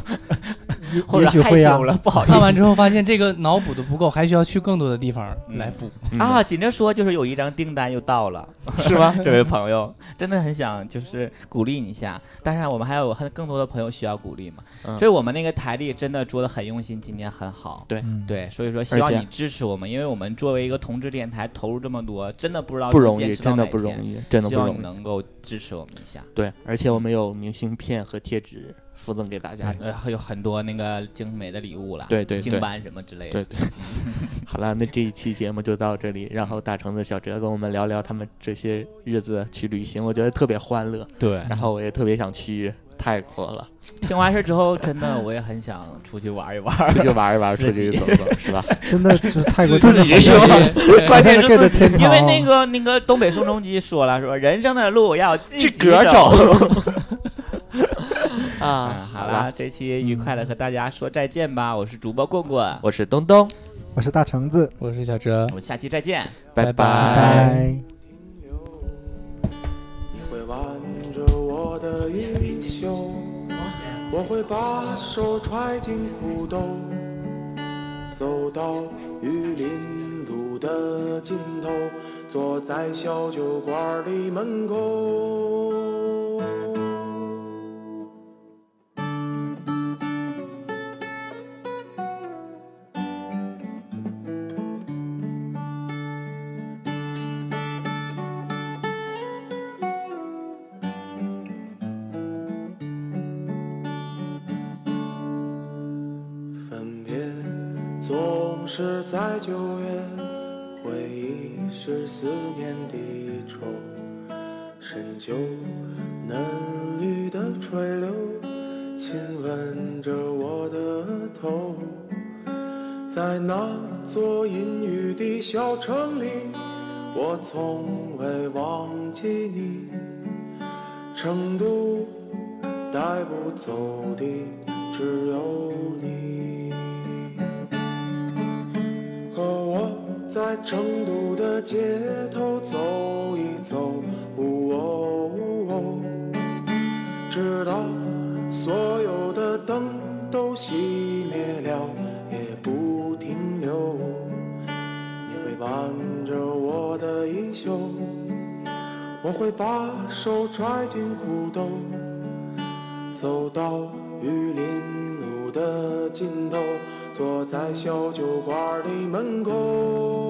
B: 或
C: 也
B: 者
C: 也许
B: 害
C: 会啊呀
B: 羞。了，不好 意思
D: 看。 完之后发现这个脑补的不够，还需要去更多的地方
B: 嗯
D: 来补。
B: 啊， 紧着说就是有一张订单又 到了，
A: 是 吗？
B: 这位朋友，真的很想就是鼓励你一下。当然，我们还有很更多的朋友需要鼓励嘛，
A: 嗯
B: 所以我们那个台历真的做的很用心，今天很好。
C: 嗯，
B: 对，所以说希望
A: 而且
B: 你支持我们，因为我们作为一个同志电台投入这么多，真的不知道
A: 不容易，
B: 自己坚持到
A: 真的
B: 哪
A: 不容
B: 天，
A: 易，真的
B: 希
A: 不
B: 望你
A: 容易。
B: 能够支持我们一下。
A: 对，而且我们有明信片和贴纸附赠给大家。
B: 呃，还有很多那个精美的礼物了，
A: 对对
B: 精
A: 对
B: 班什么之类的。
A: 对 对，好了，那这一期节目就到这里。然后大橙子、小哲跟我们聊聊他们这些日子去旅行，我觉得特别欢乐。
B: 对
A: 然后我也特别想去泰国了，
B: 听完事之后，真的我也很想出去玩一玩。
A: 出去玩一玩，出
B: 自己
A: 去走走，是吧？
C: 真的就是泰国
A: 自
C: 真的
A: 己
C: 好
A: 是
D: 嗯
C: 像
A: 吧
D: 对
B: 关键是
C: gay 的天 堂，
B: 因为那个那个东北宋仲基说了，说人生的路要自己
A: 自个儿
B: 走。
A: 啊
B: 嗯，，好
A: 好了
B: 啦，，这期愉快的和大家说再见吧，我是主播棍棍，
A: 我是东东，
C: 我是大橙子，
D: 我是小哲
B: 我，们下期再见。
A: 拜
D: 拜
C: 拜
A: 哎
D: 拜
C: 拜。
F: 你会挽着我的衣袖，我会把手揣进裤兜，走到玉林路的尽头，坐在小酒馆里门口。分别总是在九月，回忆是思念的愁，深秋嫩绿的垂柳亲吻着我的头，在那座阴雨的小城里，我从未忘记你。成都带不走的只有你。和我在成都的街头走一走，呜哦呜哦，直到所有的灯都熄灭了，也不停留。你会挽着我的衣袖，我会把手揣进裤兜，走到玉林路的尽头，坐在小酒馆的门口。